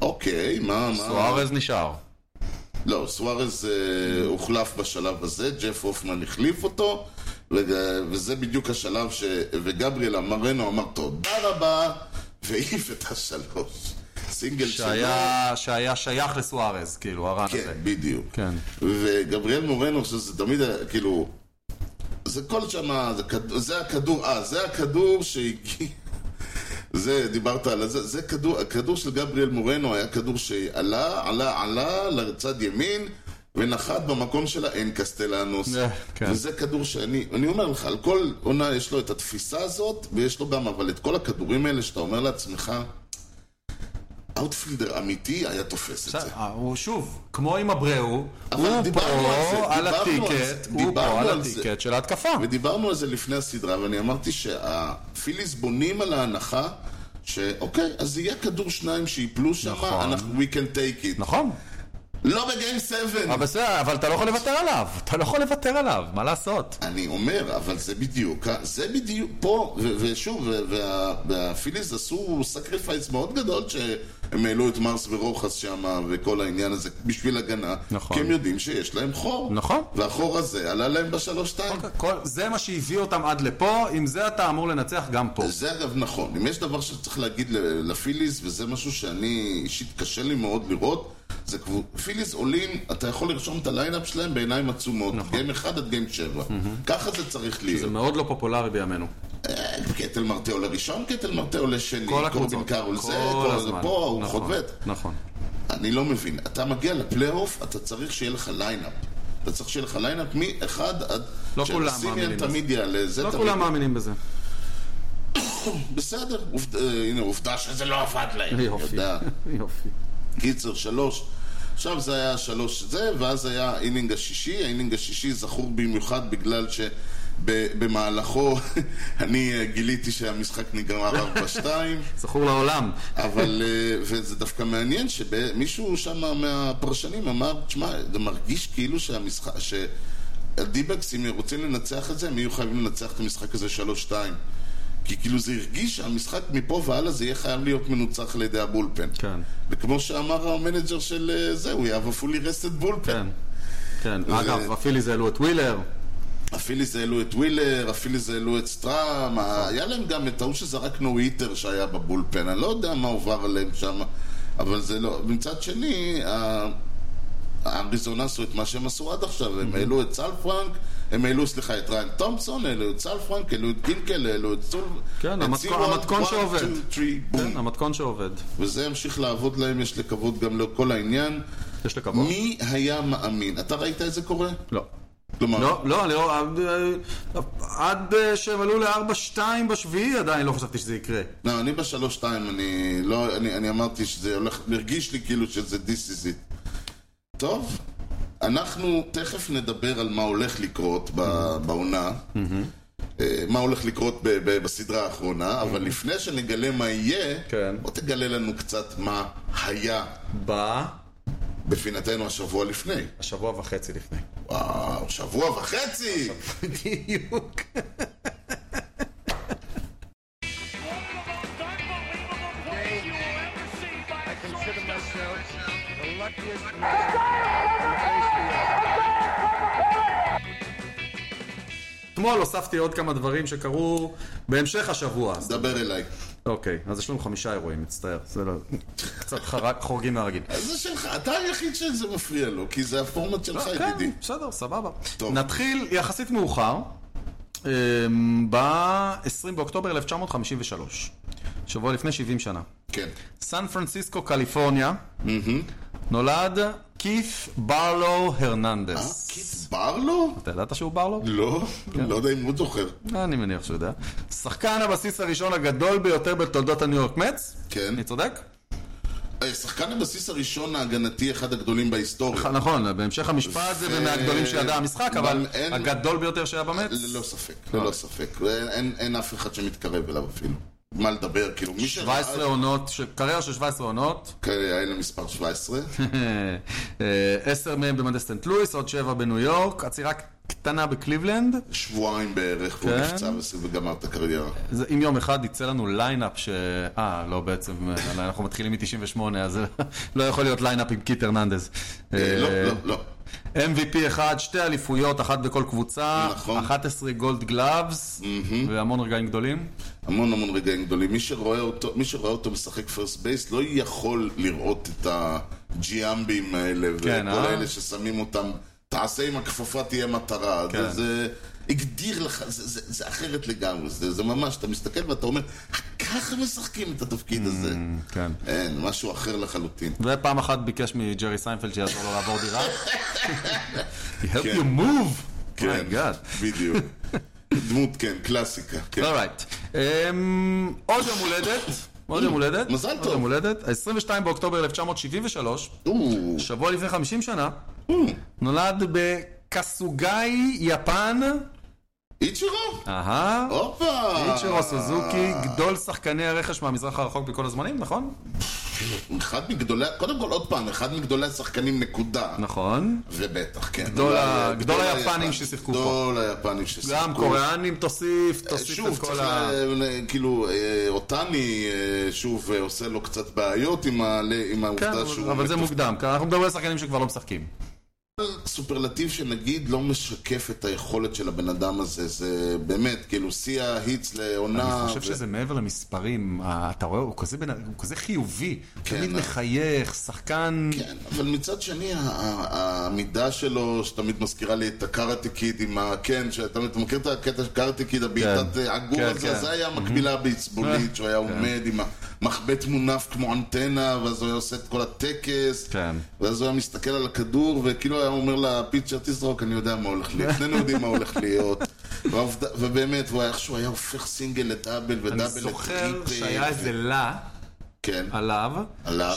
A: אוקיי, מה, מה?
B: סוארז נשאר.
A: לא, סוארז אה, הוחלף בשלב הזה, ג'ף הופמן החליף אותו, ו- וזה בדיוק השלב ש... וגבריאל אמרנו אמר תודה רבה, והעיף את השלוש. סינגל שלו.
B: שהיה שהיה שייך לסוארז, כאילו, הרן
A: כן,
B: הזה.
A: בדיוק.
B: כן.
A: וגבריאל מורנו, שזה תמיד, היה, כאילו, זה כל שמה, זה, כד... זה הכדור, אה, זה הכדור שהגיע, *laughs* זה, דיברת על זה, זה כדור, הכדור של גבריאל מורנו היה כדור שעלה, עלה, עלה לצד ימין, ונחת במקום של האין קסטלנוס.
B: אה, כן.
A: וזה כדור שאני, אני אומר לך, על כל עונה יש לו את התפיסה הזאת, ויש לו גם, אבל את כל הכדורים האלה שאתה אומר לעצמך, אאוטפילדר אמיתי היה תופס את זה.
B: אה, הוא שוב, כמו עם אברהו,
A: אבל
B: הוא
A: דיברנו על זה,
B: פה על
A: דיברנו על
B: הטיקט,
A: זה,
B: הוא פה
A: דיברנו
B: על
A: על זה.
B: הטיקט של ההתקפה.
A: ודיברנו על זה לפני הסדרה, ואני אמרתי שהפיליס בונים על ההנחה שאוקיי, אז יהיה כדור שניים שיפלו שם,
B: נכון.
A: אנחנו, we can take it.
B: נכון.
A: לא בגיים 7!
B: אבל בסדר, אבל אתה לא יכול לוותר עליו. אתה לא יכול לוותר עליו, מה לעשות?
A: אני אומר, אבל זה בדיוק, אה, זה בדיוק, פה, ו- ושוב, ו- וה- והפיליס עשו סקריפייס מאוד גדול שהם העלו את מרס ורוחס שם וכל העניין הזה בשביל הגנה,
B: נכון.
A: כי הם יודעים שיש להם חור.
B: נכון.
A: והחור הזה עלה להם בשלוש-שתיים.
B: כל- זה מה שהביא אותם עד לפה, עם זה אתה אמור לנצח גם פה.
A: זה אגב נכון, אם יש דבר שצריך להגיד ל- לפיליז, וזה משהו שאני אישית קשה לי מאוד לראות, זה כבר, פיליז עולים, אתה יכול לרשום את הליינאפ שלהם בעיניים עצומות, נכון. גיים 1 עד גיים 7, ככה זה צריך
B: זה
A: להיות.
B: מאוד לא פופולרי בימינו.
A: אה, קטל מרטה עולה ראשון, קטל מרטה עולה שני,
B: כל
A: קורבין
B: הקבוצות.
A: קארול זה,
B: כל
A: כל זה
B: הזמן.
A: פה, הוא
B: נכון,
A: חוטבט.
B: נכון.
A: אני לא מבין, אתה מגיע לפלייאוף, אתה צריך שיהיה לך ליינאפ. אתה צריך שיהיה לך ליינאפ מ-1 עד...
B: לא כולם
A: שהסימיאן
B: מאמינים
A: תמיד יעלה, זה
B: לא
A: תמיד
B: כולם מאמינים בזה.
A: בסדר, עובד- אה, הנה עובדה שזה לא עבד להם.
B: *laughs* יופי,
A: יודע.
B: יופי.
A: קיצר, שלוש. עכשיו זה היה שלוש זה, ואז היה האינינג השישי. האינינג השישי זכור במיוחד בגלל שבמהלכו *laughs* אני אה, גיליתי שהמשחק נגמר 4-2,
B: זכור לעולם.
A: אבל, אה, וזה דווקא מעניין שמישהו שם מהפרשנים אמר, תשמע, זה מרגיש כאילו שהמשחק, שהדיבקס, אם הם רוצים לנצח את זה, הם יהיו חייבים לנצח את המשחק הזה 3-2. כי כאילו זה הרגיש שהמשחק מפה והלאה זה יהיה חייב להיות מנוצח על ידי הבולפן.
B: כן,
A: וכמו שאמר המנג'ר של אה, זה, הוא יהב הפולי רסט
B: כן.
A: בולפן.
B: כן, אגב, הפיליז העלו את ווילר,
A: הפיליז העלו את ווילר, הפיליז העלו את סטראם, ה-
B: נכון.
A: היה להם גם את ההוא שזרק נו איטר שהיה בבולפן, אני לא יודע מה עובר עליהם שם, אבל זה לא... מצד שני, ה- האריזון עשו את מה שהם עשו עד עכשיו,
B: Mhm.
A: הם העלו את סל פרנק, הם העלו, סליחה, את ריין תומפסון, העלו את סל פרנק, העלו את קינקל, העלו את סול...
B: כן,
A: את
B: המתכון-
A: סילואן,
B: המתכון
A: one,
B: שעובד.
A: two, three, boom.
B: כן, המתכון שעובד.
A: וזה ימשיך לעבוד להם, יש לקוות גם לכל העניין.
B: יש לקוות.
A: מי היה מאמין? אתה ראית את זה קורה?
B: לא.
A: כלומר,
B: לא, לא, אני לא... עד אה, שהם עלו ל-4-2 בשביעי עדיין לא חשבתי שזה יקרה.
A: לא, אני בשלוש-שתיים, אני לא, אני, אני אמרתי שזה הולך, מרגיש לי כאילו שזה this is it. טוב, אנחנו תכף נדבר על מה הולך לקרות ב, בעונה, אה, מה הולך לקרות ב, ב, בסדרה האחרונה, אבל לפני שנגלה מה יהיה,
B: כן.
A: בוא תגלה לנו קצת מה היה
B: בשבוע
A: בפינתנו השבוע לפני.
B: וחצי לפני.
A: וואו, שבוע וחצי!
B: בדיוק. אתמול הוספתי עוד כמה דברים שקרו בהמשך השבוע. אז-
A: דבר אליי.
B: אוקיי, אז יש לנו חמישה אירועים, מצטער. זה לא... קצת חרג- חורגים מהרגיל.
A: זה שלך, אתה היחיד שזה מפריע לו, כי זה הפורמט שלך, ידידי.
B: כן, בסדר, סבבה.
A: טוב.
B: נתחיל יחסית מאוחר, ב-20 באוקטובר 1953, שבוע לפני 70 שנה.
A: כן.
B: סן פרנסיסקו, קליפורניה, נולד כיף ברלו הרננדס.
A: אה, קיצבר לו?
B: אתה ידעת שהוא ברלו? אה,
A: לא,
B: כן.
A: לא יודע אם הוא זוכר.
B: אני מניח שהוא יודע. שחקן הבסיס הראשון הגדול ביותר בתולדות הניו יורק מצ.
A: כן.
B: אני צודק?
A: אה, שחקן הבסיס הראשון ההגנתי, אחד הגדולים בהיסטוריה.
B: נכון, בהמשך המשפט
A: ו-
B: זה מהגדולים שידע המשחק, אבל
A: אבל אין- לא-
B: הגדול ביותר שהיה במץ.
A: ללא ספק,
B: כן.
A: ללא ספק. ואין- אין- אין אף אחד שמתקרב אליו אפילו. מה לדבר, כאילו, מי שראה...
B: 17 עונות, ש- קריירה של 17 עונות.
A: כן, היה לה מספר 17.
B: כן. אה, עשר מהם במדי סנט לואיס, עוד שבע בניו יורק, עצירה קטנה בקליבלנד.
A: שבועיים בערך, והוא
B: כן. אה,
A: נפצע וס- וגמר את הקריירה.
B: זה- אם יום אחד יצא לנו ליינאפ ש... אה, לא, בעצם, אה, *laughs* אנחנו מתחילים מ-98, אז *laughs* לא יכול להיות ליינאפ עם קיט הרננדז.
A: אה, לא,
B: אה,
A: לא, לא.
B: MVP אחד, שתי אליפויות, אחת בכל קבוצה,
A: נכון.
B: 11 גולד גלאבס, והמון רגעים גדולים.
A: המון המון רגעים גדולים. מי שרואה אותו, מי שרואה אותו משחק פרסט בייס לא יכול לראות את הג'יאמבים האלה,
B: כן,
A: וכל
B: אה?
A: האלה ששמים אותם, תעשה עם הכפפה תהיה מטרה.
B: כן.
A: זה, זה הגדיר לך, זה, זה, זה אחרת לגמרי, זה, זה ממש, אתה מסתכל ואתה אומר, ככה משחקים את התפקיד הזה.
B: כן.
A: אין, משהו אחר לחלוטין.
B: ופעם אחת ביקש מג'רי סיינפלד שיעזור לו לעבור דירה.
A: *laughs*
B: He helped
A: כן.
B: you move! My God. *laughs*
A: בדיוק. דמות, כן, קלאסיקה. כן.
B: אורייט. אמ, עוד יום הולדת. עוד יום הולדת.
A: מזל
B: עוד
A: טוב.
B: יום הולדת. 22 באוקטובר 1973,
A: או,
B: שבוע לפני 50 שנה,
A: Mm.
B: נולד בקסוגאי, יפן.
A: איצ'ירו?
B: אהה.
A: הופה!
B: איצ'רו סוזוקי, גדול שחקני הרכש מהמזרח הרחוק בכל הזמנים, נכון?
A: אחד מגדולי, קודם כל עוד פעם, אחד מגדולי השחקנים נקודה.
B: נכון.
A: ובטח, כן.
B: גדול
A: אולי,
B: ה-
A: אה,
B: גדול היפנים ששיחקו פה.
A: גדול היפנים ששיחקו.
B: גם קוריאנים תוסיף, תוסיף
A: שוב,
B: את
A: צריך,
B: כל ה...
A: ל- כאילו, אה, אותני אה, שוב אה, עושה לו קצת בעיות עם ה- עם
B: כן,
A: העובדה
B: אבל-
A: שהוא...
B: אבל זה
A: מטופל.
B: מוקדם, כי אנחנו מדברים על שחקנים שכבר לא משחקים.
A: סופרלטיב שנגיד לא משקף את היכולת של הבן אדם הזה, זה באמת, כאילו, שיא ההיטס לעונה...
B: אני חושב
A: אה, ו-
B: שזה מעבר למספרים, ה- אתה רואה, הוא כזה, בן- הוא כזה חיובי,
A: כן,
B: תמיד
A: אה.
B: מחייך, שחקן...
A: כן, אבל מצד שני, ה- ה- העמידה שלו, שתמיד מזכירה לי את הקארטה קיד עם ה... כן, שאתה אתה מכיר את הקטע של קארטה קיד, הבעיטת
B: כן,
A: אה, הגור
B: כן,
A: הזה,
B: כן.
A: אז זה היה המקבילה הבייסבולית, שהוא היה עומד עם המחבט מונף כמו אנטנה, ואז הוא היה עושה את כל הטקס,
B: כן.
A: ואז הוא היה מסתכל על הכדור, וכאילו היה אומר לפיצ'ר, תזרוק, אני יודע מה הולך להיות, שנינו יודעים מה הולך להיות. והעובדה- ובאמת, הוא היה איכשהו היה הופך סינגל לדאבל
B: אני
A: ודאבל
B: זוכר
A: לטריפל.
B: שהיה איזה לה
A: כן,
B: עליו,
A: עליו.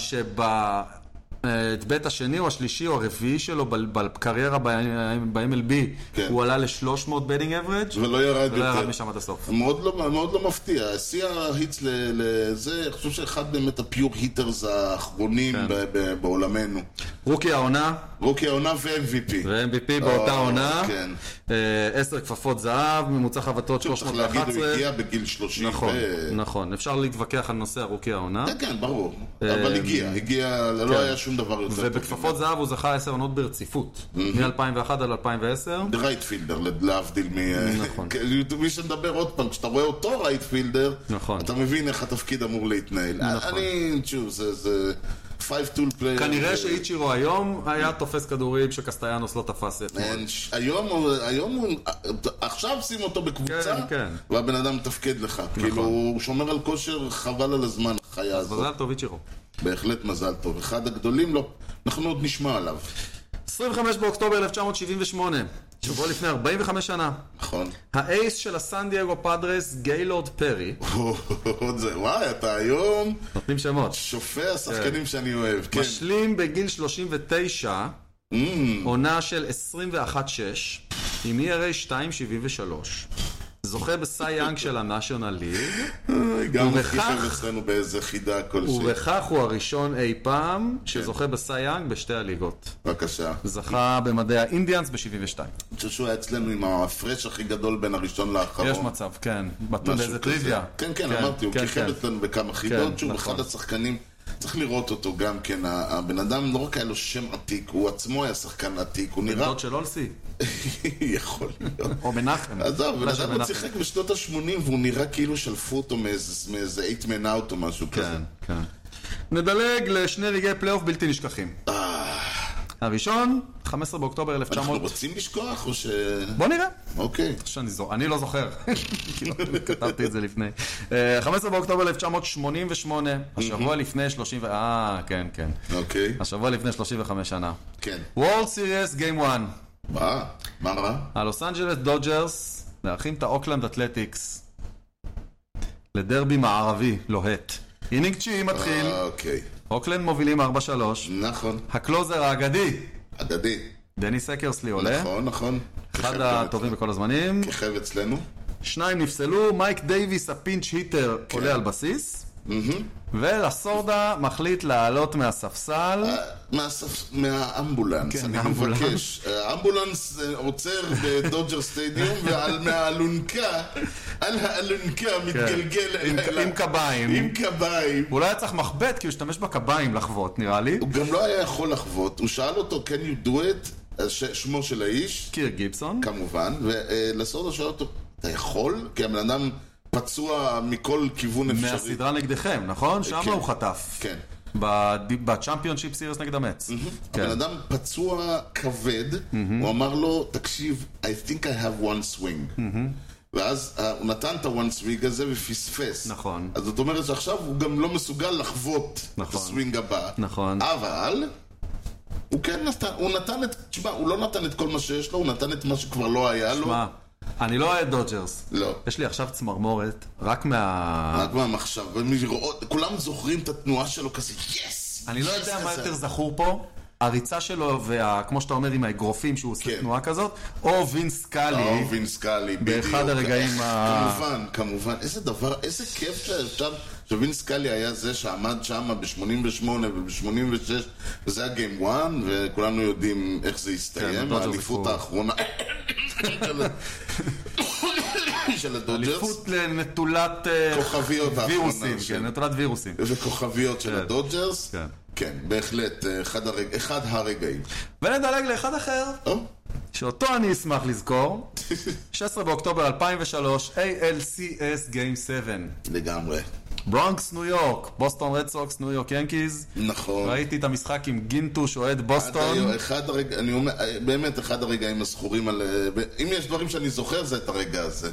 B: שבבית השני או השלישי או הרביעי שלו ב- בקריירה ב-MLB,
A: כן.
B: הוא עלה ל-300 בדינג אברג'
A: ולא ירד
B: ולא ירד
A: יותר.
B: משם עד הסוף.
A: מאוד לא, מאוד לא מפתיע, שיא ההיטס ל- לזה, אני חושב שאחד באמת הפיור היטרס האחרונים
B: כן.
A: ב- ב- בעולמנו.
B: רוקי העונה,
A: רוקי העונה ו-MVP.
B: ו-MVP באותה
A: אה,
B: עונה,
A: כן.
B: אה, עשר כפפות זהב, ממוצע חבטות
A: צריך להגיד, הוא
B: 311.
A: הגיע בגיל 30.
B: נכון,
A: ו-
B: נכון, אפשר להתווכח על נושא ארוכי העונה.
A: כן, כן, ברור. אבל הגיע, הגיע, לא היה שום דבר יותר.
B: אה, כן. ובכפפות זהב הוא זכה עשר עונות ברציפות, מ-2001 עד 2010.
A: רייטפילדר, להבדיל מ... *laughs*
B: נכון.
A: כאילו, מי שמדבר עוד פעם, כשאתה רואה אותו רייטפילדר,
B: נכון.
A: אתה מבין איך התפקיד אמור להתנהל.
B: נכון.
A: אני, תשוב, זה- זה... פייב טול פלייר.
B: כנראה שאיצ'ירו היום היה תופס כדורים שקסטיאנוס לא תפס אתמול.
A: אין ש- היום, הוא- היום הוא, עכשיו שים אותו בקבוצה,
B: כן, כן. נכון.
A: והבן אדם מתפקד לך. כאילו, הוא שומר על כושר חבל על הזמן, החיה הזאת.
B: מזל טוב איצ'ירו.
A: בהחלט מזל טוב. אחד הגדולים, לא, אנחנו עוד נשמע עליו,
B: 25 באוקטובר 1978, שבוע לפני 45 שנה,
A: נכון? *laughs*
B: האייס של הסן דייגו פאדרס, גיילורד פרי,
A: עוד זה, וואי, אתה היום
B: נותנים שמות,
A: שופע שחקנים שאני אוהב, כן.
B: משלים בגיל 39, עונה של 21-6, עם E ERA 2.73. זוכה בסי יאנג של הנאשונל ליג,
A: אוי, גם
B: ובכך-
A: חישב אצלנו באיזה חידה כלשהי.
B: ובכך הוא הראשון אי פעם
A: כן.
B: שזוכה בסי יאנג בשתי הליגות.
A: בבקשה.
B: זכה במדעי האינדיאנס ב-72.
A: אני חושב שהוא היה אצלנו עם ההפרש הכי גדול בין הראשון לאחרון.
B: יש מצב, כן. בטון
A: משהו
B: באיזה
A: כזה.
B: טריוויה.
A: כן, כן, אמרתי, הוא
B: כן,
A: כיכב
B: כן.
A: אצלנו בכמה חידות, שהוא
B: נכון.
A: אחד השחקנים, צריך לראות אותו גם כן, ה- הבן אדם לא רק היה לו שם עתיק, הוא עצמו היה שחקן עתיק, הוא נראה...
B: דוד של אולסי,
A: *laughs* יכול להיות.
B: או מנחם.
A: עזוב, בן
B: לא של
A: אדם עוד
B: מנחם.
A: שיחק בשנות ה-80 והוא נראה כאילו שלפו אותו מאיזה- מאיזה אייטמן אאוט או משהו כזה.
B: כן, כן. נדלג לשני רגעי פלייאוף בלתי נשכחים. הראשון, 15 באוקטובר
A: אה, אנחנו
B: 1900...
A: רוצים לשכוח או ש...
B: בוא נראה.
A: אוקיי.
B: שאני זו- אני לא זוכר, *laughs* כאילו, כתבתי את זה לפני. אה, 15 באוקטובר 1988, השבוע לפני 30... ו- אה, כן, כן.
A: אוקיי.
B: השבוע לפני 35 שנה.
A: כן.
B: וולד סיריאס גיים 1.
A: מה? מה רע?
B: הלוס אנג'לס דודג'רס מארחים את האוקלנד אתלטיקס לדרבי מערבי לוהט. אינינג תשיעי מתחיל,
A: אה, אוקיי.
B: אוקלנד מובילים 4-3,
A: נכון.
B: הקלוזר האגדי,
A: הדדי.
B: דני סקרסלי עולה,
A: נכון, נכון.
B: אחד
A: כיכב
B: הטובים בכל הזמנים,
A: גם- כיכב אצלנו.
B: שניים נפסלו, מייק דייוויס הפינץ' היטר
A: כן.
B: עולה על בסיס, ולסורדה מחליט לעלות מהספסל,
A: מהספ- מהאמבולנס,
B: כן,
A: אני
B: מהאמבולנס.
A: מבקש. האמבולנס אה, עוצר בדודג'ר
B: *laughs*
A: סטדיום, ומהאלונקה, על האלונקה מתגלגל...
B: כן. עם-
A: אה, אל-
B: עם קביים.
A: עם קביים.
B: הוא לא היה צריך מחבט כי הוא השתמש בקביים לחבוט נראה לי,
A: הוא גם לא היה יכול לחוות, הוא שאל אותו, can you do it? אז ש- שמו של האיש,
B: קיר גיבסון,
A: כמובן, ולסורדו שאל אותו, אתה יכול? כי הבן אדם פצוע מכל כיוון אפשרי.
B: מהסדרה נגדכם, נכון? שם
A: כן.
B: הוא חטף.
A: כן.
B: בד- בצ'מפיונשיפ סיריס נגד המץ. כן.
A: הבן אדם פצוע כבד, הוא אמר לו, תקשיב, I think I have one swing. ואז אה, הוא נתן את הוואן סוויג הזה ופספס.
B: נכון.
A: אז זאת אומרת שעכשיו הוא גם לא מסוגל לחוות את
B: נכון.
A: הסווינג הבא.
B: נכון.
A: אבל הוא כן נתן, הוא נתן את, תשמע, הוא לא נתן את כל מה שיש לו, הוא נתן את מה שכבר לא היה לו.
B: שמע, אני לא אוהד דודג'רס.
A: לא.
B: יש לי עכשיו צמרמורת, רק מה...
A: רק מהמחשב, ומראות, כולם זוכרים את התנועה שלו כזה, יס!
B: אני לא יודע מה יותר זכור פה. הריצה שלו, וכמו שאתה אומר, עם האגרופים שהוא עושה
A: כן.
B: תנועה כזאת, או וין סקאלי.
A: אהובין אה, לא סקאלי, בדיוק.
B: אה, באחד הרגעים ה-
A: כמובן, כמובן. איזה דבר, איזה כיף שאפשר... שווין סקאלי היה זה שעמד שם ב-88 וב-86, וזה היה גיים 1, וכולנו יודעים איך זה
B: כן,
A: הסתיים,
B: הדודג'רס
A: האליפות
B: לקחו.
A: האחרונה של ה- *coughs* של הדודג'רס,
B: אליפות לנטולת אה,
A: כוכביות האחרונה
B: וירוסים,
A: של-
B: כן, נטולת וירוסים.
A: וכוכביות של
B: כן.
A: הדודג'רס.
B: כן.
A: כן, בהחלט, אה, אחד הרג- אחד הרגעים.
B: ונדלג לאחד אחר,
A: או,
B: שאותו אני אשמח
A: *laughs*
B: לזכור, 16 באוקטובר 2003, ALCS Game 7.
A: לגמרי.
B: ברונקס, ניו יורק, בוסטון רד סוקס, ניו יורק ינקיז.
A: נכון.
B: ראיתי את המשחק עם גינטוש, אוהד
A: עד היום,
B: בוסטון.
A: אחד הרגע, אה, אני אומר, באמת אחד הרגעים הזכורים על... אם יש דברים שאני זוכר זה את הרגע הזה.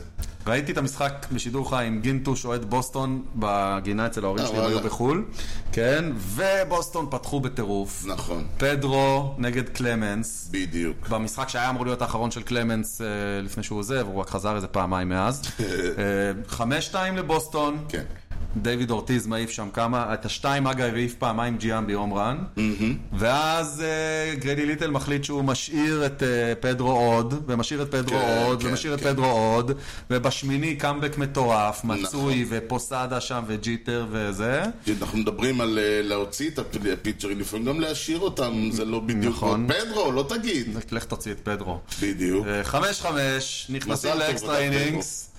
B: ראיתי את המשחק בשידור חי עם גינטוש, אוהד בוסטון, בגינה אצל ההורים
A: אה,
B: שלי, הם היו
A: וואלה.
B: בחו"ל, כן, ובוסטון פתחו בטירוף.
A: נכון,
B: פדרו נגד קלמנס,
A: בדיוק.
B: במשחק שהיה אמור להיות האחרון של קלמנס אה, לפני שהוא עוזב, הוא רק חזר איזה פעמיים
A: *laughs*
B: מאז. אה, חמש שתיים לבוסטון.
A: כן.
B: דיוויד אורטיז מעיף שם כמה, את השתיים אגב העיף פעמיים ג'יאמבי הום רן, ואז אה, גריידי ליטל מחליט שהוא משאיר את אה, פדרו עוד, ומשאיר את פדרו
A: כן,
B: עוד,
A: כן,
B: ומשאיר את
A: כן.
B: פדרו עוד, ובשמיני קאמבק מטורף, מצוי,
A: נכון.
B: ופוסאדה שם וג'יטר וזה.
A: אנחנו מדברים על אה, להוציא את הפ- הפיצ'רים, לפעמים גם להשאיר אותם, זה לא בדיוק...
B: נכון.
A: פדרו, לא תגיד.
B: לך תוציא את פדרו.
A: בדיוק.
B: אה, חמש חמש, נכנסים
A: מזל טוב,
B: לאקסטרה
A: בדקת
B: אינינגס.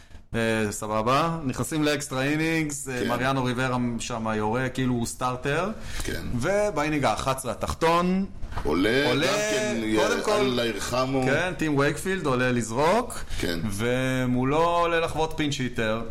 B: אה, סבבה, נכנסים לאקסטרה אינינגס, אה,
A: כן.
B: מריאנו ריברה שם יורה כאילו הוא סטארטר,
A: כן.
B: ובאינינג ה-11 התחתון,
A: עולה,
B: עולה,
A: גם כן,
B: קודם כל-
A: אללה ירחמו.
B: כן, טים וייקפילד עולה לזרוק,
A: כן.
B: ומולו עולה לחוות פינצ' היטר,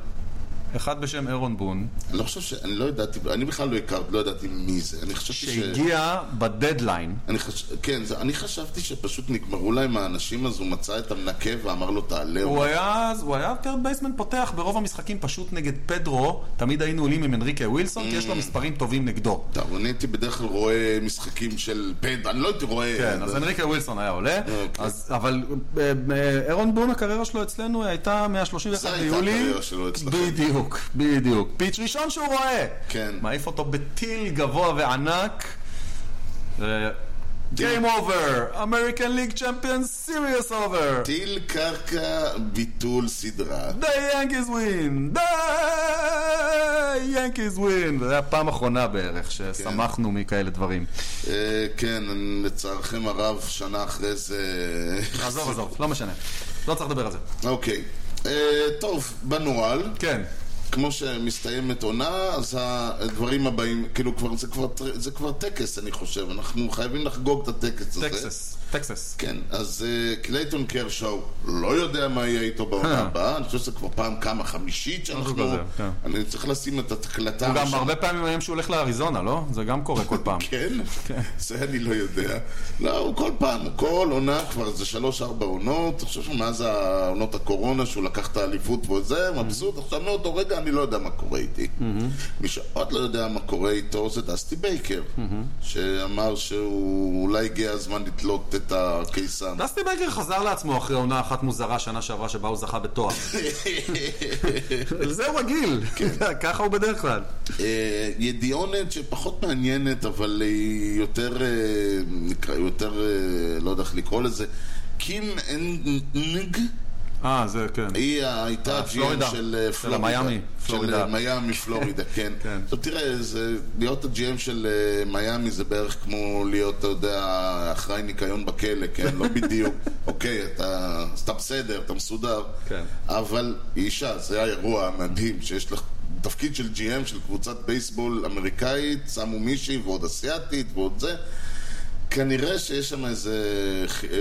B: אחד בשם אירון בון,
A: אני לא חושב ש... אני לא ידעתי, אני בכלל לא הכרתי, לא ידעתי מי זה. אני חשבתי ש...
B: שהגיע בדדליין.
A: אני חש... כן, זה... אני חשבתי שפשוט נגמרו להם האנשים, אז הוא מצא את המנקה ואמר לו תעלה.
B: הוא היה, אז הוא היה טרד בייסמן פותח ברוב המשחקים פשוט נגד פדרו, תמיד היינו עולים עם הנריקה ווילסון, כי יש
A: Mm.
B: לו מספרים טובים נגדו.
A: טוב, אני הייתי בדרך כלל רואה משחקים של פד, אני לא הייתי רואה...
B: כן, אז אנריקה ווילסון היה עולה,
A: אוקיי.
B: אז- אבל אה, אה, אירון בון הקריירה שלו אצלנו הייתה מה-31
A: זו הייתה
B: ביולי,
A: הקריירה שלו אצלכם.
B: בדיוק, בדיוק, פיץ' ראשון שהוא רואה,
A: כן.
B: מעיף אותו בטיל גבוה וענק, Game over, American League Champions, serious over,
A: טיל קרקע, ביטול סדרה.
B: the Yankees win, the Yankees win, וזו הייתה הפעם האחרונה בערך ששמחנו
A: כן.
B: מכאלה דברים.
A: אה, כן, אני- לצערכם הרב, שנה אחרי זה... *laughs*
B: עזוב, עזוב, לא משנה, לא צריך לדבר על זה.
A: אוקיי. אה, טוב, בנוהל,
B: כן.
A: כמו שמסתיימת עונה, אז הדברים הבאים, כאילו כבר, זה כבר, טר- זה כבר טקס, אני חושב. אנחנו חייבים לחגוג את הטקס הזה.
B: טקסס, טקסס.
A: כן, אז אה, קלייטון קרשאו לא יודע מה יהיה איתו בעונה הבאה, אני חושב שזה כבר פעם כמה חמישית שאנחנו...
B: אה. כזה, כן.
A: אני צריך לשים את ההקלטה.
B: הוא גם
A: הראשונה.
B: הרבה פעמים היום שהוא הולך לאריזונה, לא? זה גם קורה כל פעם.
A: כן? זה אני לא יודע. לא, הוא כל פעם, הוא כל עונה כבר, זה שלוש-ארבע עונות, אני חושב שמאז עונות הקורונה, שהוא לקח את האליפות וזה,
B: Mm-hmm.
A: מבסוט, עכשיו מאותו רגע אני לא יודע מה קורה איתי. מי שעוד לא יודע מה קורה איתו זה דסטי בייקר,
B: Mm-hmm.
A: שאמר שהוא אולי הגיע הזמן לתלות את הקיסם.
B: דסטי בייקר חזר לעצמו אחרי עונה אחת מוזרה שנה שעברה שבה הוא זכה בתואר. לזה הוא רגיל, ככה הוא בדרך כלל.
A: אה, ידיעונת שפחות מעניינת, אבל היא יותר, אה, נקרא, יותר, אה, לא יודע איך לקרוא לזה, קים אנג,
B: אה, זה כן.
A: היא הייתה
B: פלורידה.
A: ה-GM של אה,
B: של
A: פלורידה.
B: מיאמי,
A: של
B: פלורידה.
A: אה, מיאמי,
B: *laughs*
A: פלורידה, כן.
B: כן.
A: עכשיו תראה, זה- להיות ה-GM של אה, מיאמי זה בערך כמו להיות, אתה יודע, אחראי ניקיון בכלא, כן?
B: *laughs*
A: לא בדיוק. אוקיי, אתה אז אתה בסדר, אתה מסודר.
B: כן.
A: אבל היא אישה, זה האירוע המדהים שיש לך. תפקיד של GM של קבוצת בייסבול אמריקאית, שמו מישהי ועוד אסיאתית ועוד זה. כנראה שיש שם איזה,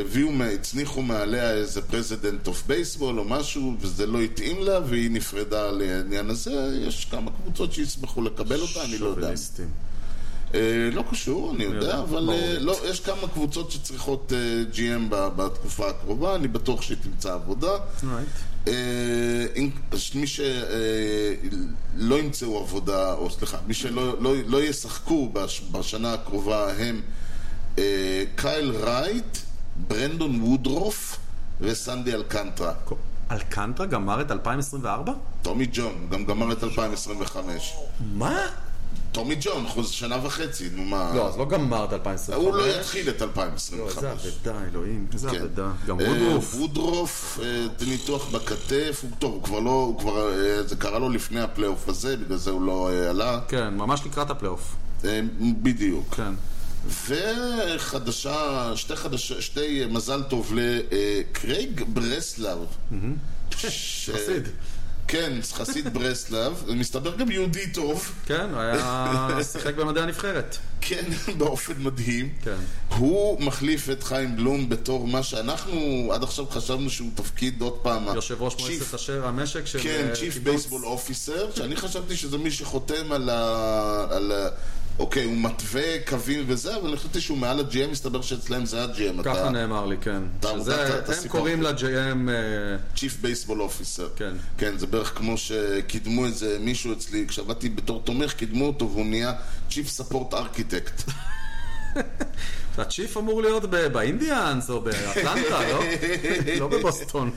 A: הביאו, מה- הצניחו מעליה איזה פרזידנט אוף בייסבול או משהו, וזה לא התאים לה, והיא נפרדה על העניין הזה. יש כמה קבוצות שישמחו לקבל אותה, אני לא יודע.
B: שוביניסטים.
A: אה, לא קשור, אני יודע,
B: יודע,
A: אבל
B: ברור.
A: אה, לא, יש כמה קבוצות שצריכות אה, GM ב- בתקופה הקרובה, אני בטוח שהיא תמצא עבודה. אה, אם- אז מי שלא ימצאו עבודה, או סליחה, מי שלא לא, לא ישחקו בש, בשנה הקרובה הם אה, קייל רייט, ברנדון וודרוף וסנדי אלקנטרה.
B: אלקנטרה גמר את 2024?
A: טומי ג'ון, גם גמר את 2025.
B: מה?
A: טומי ג'ון, חוז שנה וחצי, נו מה.
B: לא, אז לא גמר את 2025.
A: הוא לא יתחיל את 2025.
B: לא, איזה אבדה, אלוהים. איזה
A: כן.
B: אבדה. גם
A: אה,
B: רודרוף.
A: וודרוף, אה, זה ניתוח בכתף, הוא טוב, הוא כבר לא, הוא כבר, אה, זה קרה לו לפני הפלייאוף הזה, בגלל זה הוא לא אה, עלה.
B: כן, ממש לקראת הפלייאוף.
A: אה, בדיוק.
B: כן.
A: וחדשה, שתי חדשה, שתי אה, מזל טוב לקרייג ברסלב. ש-
B: חסיד.
A: כן, חסיד ברסלב, מסתבר גם יהודי טוב,
B: כן, הוא
A: *laughs*
B: היה... שיחק במדעי הנבחרת.
A: כן, *laughs* באופן מדהים.
B: כן.
A: הוא מחליף את חיים בלום בתור מה שאנחנו עד עכשיו חשבנו שהוא תפקיד עוד פעם. ה-
B: יושב ראש
A: Chief
B: מועצת אשר המשק של...
A: כן,
B: אה,
A: צ'יף
B: קיבוץ.
A: בייסבול אופיסר, שאני חשבתי שזה מי שחותם על ה... על ה... אוקיי, הוא מתווה קווים וזה, אבל אני חשבתי שהוא מעל הג'י.אם, מסתבר שאצלהם זה הג'י.אם.
B: ככה נאמר לי, כן.
A: אתה-
B: שזה-
A: אתה- אתה
B: הם
A: סיפרת.
B: קוראים ל-JM... אה,
A: צ'יף בייסבול אופיסר.
B: כן.
A: כן, זה בערך כמו שקידמו איזה מישהו אצלי, כשעבדתי בתור תומך, קידמו אותו והוא נהיה צ'יף ספורט ארכיטקט.
B: הצ'יף אמור להיות ב- באינדיאנס או באטלנטה,
A: *laughs*
B: לא? לא בבוסטון.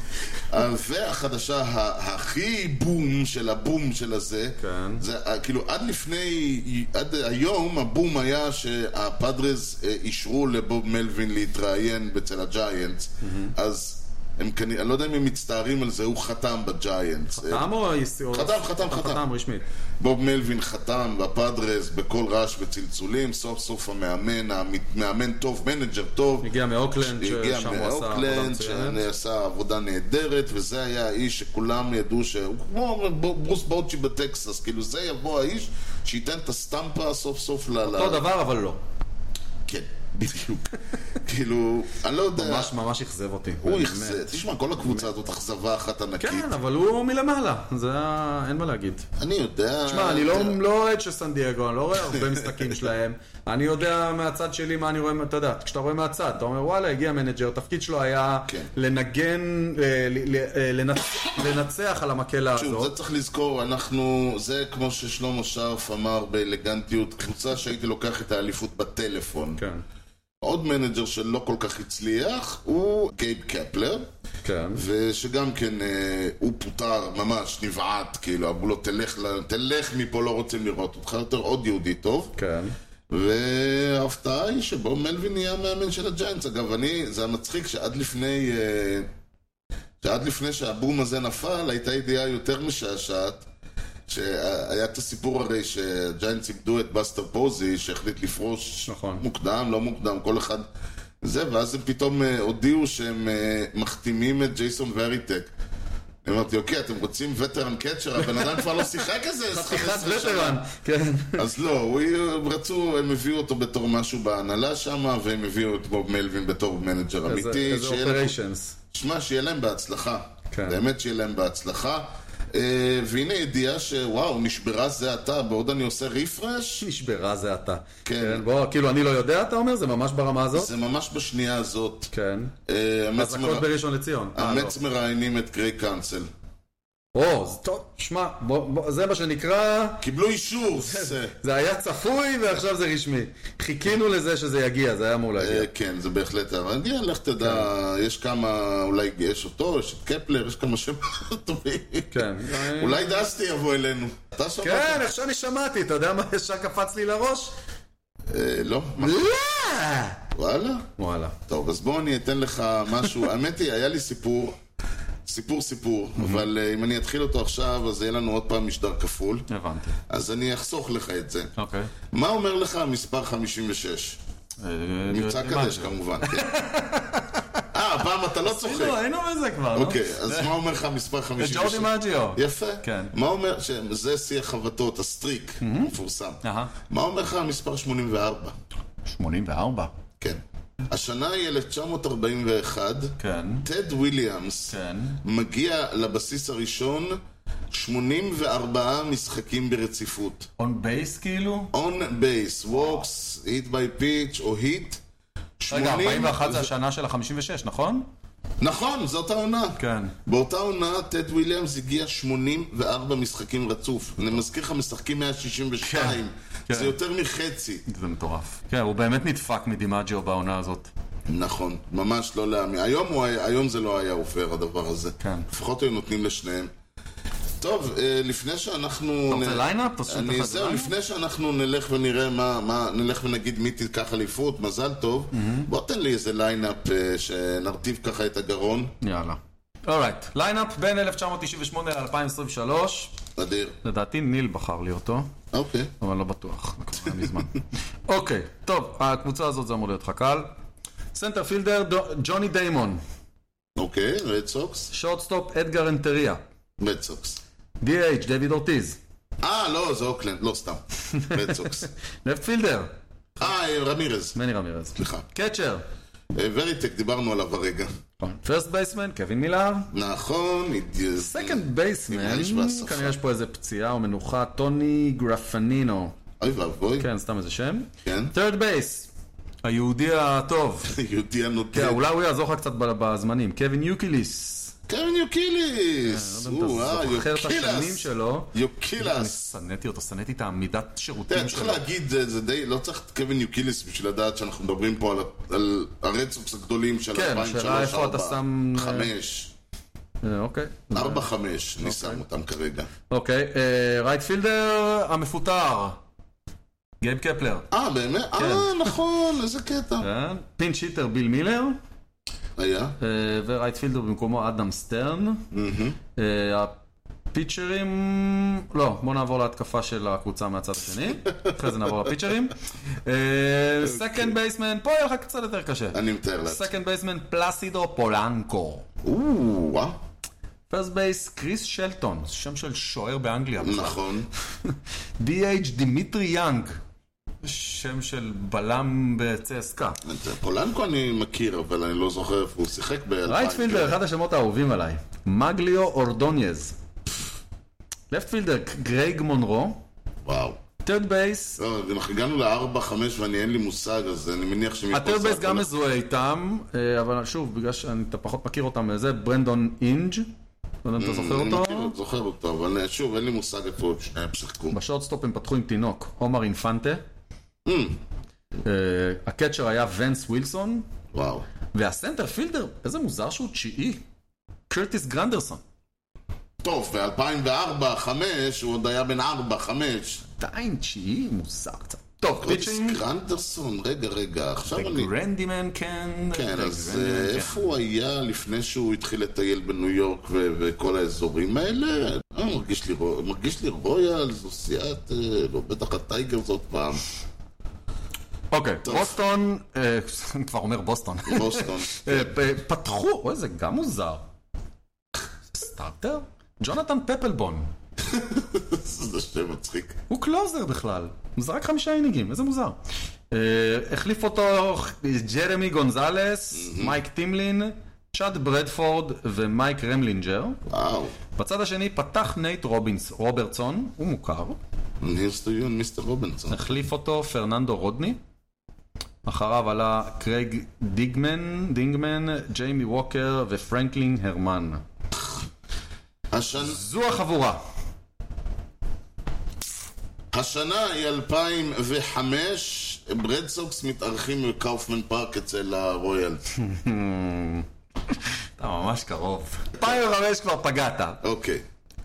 A: והחדשה ה- הכי בום של הבום של הזה,
B: כן.
A: זה אה, כאילו עד לפני, עד היום הבום היה שהפאדרס אה, אישרו לבוב מלווין להתראיין אצל הג'יינטס, אז הם כנראה, אני לא יודע אם הם מצטערים על זה, הוא חתם בג'יינטס. אה,
B: טעם או איסור?
A: חתם, חתם, חתם.
B: חתם רשמית.
A: בוב מלווין חתם בפאדרס בכל רעש וצלצולים, סוף סוף המאמן, המאמן טוב, מנג'ר טוב.
B: הגיע מאוקלנד,
A: שהגיע
B: ששם הוא עשה עבודה
A: מאוקלנד,
B: מצוינת.
A: שעשה עבודה נהדרת, וזה היה האיש שכולם ידעו שהוא כמו ברוס באוצ'י בטקסס, כאילו זה יבוא האיש שייתן את הסטמפה סוף סוף ל... ל-
B: אותו דבר, אבל לא.
A: כן, *laughs* בדיוק. כאילו, אני לא יודע,
B: ממש ממש אכזב אותי.
A: הוא
B: באמת.
A: אכזב, תשמע, כל הקבוצה הזאת אכזבה אחת ענקית.
B: כן, אבל הוא מלמעלה, זה ה- אין מה להגיד.
A: אני יודע...
B: תשמע, אני
A: אתה-
B: לא- לא אוהד של סן דייגו, אני לא רואה
A: *laughs*
B: הרבה משחקים שלהם. אני יודע מהצד שלי מה אני רואה, אתה יודע, כשאתה רואה מהצד, אתה אומר, וואלה, הגיע מנג'ר, התפקיד שלו היה
A: כן.
B: לנגן, אה, ל- ל- אה, לנצ- לנצח על המקהלה
A: שוב,
B: הזאת.
A: זה צריך לזכור, אנחנו, זה כמו ששלמה שרף אמר באלגנטיות, קבוצה שהייתי לוקח את האליפות בטלפון.
B: כן,
A: עוד מנג'ר שלא כל כך הצליח הוא גייב קפלר,
B: כן.
A: ושגם כן אה, הוא פוטר ממש, נבעט, כאילו, אמרו לו תלך, ל- תלך מפה, לא רוצים לראות אותך יותר, עוד יהודי טוב.
B: כן.
A: וההפתעה היא שבו מלווין נהיה המאמן של הג'יינטס. אגב, אני, זה המצחיק שעד לפני... אה, שעד לפני שהבום הזה נפל, הייתה ידיעה יותר משעשעת. שהיה את הסיפור הרי שהג'יינטס איבדו את בסטר פוזי, שהחליט לפרוש
B: נכון.
A: מוקדם, לא מוקדם, כל אחד זה, ואז הם פתאום אה, הודיעו שהם אה, מחתימים את ג'ייסון וריטק. אמרתי, אוקיי, אתם רוצים וטרן קצ'ר, הבן אדם כבר לא שיחק איזה 15
B: חתיכת
A: שנה.
B: וטרן. כן.
A: אז לא, הוא, הם רצו, הם הביאו אותו בתור משהו בהנהלה שם, והם הביאו את בוב מלווין בתור מנג'ר
B: איזה-
A: אמיתי.
B: איזה
A: שיהיה להם-
B: אופריישנס.
A: שמע, שיהיה להם בהצלחה.
B: כן.
A: באמת שיהיה להם בהצלחה. אה, והנה ידיעה שוואו, נשברה זה עתה, בעוד אני עושה רפרש,
B: נשברה זה אתה.
A: כן.
B: כן. בוא, כאילו, אני לא יודע, אתה אומר? זה ממש ברמה הזאת?
A: זה ממש בשנייה הזאת.
B: כן.
A: אה,
B: אז
A: אמץ
B: הכל
A: מר-
B: בראשון לציון. אה, לא.
A: אמץ מראיינים את גריי קאנסל.
B: או, זה טוב, שמע, בוא- בוא, זה מה שנקרא,
A: קיבלו
B: *laughs*
A: אישור. זה.
B: זה היה צפוי ועכשיו זה רשמי. חיכינו לזה שזה יגיע, זה היה אמור להגיע.
A: אה, כן, זה בהחלט, אבל אני לך תדע,
B: כן.
A: יש כמה, אולי יש אותו, יש את קפלר, יש כמה שמות טובים.
B: כן.
A: אולי דסטי יבוא אלינו. אתה שמעת?
B: כן, איך שאני שמעתי, אתה יודע מה *laughs* ישר קפץ לי לראש?
A: אה, לא? מה,
B: לא!
A: וואלה?
B: וואלה.
A: טוב, אז בוא אני אתן לך משהו. *laughs* האמת היא, היה לי סיפור, סיפור סיפור,
B: Mhm.
A: אבל אה, אם אני אתחיל אותו עכשיו, אז יהיה לנו עוד פעם משדר כפול.
B: הבנתי.
A: אז אני אחסוך לך את זה.
B: אוקיי.
A: מה אומר לך המספר 56?
B: אה,
A: נמצא קדש כמובן,
B: *laughs*
A: כן. אה, הפעם אתה לא צוחק.
B: היינו בזה כבר, לא?
A: אוקיי, אז מה אומר לך המספר 56?
B: ג'ורדי מג'יו.
A: יפה.
B: כן. Mhm.
A: מה אומר, ש- זה שיא החבטות, הסטריק, המפורסם.
B: אהה.
A: מה אומר לך המספר 84?
B: 84.
A: כן. השנה היא 1941,
B: כן.
A: טד וויליאמס
B: כן.
A: מגיע לבסיס הראשון 84 משחקים ברציפות.
B: און בייס כאילו?
A: און בייס, ווקס, היט ביי פיץ' או היט.
B: רגע, 41 זה השנה של ה-56, נכון?
A: נכון, זאת העונה.
B: כן.
A: באותה עונה, טד וויליאמס הגיע 84 משחקים רצוף. אני מזכיר לך, משחקים 162.
B: כן,
A: זה
B: כן.
A: יותר מחצי.
B: זה מטורף. כן, הוא באמת נדפק מדימג'יו בעונה הזאת.
A: נכון, ממש לא להאמין. היום, הוא היה- היום זה לא היה עובר, הדבר הזה.
B: כן.
A: לפחות היו נותנים לשניהם. טוב, אה, לפני שאנחנו...
B: רוצה
A: נ-
B: ליינאפ? תעשו לך
A: אני
B: את
A: זהו,
B: הליינאפ.
A: לפני שאנחנו נלך ונראה מה, מה, נלך ונגיד מי תיקח אליפות, מזל טוב, בוא תן לי איזה ליינאפ אה, שנרטיב ככה את הגרון,
B: יאללה. אורייט, ליינאפ בין 1998 ל-2023,
A: אדיר.
B: לדעתי ניל בחר לי אותו,
A: אוקיי.
B: אבל לא בטוח, זה כבר היה *laughs* מזמן. אוקיי, טוב, הקבוצה הזאת זה אמור להיות לך קל. סנטר פילדר, דו- ג'וני דיימון,
A: אוקיי, רד סוקס?
B: שורטסטופ אדגר אנטריה,
A: רד סוקס.
B: DH דויד אורטיז,
A: אה, לא, זה אוקלנד, לא
B: *laughs*
A: סתם. רד סוקס.
B: לפט פילדר,
A: אה, רמירז,
B: מני רמירז,
A: סליחה.
B: קצ'ר,
A: אה, וריטק, דיברנו עליו הרגע.
B: פרסט בייסמן, נכון. קווין מילר,
A: נכון, אידיוט.
B: סקנד בייסמן,
A: אה, נראה לי שבהשפה.
B: כנראה יש פה איזה פציעה או מנוחה, טוני גרפנינו,
A: אוי ואבוי,
B: כן, סתם איזה שם.
A: כן.
B: third base, היהודי הטוב.
A: יהודי
B: כן,
A: הנוטה.
B: אולי הוא יעזור לך קצת ב- בזמנים. קווין יוקיליס.
A: קרן אה, יוקיליס!
B: אני לא יודע אם אתה זוכר את השנים
A: יוקילס!
B: שלו. אני
A: יוקילס!
B: שנאתי אותו, שנאתי את העמידת
A: תראה,
B: שירותים
A: צריך
B: שלו.
A: להגיד, זה זה די, לא צריך את קווין יוקיליס בשביל לדעת שאנחנו מדברים פה על ה- על הרצוקס הגדולים של
B: כן,
A: 2003,
B: השאלה איפה
A: 4,
B: אתה שם, אה,
A: 5,
B: אה, אוקיי.
A: 4, 5, אני שם אותם כרגע.
B: אוקיי, אה, רייט פילדר המפוטר. גייב קפלר.
A: אה, באמת? אה, נכון, איזה קטע.
B: כן. פינץ' היטר ביל מילר.
A: היה?
B: אה, ורייט פילדר במקומו אדם סטרן. אה, הפיצ'רים... לא, בואו נעבור להתקפה של הקבוצה מהצד
A: *laughs*
B: השני. אחרי זה נעבור לפיצ'רים. סקנד בייסמן, פה יהיה לך קצת יותר קשה.
A: אוקיי. אני מתאר לעצמי.
B: סקנד בייסמן פלסידו פולנקו.
A: או, וואה,
B: פרסט בייס קריס שלטון, שם של שוער באנגליה.
A: נכון.
B: DH דימיטרי יאנג, שם של בלם בצסקה.
A: את פולנקו אני מכיר, אבל אני לא זוכר איפה הוא שיחק ב...
B: רייטפילדר, אחד השמות האהובים עליי. מגליו אורדוניז. לפטפילדר, גרייג מונרו.
A: וואו.
B: טרד בייס,
A: לא, אנחנו הגענו לארבע, חמש, ואני אין לי מושג, אז אני מניח שמפה...
B: הטרד
A: זה
B: בייס גם
A: הכל-
B: מזוהה איתם, אה, אבל שוב, בגלל שאתה פחות מכיר אותם, אה, זה ברנדון אינג', לא יודע אם אתה זוכר
A: אני מכיר,
B: אותו.
A: אני זוכר אותו, אבל אה, שוב, אין לי מושג איפה עוד שניהם שיחקו.
B: בשורטסטופ הם פתחו עם תינוק, עומר אינפנטה. אה, הקצ'ר היה ונס ווילסון,
A: וואו.
B: והסנטר פילדר, איזה מוזר שהוא תשיעי. קרטיס גרנדרסון.
A: טוב, ב-2004, 5, הוא עוד היה בן 4, 5.
B: עדיין תשיעי? מוזר קצת. טוב, פיצ'ינג.
A: גרנדרסון, רגע, רגע, עכשיו אני...
B: גרנדימן כן.
A: כן, אז
B: גרנדימן,
A: אה,
B: כן.
A: איפה הוא היה לפני שהוא התחיל לטייל בניו יורק ו- וכל האזורים האלה? אה, מרגיש לי רו- מרגיש לי רויאל, זו סיעת, אה, לא, בטח הטייגרס עוד פעם,
B: אוקיי, בוסטון, אה, אני כבר אומר בוסטון.
A: בוסטון.
B: *laughs*
A: *laughs*
B: אה, פ- פתחו, אוי זה גם מוזר. סטארטר? ג'ונתן פפלבון.
A: זה שם מצחיק.
B: הוא קלוזר בכלל. הוא זרק חמישה אינינגים, איזה מוזר. אה, החליף אותו ג'רמי גונזלס, מייק טימלין, צ'אד ברדפורד ומייק רמלינג'ר.
A: וואו.
B: בצד השני פתח נייט רובינס, רוברטסון, הוא מוכר.
A: And here's to you, מיסטר רובינסון.
B: החליף אותו פרננדו רודני. אחריו עלה קרייג דיגמן, דינגמן, ג'יימי ווקר ופרנקלין הרמן.
A: השנה...
B: זו החבורה.
A: השנה היא 2005, ברד סוקס מתארחים בקאופמן פארק אצל הרויאל.
B: אתה ממש קרוב. 2005 כבר פגעת.
A: אוקיי.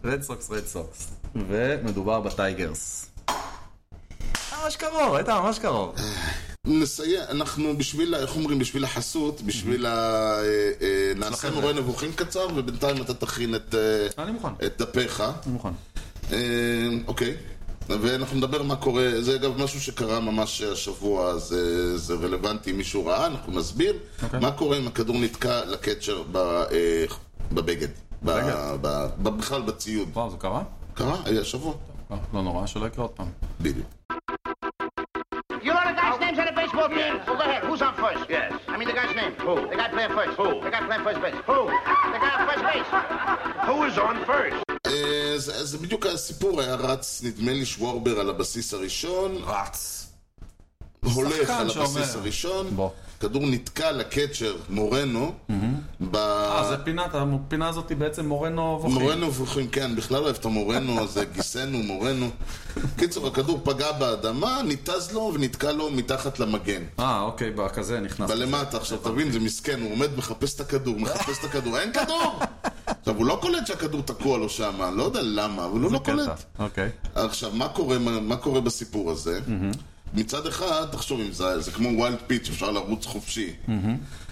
B: רד סוקס, רד סוקס. ומדובר בטייגרס. אתה ממש קרוב, היית ממש קרוב.
A: נסיים, אנחנו בשביל, ה- איך אומרים, בשביל החסות, בשביל ה... אה, אה, נעשה מורה נבוכים קצר, ובינתיים אתה תכין את אה,
B: אני מוכן, אני
A: את דפיך.
B: מוכן.
A: אה, אוקיי. ואנחנו נדבר מה קורה, זה אגב משהו שקרה ממש השבוע, אז אה, זה רלוונטי אם מישהו ראה, אנחנו נסביר
B: אוקיי.
A: מה קורה אם הכדור נתקע לקצ'ר ב- אה, בבגד. ב-
B: בבגד?
A: ב- ב- בכלל בציוד.
B: וואו, זה קרה?
A: קרה? היה שבוע.
B: לא, לא נורא, שלא יקרה עוד פעם.
A: בדיוק.
F: You know the guy's names on the baseball team? Well, go ahead. Who's on first? Yes. I mean the guy's name. Who? The guy playing first. Who? The guy playing first base. Who? The guy on first base. Who is on first?
A: אה, זה זה בדיוק הסיפור, היה רץ, נדמה לי, שוורבר על הבסיס הראשון,
B: רץ.
A: הולך
B: שחקן
A: על הבסיס
B: שאומר.
A: הראשון,
B: בוא.
A: כדור נתקע לקצ'ר מורנו, ב...
B: אה, זה פינת, הפינה הזאת היא בעצם מורנו ווכי.
A: מורנו מבוכים, כן, בכלל לא אוהב את המורנו הזה, גיסנו, מורנו. קיצור, הכדור פגע באדמה, ניתז לו ונתקע לו מתחת למגן.
B: אה, אוקיי, בכזה נכנס.
A: בלמטה, עכשיו תבין, זה מסכן, הוא עומד, מחפש את הכדור, מחפש את הכדור, אין כדור! עכשיו, הוא לא קולט שהכדור תקוע לו שם, לא יודע למה, אבל הוא לא קולט.
B: קטע, אוקיי.
A: עכשיו, מה קורה, מה, מה קורה בסיפור הזה? מצד אחד, תחשוב אם זה, זה כמו ווילד פיץ', אפשר לרוץ חופשי.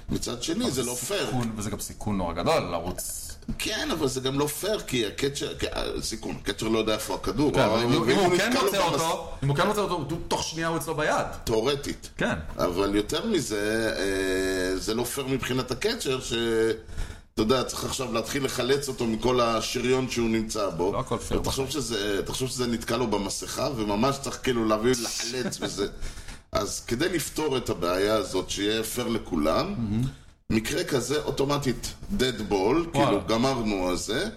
A: מצד שני, זה לא פייר.
B: סיכון, וזה גם סיכון נורא גדול לרוץ.
A: כן, אבל זה גם לא פייר, כי הקצ'ר, כי- אה, סיכון, הקצ'ר לא יודע איפה הכדור.
B: כן,
A: אבל
B: אבל אם הוא- אם הוא כן
A: נתקע לו
B: מוצא
A: גם אז-
B: אותו, אם הוא כן מוצא אותו, הוא תוך שנייה הוא אצלו ביד.
A: תאורטית.
B: כן.
A: אבל יותר מזה, אה, זה לא פייר מבחינת הקצ'ר, ש... אתה יודע, צריך עכשיו להתחיל לחלץ אותו מכל השריון שהוא נמצא בו.
B: לא הכל פייר
A: תחשוב שזה, תחשוב שזה נתקע לו במסכה, וממש צריך כאילו להביא לחלץ וזה. אז כדי לפתור את הבעיה הזאת, שיהיה פייר לכולם, מקרה כזה אוטומטית dead ball, כאילו גמרנו על זה,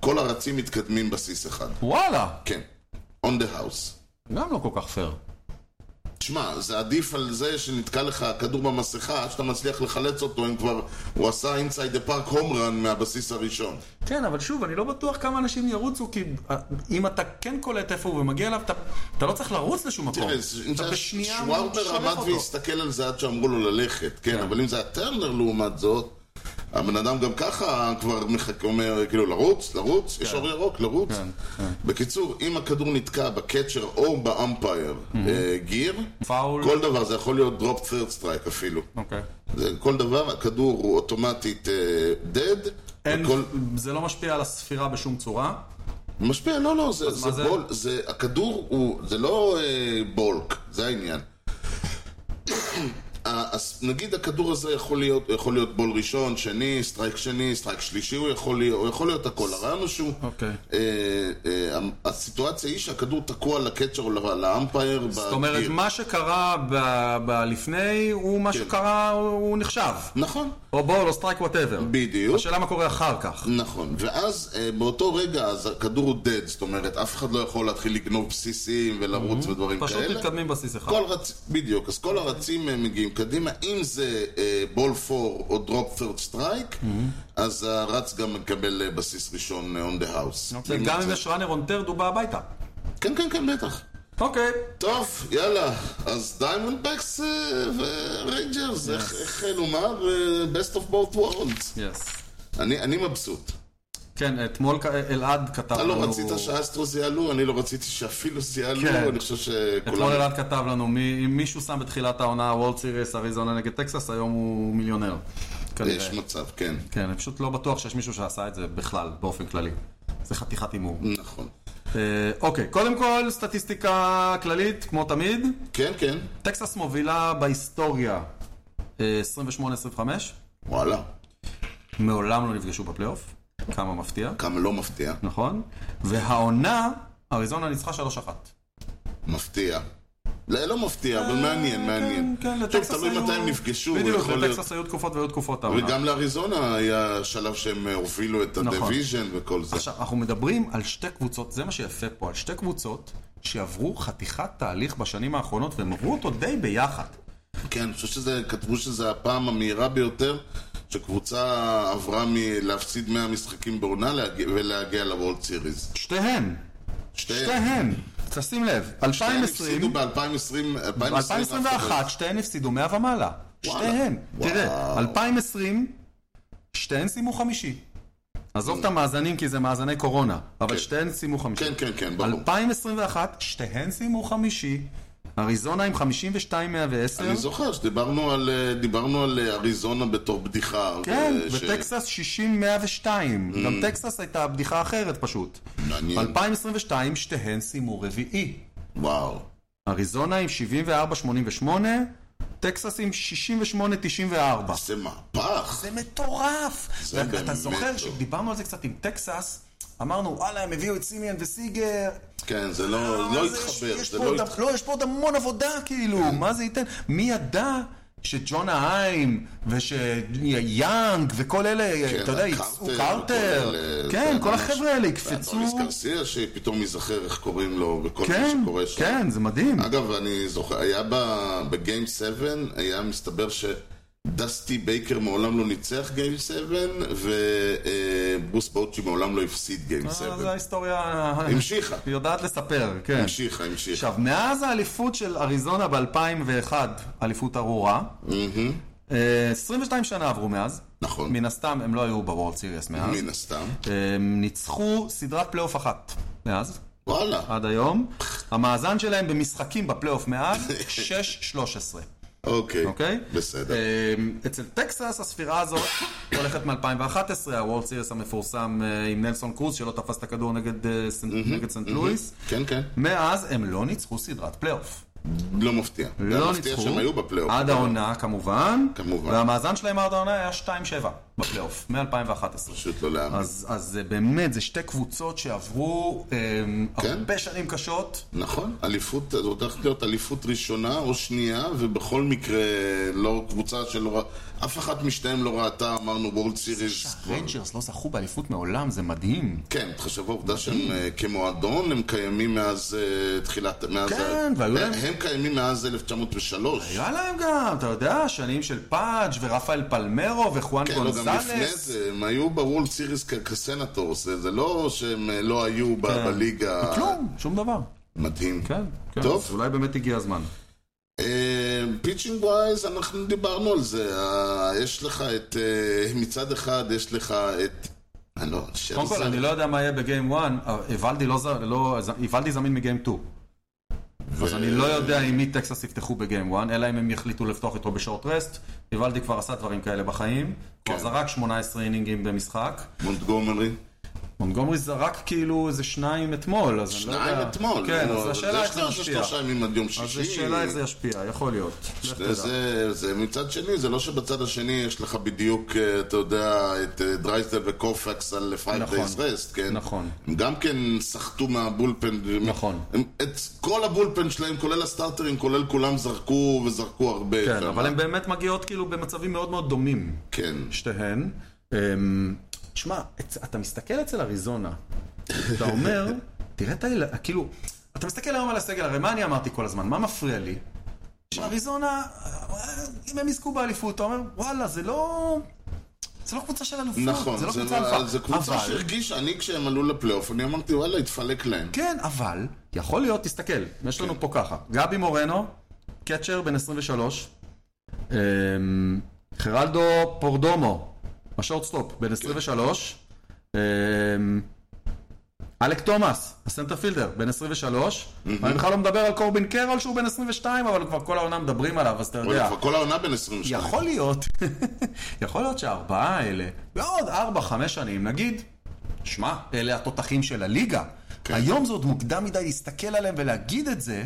A: כל הרצים מתקדמים בסיס אחד.
B: וואלה.
A: כן, on the house.
B: גם לא כל כך פייר.
A: תשמע, זה עדיף על זה שנתקע לך הכדור במסכה, עד שאתה מצליח לחלץ אותו, אם כבר הוא עשה אינסייד דה פארק הום רן מהבסיס הראשון.
B: כן, אבל שוב, אני לא בטוח כמה אנשים ירוצו, כי אה, אם אתה כן קולט איפה הוא ומגיע אליו, אתה, אתה לא צריך לרוץ לשום מקום.
A: תראה, אם
B: אתה
A: זה היה
B: בשנייה
A: שווארבר
B: שולף
A: עמד
B: אותו.
A: והסתכל על זה עד שאמרו לו ללכת, כן,
B: כן.
A: אבל אם זה היה טרנר לעומת זאת, הבן אדם גם ככה כבר מחכה, אומר, כאילו, לרוץ, לרוץ,
B: כן.
A: יש אור ירוק, לרוץ. בקיצור, אם הכדור נתקע בקצ'ר או באמפייר אה, גיר,
B: פאול.
A: כל דבר, זה יכול להיות דרופ third סטרייק אפילו.
B: אוקיי.
A: זה כל דבר, הכדור הוא אוטומטית אה, dead.
B: אין,
A: וכל-
B: זה לא משפיע על הספירה בשום צורה.
A: משפיע, לא, לא, זה,
B: מה
A: זה,
B: זה?
A: זה בול, זה, הכדור הוא, זה לא אה, בולק, זה העניין. *coughs* ה- הס- נגיד הכדור הזה יכול להיות, יכול להיות בול ראשון, שני, סטרייק שני, סטרייק שלישי, הוא יכול להיות, הוא יכול להיות הכל. הרעיון הוא שהוא,
B: אוקיי.
A: אה, אה, המ- הסיטואציה היא שהכדור תקוע לקצ'ר או ל- לאמפייר.
B: זאת אומרת, מה שקרה ב- בלפני, הוא מה
A: כן.
B: שקרה, הוא- הוא נחשב.
A: נכון.
B: או בואו, או סטרייק וואטאבר.
A: בדיוק.
B: השאלה מה קורה אחר כך.
A: נכון, ואז אה, באותו רגע אז הכדור הוא dead, זאת אומרת, אף אחד לא יכול להתחיל לגנוב בסיסים ולרוץ ודברים
B: Mm-hmm. פשוט
A: כאלה.
B: מתקדמים בסיס אחד.
A: כל רצ... בדיוק, אז כל הרצים אה, מגיעים קדימה, אם זה בול פור או דרופ third סטרייק,
B: Mm-hmm.
A: אז הרץ גם מקבל אה, בסיס ראשון און דה האוס.
B: אוקיי, כן, גם אם יש ראנר און טרד, הוא בא הביתה.
A: כן, כן, כן, בטח.
B: אוקיי.
A: טוב, יאללה, אז דיימונד בקס וריינג'רס, איך איך לומר? אה, best of both worlds.
B: יס.
A: אני אני מבסוט.
B: כן, אתמול כ- אלעד כתב
A: אתה
B: לנו...
A: לא רצית שהאסטרוס יעלו, אני לא רציתי שאפילוס יעלו,
B: כן.
A: אני חושב
B: אתמול
A: שכולם...
B: אלעד כתב לנו, "מי- אם מישהו שם בתחילת העונה וולד סיריס אריזונה נגד טקסס, היום הוא מיליונר.
A: יש
B: כנראה.
A: מצב, כן.
B: כן, אני פשוט לא בטוח שיש מישהו שעשה את זה בכלל, באופן כללי. זה חתיכת הימור.
A: נכון.
B: אה, אוקיי, קודם כל, סטטיסטיקה כללית, כמו תמיד.
A: כן, כן,
B: טקסס מובילה בהיסטוריה אה, 28-25.
A: וואלה,
B: מעולם לא נפגשו בפלייאוף. כמה מפתיע.
A: כמה לא מפתיע.
B: נכון. והעונה, אריזונה ניצחה 3-1.
A: מפתיע. לא, לא מפתיע, אבל מעניין, מעניין.
B: אה, כן,
A: טוב,
B: לטקסס
A: תלוי מתי הם נפגשו,
B: בדיוק,
A: יכול להיות.
B: לטקסס היו תקופות והיו תקופות העונה.
A: וגם לאריזונה היה שלב שהם הובילו את
B: נכון.
A: הדיוויז'ן וכל זה.
B: עכשיו, אנחנו מדברים על שתי קבוצות, זה מה שיפה פה, על שתי קבוצות שעברו חתיכת תהליך בשנים האחרונות, והם עברו אותו די ביחד.
A: כן, אני חושב שזה, כתבו שזה הפעם המהירה ביותר שקבוצה עברה מלהפסיד 100 משחקים בעונה להגיע- ולהגיע לוולד סיריס.
B: שתיהן,
A: שתיהן.
B: שתיהן, תשים לב,
A: שתיהן הפסידו
B: 2020,
A: ב-2020,
B: 2021, שתיהן הפסידו 100 ומעלה.
A: וואלה.
B: שתיהן.
A: וואו.
B: תראה, 2020, שתיהן סיימו חמישי. עזוב את המאזנים כי זה מאזני קורונה, אבל
A: כן.
B: שתיהן סיימו חמישי.
A: כן, כן, כן, ברור.
B: אה? 2021, שתיהן סיימו חמישי. אריזונה עם 52 110.
A: אני זוכר שדיברנו על, אה, דיברנו על אה, אריזונה בתור בדיחה.
B: כן,
A: ו- אה, ש- Mm.
B: וטקסס 60-102. גם טקסס הייתה בדיחה אחרת פשוט.
A: מעניין.
B: 2022, שתיהן סיימו רביעי.
A: וואו.
B: אריזונה עם 74-88, טקסס עם 68-94.
A: זה מהפך.
B: זה מטורף!
A: זה
B: ואתה
A: באמת
B: זוכר
A: טוב.
B: שדיברנו על זה קצת עם טקסס, אמרנו, וואלה, הם הביאו את סימיאן וסיגר.
A: כן, זה לא, לא
B: אה, זה-
A: התחבר,
B: יש
A: זה
B: פה
A: לא כן.
B: עוד-
A: התחבר.
B: לא, יש פה עוד המון עבודה, כאילו, מה זה ייתן? מי ידע שג'ונה היים, ושיאנג, וכל אלה,
A: כן,
B: אתה יודע, יצאו קרטר, כן, כל החבר'ה האלה יקפצו.
A: קרסיה שפתאום ייזכר איך קוראים לו וכל מה
B: כן,
A: שקורה שם. אה,
B: כן, זה מדהים.
A: אגב, אני זוכר, היה בגיים 7, היה מסתבר שדסטי בייקר מעולם לא ניצח גיים 7, וברוס בוצ'י מעולם לא הפסיד גיים
B: אה, זו
A: 7.
B: ההיסטוריה...
A: המשיכה.
B: היא יודעת לספר, כן.
A: המשיכה, המשיכה.
B: עכשיו, מאז האליפות של אריזונה ב-2001, אליפות ארורה, אה, 22 שנה עברו מאז.
A: נכון.
B: מן הסתם, הם לא היו בוורלד סיריוס מאז.
A: מן הסתם.
B: כן. הם ניצחו סדרת פלייאוף אחת מאז,
A: וואלה,
B: עד היום. המאזן שלהם במשחקים
A: *laughs*
B: בפלייאוף מאז, 6-13,
A: אוקיי.
B: אוקיי?
A: בסדר.
B: אמ, אצל טקסס הספירה הזאת *coughs* הולכת מ-2011, הוורלד סיריוס המפורסם אה, עם נלסון קרוז, שלא תפס את הכדור נגד אה, סנ- נגד סנט לואיס.
A: כן, כן.
B: מאז הם לא ניצחו סדרת פלייאוף.
A: לא מפתיע.
B: לא
A: מפתיע
B: ניצחו.
A: שהם היו בפלייאוף.
B: עד
A: אבל-
B: העונה כמובן.
A: כמובן.
B: והמאזן שלהם עד העונה היה 2-7. בפלייאוף, מ-2011.
A: פשוט לא להאמין.
B: אז, אז אה, באמת, זה שתי קבוצות שעברו אמ,
A: כן.
B: הרבה שנים קשות.
A: נכון, אליפות, זו הולכת להיות אליפות ראשונה או שנייה, ובכל מקרה, לא קבוצה שלא... ר- אף אחת משתיהן לא ראתה, אמרנו וולד סיריס.
B: רנג'רס לא זכו באליפות מעולם, זה מדהים.
A: כן, תחשב העובדה שהם אה, כמועדון, הם קיימים מאז אה, תחילת... מאז
B: כן,
A: ה-
B: והיו להם-
A: הם- הם קיימים מאז 1903.
B: היה להם גם, אתה יודע, שנים של פאג' ורפאל פלמרו וחואן
A: כן, לא, גם לפני
B: גונזלס.
A: זה, הם היו בוולד סיריס כ- כסנטורס, זה זה לא שהם אה, לא היו ב- בליגה.
B: כן. כלום, שום דבר.
A: מדהים.
B: כן, כן.
A: טוב.
B: אז אולי באמת הגיע הזמן.
A: פיצ'ינג ווייז, אה, אנחנו דיברנו על זה. אה, יש לך את... אה, מצד אחד, יש לך את... אני לא...
B: קודם כל,
A: שרזר-
B: אני לא יודע מה יהיה בגיים 1, איוולדי לא ז- לא- איוולדי זמין מגיים 2. אז אני לא יודע עם מי טקסס יפתחו בגיים 1, אלא אם הם יחליטו לפתוח איתו בשורט רסט. איוולדי כבר עשה דברים כאלה בחיים.
A: כן.
B: כבר זרק 18 אינינגים במשחק.
A: מונטגומרי.
B: מונגומרי זרק כאילו איזה שניים אתמול, אז אני לא יודע.
A: שניים אה, אתמול.
B: כן,
A: נו,
B: אז השאלה איך זה
A: יש לו
B: משפיע.
A: שלושה ימים עד יום
B: אז
A: שישי.
B: השאלה איך זה ישפיע, יכול להיות. לך תדע.
A: זה, זה מצד שני, זה לא שבצד השני יש לך בדיוק, אה, אתה יודע, את אה, דרייסדל וקורפקס על פרייד
B: נכון.
A: דייז רסט, כן?
B: נכון.
A: הם גם כן סחטו מהבולפן.
B: נכון.
A: הם, את כל הבולפן שלהם, כולל הסטארטרים, כולל כולם זרקו וזרקו הרבה.
B: כן,
A: כמה-
B: אבל הן באמת מגיעות כאילו במצבים מאוד מאוד דומים,
A: כן.
B: שתיהן. אמ, תשמע, את- אתה מסתכל אצל אריזונה, אתה
A: *laughs*
B: אומר, תראה את הילד, כאילו, אתה מסתכל היום על הסגל, הרי מה אני אמרתי כל הזמן, מה מפריע לי? שאריזונה, אה, אם הם יזכו באליפות, אתה אומר, וואלה, זה לא... זה לא קבוצה של אלופות,
A: נכון,
B: זה לא קבוצה אלופה.
A: זה קבוצה
B: אבל-
A: שהרגישה, אני כשהם עלו לפלייאוף, אני אמרתי, וואלה, התפלק להם.
B: כן, אבל, יכול להיות, תסתכל, יש לנו פה ככה. גבי מורנו, קצ'ר בן 23, אמ, חרלדו פורדומו, השורטסטופ, בן 23, אמ, אלק תומאס, הסנטר פילדר, בן 23, אני בכלל לא מדבר על קורבין קרול שהוא בן 22, אבל כבר כל העונה מדברים עליו, אז אתה יודע.
A: וואלה, כבר כל העונה בין 22.
B: יכול להיות, *laughs* יכול להיות שהארבעה האלה, בעוד ארבע, חמש שנים, נגיד, שמע, אלה התותחים של הליגה.
A: כן.
B: היום זה עוד מוקדם מדי להסתכל עליהם ולהגיד את זה,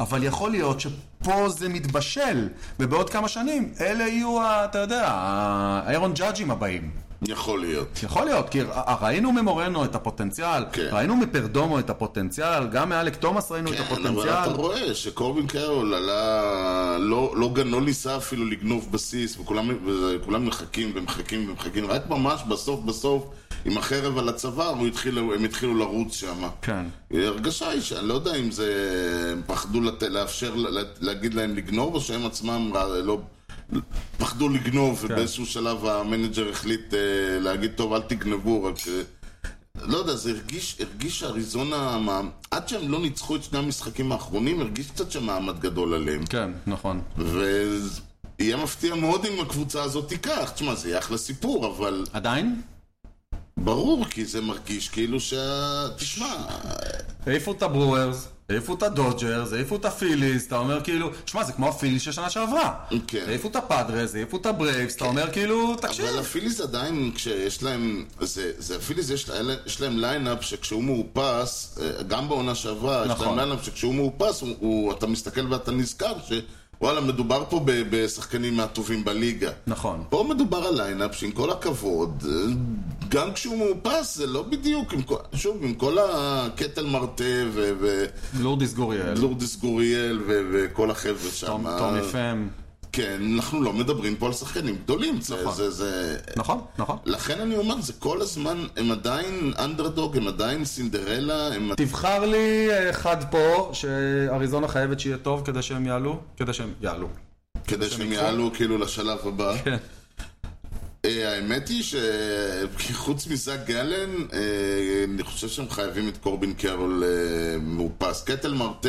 B: אבל יכול להיות שפה זה מתבשל, ובעוד כמה שנים, אלה יהיו, ה- אתה יודע, האיירון ג'אג'ים הבאים.
A: יכול להיות.
B: יכול להיות, כי ר- ראינו ממורנו את הפוטנציאל,
A: כן.
B: ראינו מפרדומו את הפוטנציאל, גם מאלק תומאס ראינו את
A: כן, אבל
B: הפוטנציאל.
A: אתה רואה שקורבין קרול עלה, לא, לא, גן- לא ניסה אפילו לגנוב בסיס, וכולם וכולם מחכים ומחכים ומחכים, רק ממש בסוף בסוף, עם החרב על הצוואר, הוא התחיל, הם התחילו לרוץ שם.
B: כן.
A: הרגשה היא שאני לא יודע אם זה, הם פחדו לת, לאפשר, לה- להגיד להם לגנוב, או שהם עצמם ר- לא... פחדו לגנוב, ובאיזשהו שלב המנג'ר החליט אה, להגיד, טוב, אל תגנבו, רק... אה, לא יודע, זה הרגיש, הרגיש שאריזונה, מה- עד שהם לא ניצחו את שני המשחקים האחרונים, הרגיש קצת שמעמד גדול עליהם.
B: כן, נכון.
A: ויהיה מפתיע מאוד אם הקבוצה הזאת תיקח. תשמע, זה יהיה אחלה סיפור, אבל
B: עדיין?
A: ברור, כי זה מרגיש כאילו שה... תשמע,
B: העיפו את הברוארס, העיפו את הדודג'רס, העיפו את הפיליס, אתה אומר כאילו, שמע, זה כמו הפיליס של שנה שעברה.
A: כן.
B: העיפו את הפאדרס, העיפו את הברייבס, אתה אומר כאילו, תקשיב.
A: אבל הפיליז עדיין, כשיש להם, זה, זה הפיליז, יש, לה- יש להם ליינאפ שכשהוא מאופס, אה, גם בעונה שעברה, יש
B: נכון.
A: להם ליינאפ שכשהוא מאופס, הוא, הוא, אתה מסתכל ואתה נזכר שוואלה, מדובר פה ב, בשחקנים מהטובים בליגה.
B: נכון.
A: פה מדובר על ליינאפ שעם כל הכבוד, אה, גם כשהוא מאופס, זה לא בדיוק, עם כל, שוב, עם כל הקטל מרטה ו... ו
B: לורדיס גוריאל,
A: לורדיס גוריאל ו- וכל החבר'ה שם. אה,
B: תום תום FM,
A: כן, אנחנו לא מדברים פה על שחקנים גדולים. זה-
B: נכון.
A: זה, זה,
B: נכון, נכון.
A: לכן אני אומר, זה כל הזמן, הם עדיין אנדרדוג, הם עדיין סינדרלה, הם...
B: תבחר לי אחד פה, שאריזונה חייבת שיהיה טוב כדי שהם יעלו, כדי שהם יעלו.
A: כדי שהם יעלו כאילו לשלב הבא.
B: כן.
A: אה, האמת היא שחוץ מזאק גלן, אה, אני חושב שהם חייבים את קורבין קרול אה, מאופס. קטל מרטה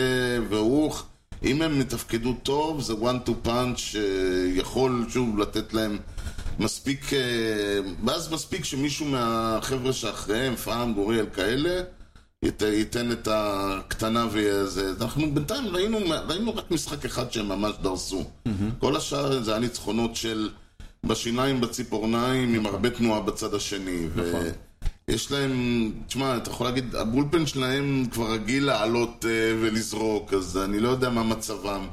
A: ורוך, אם הם יתפקדו טוב, זה one to punch שיכול שוב לתת להם מספיק, אה, ואז מספיק שמישהו מהחבר'ה שאחריהם, פעם, גוריאל, כאלה, ית, ייתן את הקטנה וזה. אנחנו בינתיים ראינו, ראינו רק משחק אחד שהם ממש דרסו. Mm-hmm. כל השאר זה היה ניצחונות של בשיניים, בציפורניים, עם הרבה תנועה בצד השני. נכון. יש להם, תשמע, אתה יכול להגיד, הבולפן שלהם כבר רגיל לעלות אה, ולזרוק, אז אני לא יודע מה מצבם.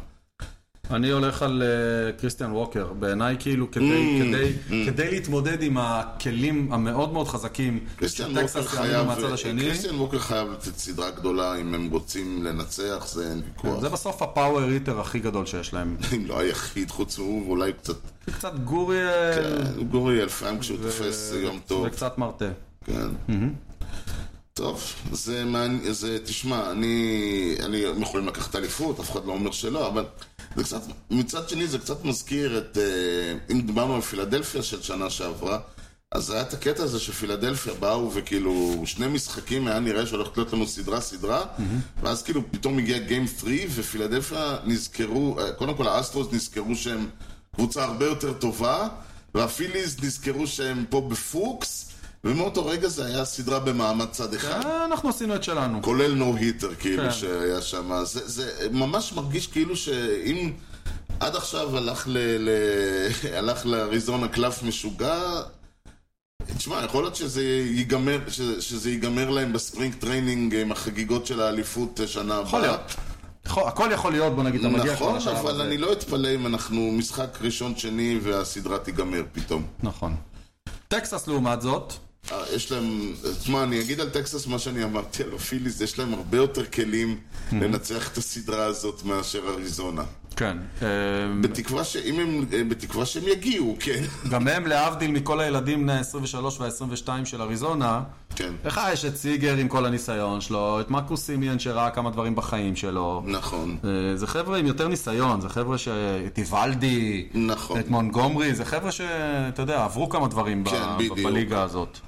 B: אני הולך על אה, קריסטיאן ווקר. בעיניי כאילו
A: Mm,
B: כדי, כדי, כדי להתמודד עם הכלים המאוד מאוד חזקים
A: קריסטיאן
B: שטקסס
A: ווקר
B: יעמידו
A: חייב,
B: מהצד השני,
A: קריסטיאן ווקר חייב לתת סדרה גדולה אם הם רוצים לנצח, זה אין ויכוח.
B: כן, זה בסוף הפאוור היטר הכי גדול שיש להם.
A: אם לא היחיד, חוץ מהוא, ואולי קצת...
B: קצת גוריאל
A: גורי לפעמים כשהוא תופס יום כן, טוב.
B: וקצת מרטה.
A: כן. טוב, זה מעניין, זה, תשמע, אני, אני, הם יכולים לקחת אליפות, אף אחד לא אומר שלא, אבל זה קצת, מצד שני זה קצת מזכיר את, אה, אם דיברנו על פילדלפיה של שנה שעברה, אז היה את הקטע הזה שפילדלפיה באו וכאילו שני משחקים היה נראה שהולכת להיות לנו סדרה סדרה ואז כאילו פתאום הגיע גיים 3 ופילדלפיה נזכרו, אה, קודם כל האסטרוס נזכרו שהם קבוצה הרבה יותר טובה והפיליז נזכרו שהם פה בפוקס ומאותו רגע זה היה סדרה במעמד צד אחד
B: אה, אנחנו עשינו את שלנו.
A: כולל נו היטר, כאילו,
B: כן.
A: שהיה שם. זה, זה ממש מרגיש כאילו שאם עד עכשיו הלך, ל, ל, הלך לאריזונה קלף משוגע, תשמע, יכול להיות שזה ייגמר, שזה, שזה ייגמר להם בספרינג טריינינג עם החגיגות של האליפות שנה הבאה.
B: יכול להיות. יכול- הכל יכול להיות, בוא נגיד, אתה מגיע כבר
A: נכון,
B: לשלב הזה.
A: אבל אני לא אתפלא אם אנחנו משחק ראשון-שני והסדרה תיגמר פתאום.
B: נכון. טקסס לעומת זאת,
A: אה, יש להם, תשמע, אני אגיד על טקסס מה שאני אמרתי על הפיליס, יש להם הרבה יותר כלים
B: Mhm.
A: לנצח את הסדרה הזאת מאשר אריזונה.
B: כן.
A: *laughs*
B: אמ,
A: בתקווה שאם הם, אה, בתקווה שהם יגיעו,
B: *laughs*
A: כן.
B: גם הם, להבדיל מכל הילדים בני ה-23 וה-22 של אריזונה,
A: כן.
B: לך יש את סיגר עם כל הניסיון שלו, את מרקוס סימיאן שראה כמה דברים בחיים שלו.
A: נכון,
B: אה, זה חבר'ה עם יותר ניסיון, זה חבר'ה ש... את איוולדי,
A: נכון.
B: את מונגומרי, זה חבר'ה שאתה יודע, עברו כמה דברים ב-
A: כן, בדיוק.
B: בליגה הזאת.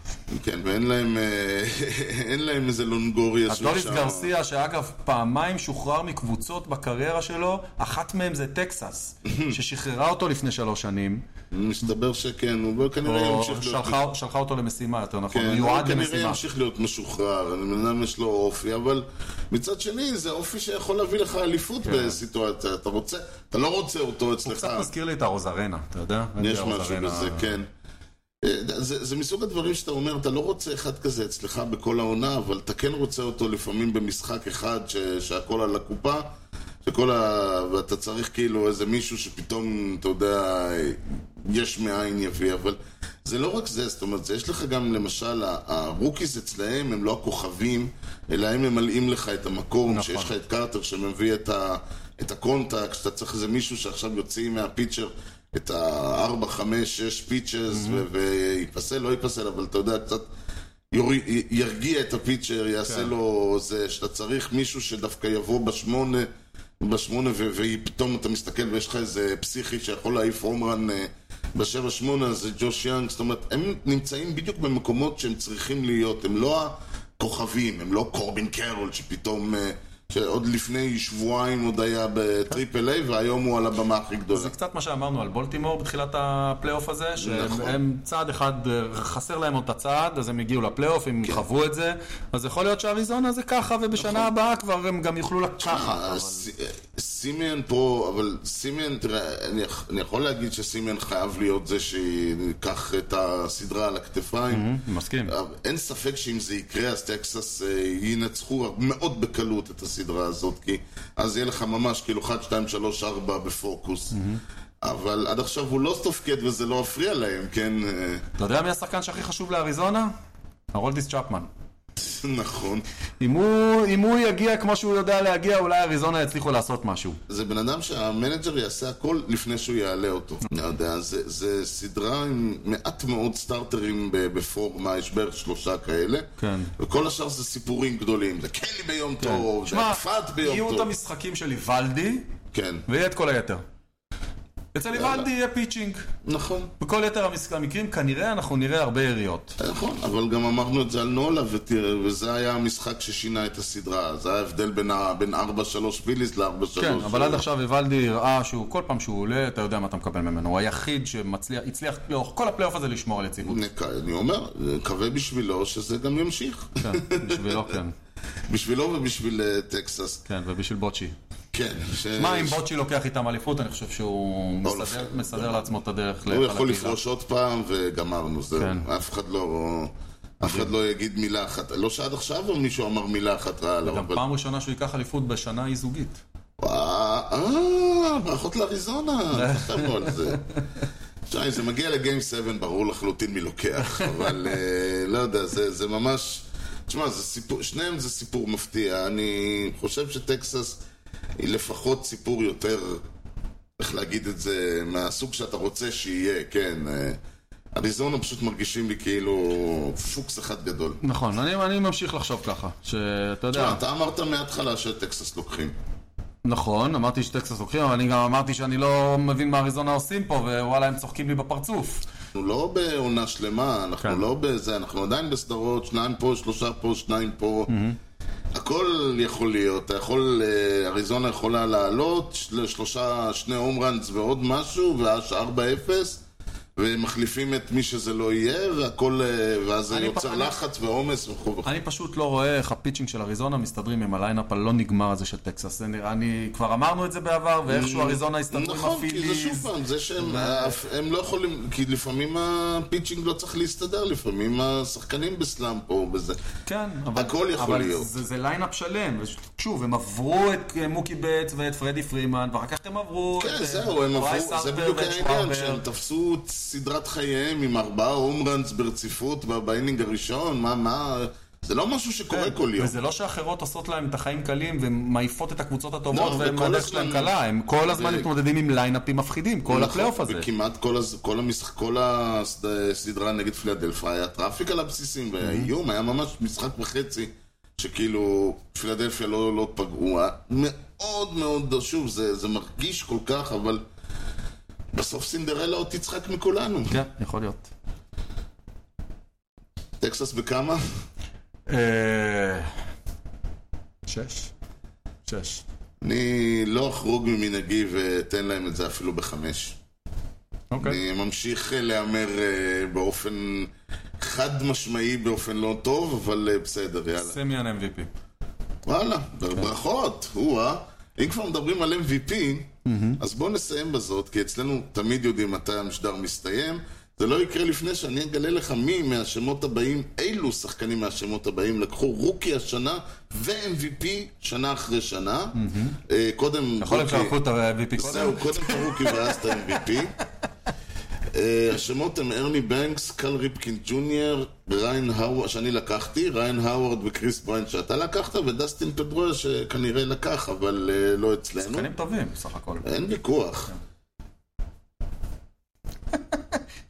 A: כן, ואין להם, אה, *laughs* אין להם איזה לונגוריה
B: אז לא דוריס גרסיה, שאגב, פעמיים שוחרר מקבוצות בקריירה שלו, אחת מהן זה
A: *coughs*
B: טקסס, ששחררה אותו לפני שלוש שנים,
A: מסתבר שכן, הוא כנראה
B: או
A: ימשיך להיות...
B: שלחה- שלחה אותו למשימה, יותר נכון,
A: כן, הוא
B: מיועד
A: כנראה
B: למשימה.
A: ימשיך להיות משוחרר, לבן אדם יש לו אופי, אבל מצד שני זה אופי שיכול להביא לך אליפות
B: כן.
A: בסיטואציה, אתה רוצה, אתה לא רוצה אותו אצלך.
B: קצת מזכיר לי את הרוזרנה, אתה יודע?
A: יש
B: את
A: משהו
B: הרוזרנה.
A: בזה, כן. אה, זה, זה מסוג הדברים שאתה אומר, אתה לא רוצה אחד כזה אצלך בכל העונה, אבל אתה כן רוצה אותו לפעמים במשחק אחד ש, שהכל על הקופה, שכל ה... ואתה צריך כאילו איזה מישהו שפתאום, אתה יודע, יש מאין יביא, אבל זה לא רק זה, זאת אומרת, זה יש לך גם למשל, ה- הרוקיז אצלהם הם לא הכוכבים, אלא הם ממלאים לך את המקום, נכון. שיש לך את קרטר שמביא את, ה, את הקונטקט, שאתה צריך איזה מישהו שעכשיו יוציא מהפיצ'ר את ה-4, 5, 6 פיצ'רס, mm-hmm. וייפסל, לא ייפסל, אבל אתה יודע, קצת יורי, י- ירגיע את הפיצ'ר, יעשה כן. לו זה, שאתה צריך מישהו שדווקא יבוא בשמונה, בשמונה, ו- ופתאום אתה מסתכל ויש לך איזה פסיכי שיכול להעיף הומרן אה, בשבע שמונה, אז זה ג'וש יאנג, זאת אומרת, הם נמצאים בדיוק במקומות שהם צריכים להיות, הם לא הכוכבים, הם לא קורבין קרול שפתאום... אה, שעוד לפני שבועיים עוד היה בטריפל איי והיום הוא על הבמה הכי גדולה.
B: זה קצת מה שאמרנו על בולטימור בתחילת הפלייאוף הזה, שהם
A: נכון.
B: הם צעד אחד, אה, חסר להם עוד את הצעד, אז הם הגיעו לפלייאוף, הם
A: כן.
B: חוו את זה, אז יכול להיות שאריזונה זה ככה,
A: נכון.
B: ובשנה הבאה כבר הם גם יוכלו לקחת. אבל-
A: ס- אה, סימיאן פה, אבל סימיאן, תראה, אני, יכ- אני יכול להגיד שסימיאן חייב להיות זה שיקח את הסדרה על הכתפיים.
B: מסכים.
A: אבל אין ספק שאם זה יקרה, אז טקסס אה, ינצחו מאוד בקלות את הסדרה הזאת, כי אז יהיה לך ממש כאילו 1, 2, 3, 4 בפוקוס. אבל עד עכשיו הוא לא תופקד וזה לא הפריע להם, כן? אה,
B: אתה יודע מי השחקן שהכי חשוב לאריזונה? הרולדיס צ'פמן.
A: נכון.
B: אם הוא, אם הוא יגיע כמו שהוא יודע להגיע, אולי אריזונה יצליחו לעשות משהו.
A: זה בן אדם שהמנג'ר יעשה הכל לפני שהוא יעלה אותו. אני יודע, זה, זה סדרה עם מעט מאוד סטארטרים ב- בפורמה, יש בערך שלושה כאלה.
B: כן.
A: וכל השאר זה סיפורים גדולים. זה קלי ביום טוב, זה
B: שמע,
A: קפט ביום
B: יהיו
A: טוב.
B: את המשחקים של איוולדי,
A: כן,
B: ויהיה את כל היתר. אצל איוולדי יהיה פיצ'ינג.
A: נכון.
B: בכל יתר המס- המקרים כנראה אנחנו נראה הרבה יריות.
A: נכון, אבל גם אמרנו את זה על נולה, ותראה, וזה היה המשחק ששינה את הסדרה. זה היה ההבדל בין, ה- בין 4-3 פיליס ל-4-3.
B: כן, אבל עד עכשיו איוולדי הראה שהוא, כל פעם שהוא עולה, אתה יודע מה אתה מקבל ממנו. הוא היחיד שהצליח לאורך כל הפלייאוף הזה לשמור על יציבות.
A: אני אומר, נקווה בשבילו שזה גם ימשיך.
B: *laughs* כן, בשבילו כן.
A: בשבילו ובשביל אה, טקסס.
B: כן, ובשביל בוצ'י.
A: כן. ש-
B: מה, אם בוצ'י לוקח איתם אליפות, אני חושב שהוא
A: לא,
B: מסדר-
A: לא.
B: מסדר לעצמו את הדרך
A: הוא
B: להיכל
A: יכול
B: הקהילה.
A: לפרוש עוד פעם וגמרנו, זהו.
B: כן.
A: אף אחד לא... אף אחד לא יגיד מילה אחת. לא שעד עכשיו אבל מישהו אמר מילה אחת רעה עליו,
B: גם
A: אבל...
B: פעם ראשונה שהוא ייקח אליפות בשנה היא זוגית.
A: אה, אה, אה, ברכות לאריזונה, חשבנו על זה. עכשיו, זה מגיע לגיים 7, ברור לחלוטין מי לוקח, אבל אה, לא יודע, זה, זה ממש... תשמע, זה סיפור, שניהם זה סיפור מפתיע. אני חושב שטקסס היא לפחות סיפור יותר, איך להגיד את זה, מהסוג שאתה רוצה שיהיה, כן. אה, אריזונה פשוט מרגישים לי כאילו פוקס אחד גדול.
B: נכון, אני, אני ממשיך לחשוב ככה, שאתה יודע,
A: תשמע, אתה אמרת מההתחלה שטקסס לוקחים.
B: נכון, אמרתי שטקסס לוקחים, אבל אני גם אמרתי שאני לא מבין מה אריזונה עושים פה, ווואלה, הם צוחקים לי בפרצוף.
A: אנחנו לא בעונה שלמה, אנחנו
B: כן.
A: לא בזה, אנחנו עדיין בסדרות, שניים פה, שלושה פה, שניים פה.
B: Mm-hmm.
A: הכל יכול להיות, אתה יכול, אה, אריזונה יכולה לעלות, של- שלושה, שני הומראנס ועוד משהו, ואז 4-0, ומחליפים את מי שזה לא יהיה, והכל, אה, ואז זה
B: אני
A: יוצר
B: פח-
A: לחץ ועומס וכו' וכו'.
B: אני פשוט לא רואה איך הפיצ'ינג של אריזונה מסתדרים עם הליינאפ הלא נגמר הזה של טקסס. זה נראה, אני כבר אמרנו את זה בעבר, ואיכשהו אריזונה הסתדרו עם
A: Mm, נכון, כי זה שוב
B: הפיליז.
A: פעם, זה שהם אף- הם לא יכולים, כי לפעמים הפיצ'ינג לא צריך להסתדר, לפעמים השחקנים בסלאמפ או בזה.
B: כן, אבל,
A: הכל יכול
B: אבל
A: להיות.
B: זה, זה ליינאפ שלם. שוב, הם עברו את אה, מוקי בטס ואת פרדי פרימן, ואחר כך הם עברו את...
A: כן,
B: אה,
A: זהו, הם
B: ברייס
A: עברו, זה
B: הרפר
A: בדיוק
B: ואת
A: העניין,
B: שוואבר.
A: שהם תפסו את סדרת חייהם עם ארבעה הומראנס ברציפות ב- באינינג הראשון, מה, מה, זה לא משהו שקורה
B: כן,
A: כל יום.
B: וזה לא שאחרות עושות להם את החיים קלים ומעיפות את הקבוצות הטובות
A: לא,
B: והם
A: וכל
B: הדרך
A: הזמן-
B: שלהם קלה, הם כל הזמן
A: בדיוק.
B: מתמודדים עם ליינאפים מפחידים, כל
A: נכון,
B: הפלייאוף הזה.
A: וכמעט כל, הז... כל, המשחק... כל הסד- הסדרה נגד פילדלפיה היה טראפיק על
B: Mhm.
A: הבסיסים, והאיום היה ממש משחק וחצי, שכאילו פילדלפיה לא, לא פגעו. היה מאוד מאוד, שוב, זה, זה מרגיש כל כך, אבל בסוף סינדרלה עוד תצחק מכולנו.
B: כן, יכול להיות.
A: טקסס בכמה?
B: אה, שש? שש.
A: אני לא אחרוג ממנהגי ואתן להם את זה אפילו בחמש.
B: אוקיי.
A: אני ממשיך אה, להמר אה, באופן חד משמעי, באופן לא טוב, אבל אה, בסדר, יאללה.
B: סמיאן MVP.
A: וואלה, ברכות, או-אה. אם כבר מדברים על MVP, אז בואו נסיים בזאת, כי אצלנו תמיד יודעים מתי המשדר מסתיים. זה לא יקרה לפני שאני אגלה לך מי מהשמות הבאים, אילו שחקנים מהשמות הבאים לקחו רוקי השנה ו-MVP שנה אחרי שנה. אה, קודם...
B: יכול להיות
A: רוקי-
B: שלקחו את ה-MVP קודם?
A: זהו, קודם את הרוקי ואז את ה-MVP. אה, השמות הם ארני בנקס, קל ריפקין ג'וניור, ריין האוורד, שאני לקחתי, ריין האוורד וקריס בריין שאתה לקחת, ודסטין פדרויה שכנראה לקח, אבל אה, לא אצלנו.
B: שחקנים טובים, בסך הכל.
A: אין ויכוח.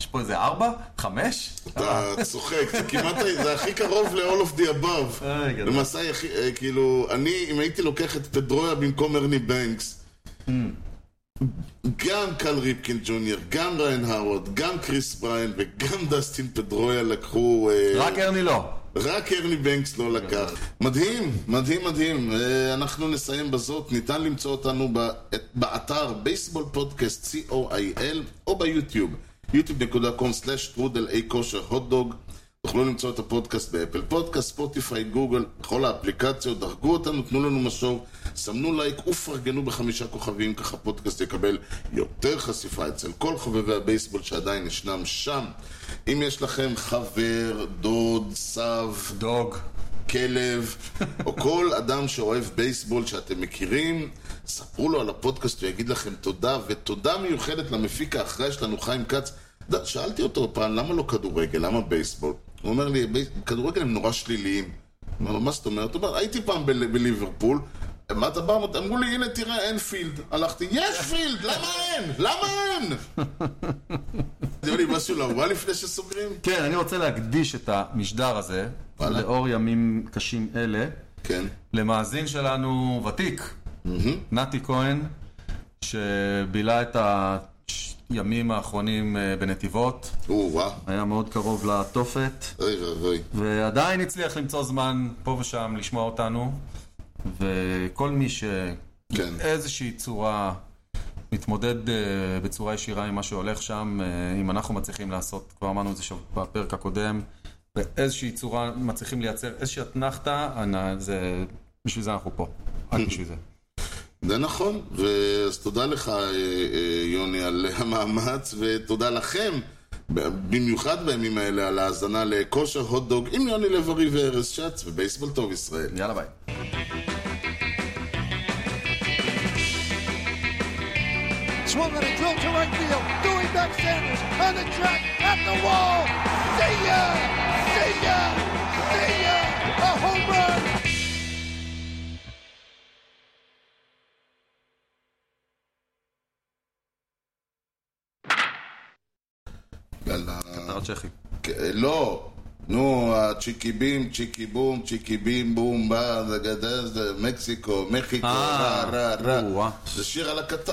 B: יש פה איזה ארבע? חמש?
A: אתה
B: אה.
A: צוחק, זה כמעט, זה הכי קרוב ל-all of the above.
B: אה, גדול.
A: למעשה, הכי- אה, כאילו, אני, אם הייתי לוקח את פדרויה במקום ארני בנקס, גם קל ריפקין ג'וניור, גם ריין האוורד, גם קריס בריין וגם דסטין פדרויה לקחו... אה,
B: רק ארני לא.
A: רק ארני בנקס לא לקח. מדהים, מדהים, מדהים. אה, אנחנו נסיים בזאת. ניתן למצוא אותנו ב- את- באתר בייסבול פודקאסט co.il או ביוטיוב, yוטיוב.com/טרודל אי כושר הוטדוג. תוכלו למצוא את הפודקאסט באפל פודקאסט, ספוטיפיי, גוגל, בכל האפליקציות, דרגו אותנו, תנו לנו משוב, סמנו לייק ופרגנו בחמישה כוכבים, ככה הפודקאסט יקבל יותר חשיפה אצל כל חובבי הבייסבול שעדיין ישנם שם. אם יש לכם חבר, דוד, סב,
B: דוג.
A: כלב, או כל אדם שאוהב בייסבול שאתם מכירים, ספרו לו על הפודקאסט, הוא יגיד לכם תודה, ותודה מיוחדת למפיק האחראי שלנו, חיים כץ. ד- שאלתי אותו פעם, למה לא כדורגל? למה בייסבול? הוא אומר לי, "בי- כדורגל הם נורא שליליים. אמר לו, מה זאת אומרת? הוא אומר, הייתי פעם בל- בליברפול, מה אתה בא? אמרו לי, הנה תראה, אין פילד. הלכתי, יש פילד! למה אין? למה אין? *laughs* תראו לי משהו להובה לפני שסוגרים?
B: כן, אני רוצה להקדיש את המשדר הזה,
A: וואלה.
B: לאור ימים קשים אלה,
A: כן.
B: למאזין שלנו ותיק, נתי כהן, שבילה את הימים האחרונים אה, בנתיבות,
A: או, וואו.
B: היה מאוד קרוב לתופת,
A: אוי ואבוי.
B: ועדיין הצליח למצוא זמן פה ושם לשמוע אותנו, וכל מי
A: כן.
B: שבאיזושהי צורה מתמודד אה, בצורה ישירה עם מה שהולך שם, אה, אם אנחנו מצליחים לעשות, כבר אמרנו את זה שב- בפרק הקודם, באיזושהי צורה מצליחים לייצר איזושהי אתנחתה, אנא, זה... בשביל זה אנחנו פה, רק בשביל זה.
A: זה נכון, אז תודה לך, אה, אה, יוני, על המאמץ, ותודה לכם, במיוחד בימים האלה, על ההאזנה לכושר הוטדוג עם יוני לב-ארי וארז שץ ובייסבול טוב ישראל.
B: יאללה ביי.
G: Swung on a drill to right field. Doing back Sanders on the track at the wall. See ya! See ya! See ya! A home run!
A: יאללה.
B: קטר צ'כי.
A: כן, לא. נו, הצ'יקי בים, צ'יקי בום, צ'יקי בים, בום, בא, זה גדל, זה מקסיקו, מחיקו,
B: אה,
A: רע, רע, רע.
B: או-אה.
A: זה שיר על הקטן.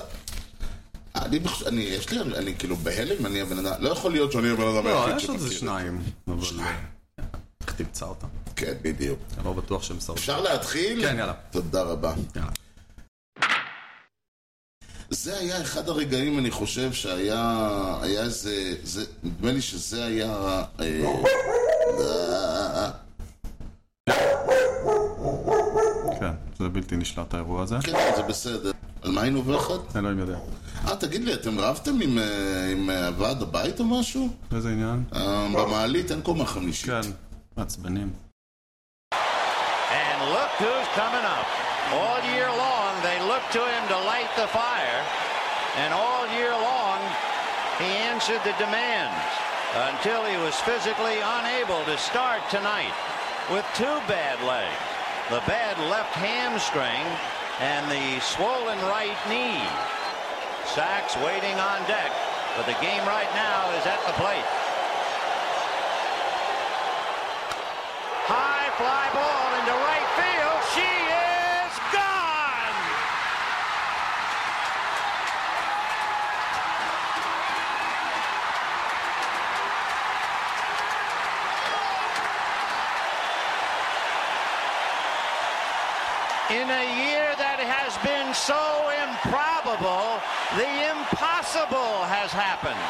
A: אני, בחוש- אני, יש לי, אני כאילו בהלם, אני הבן אדם, לא יכול להיות שאני הבן אדם
B: לא,
A: היחיד
B: יש עוד איזה
A: שמכיר.
B: שניים. אבל- אה, איך תמצא אותם?
A: כן, בדיוק.
B: אני לא בטוח שהם שרדו.
A: אפשר להתחיל?
B: כן, יאללה.
A: תודה רבה.
B: יאללה.
A: זה היה אחד הרגעים, אני חושב, שהיה... היה איזה... זה, נדמה לי שזה היה... אה, אה,
B: כן, זה בלתי נשלט האירוע הזה.
A: כן, זה בסדר. על מה היינו באחד?
B: אלוהים יודע.
A: אה, תגיד לי, אתם רבתם עם, אה, עם אה, ועד הבית או משהו?
B: איזה עניין?
A: אה, במעלית אין קומה חמישית.
B: כן, מעצבנים.
H: And look who's coming up. All year long, they look to him to light the fire. And all year long, he answered the demands until he was physically unable to start tonight with two bad legs the bad left hamstring and the swollen right knee. Sacks waiting on deck, but the game right now is at the plate. High fly ball into right field. She is gone. In a year that has been so improbable, the impossible has happened.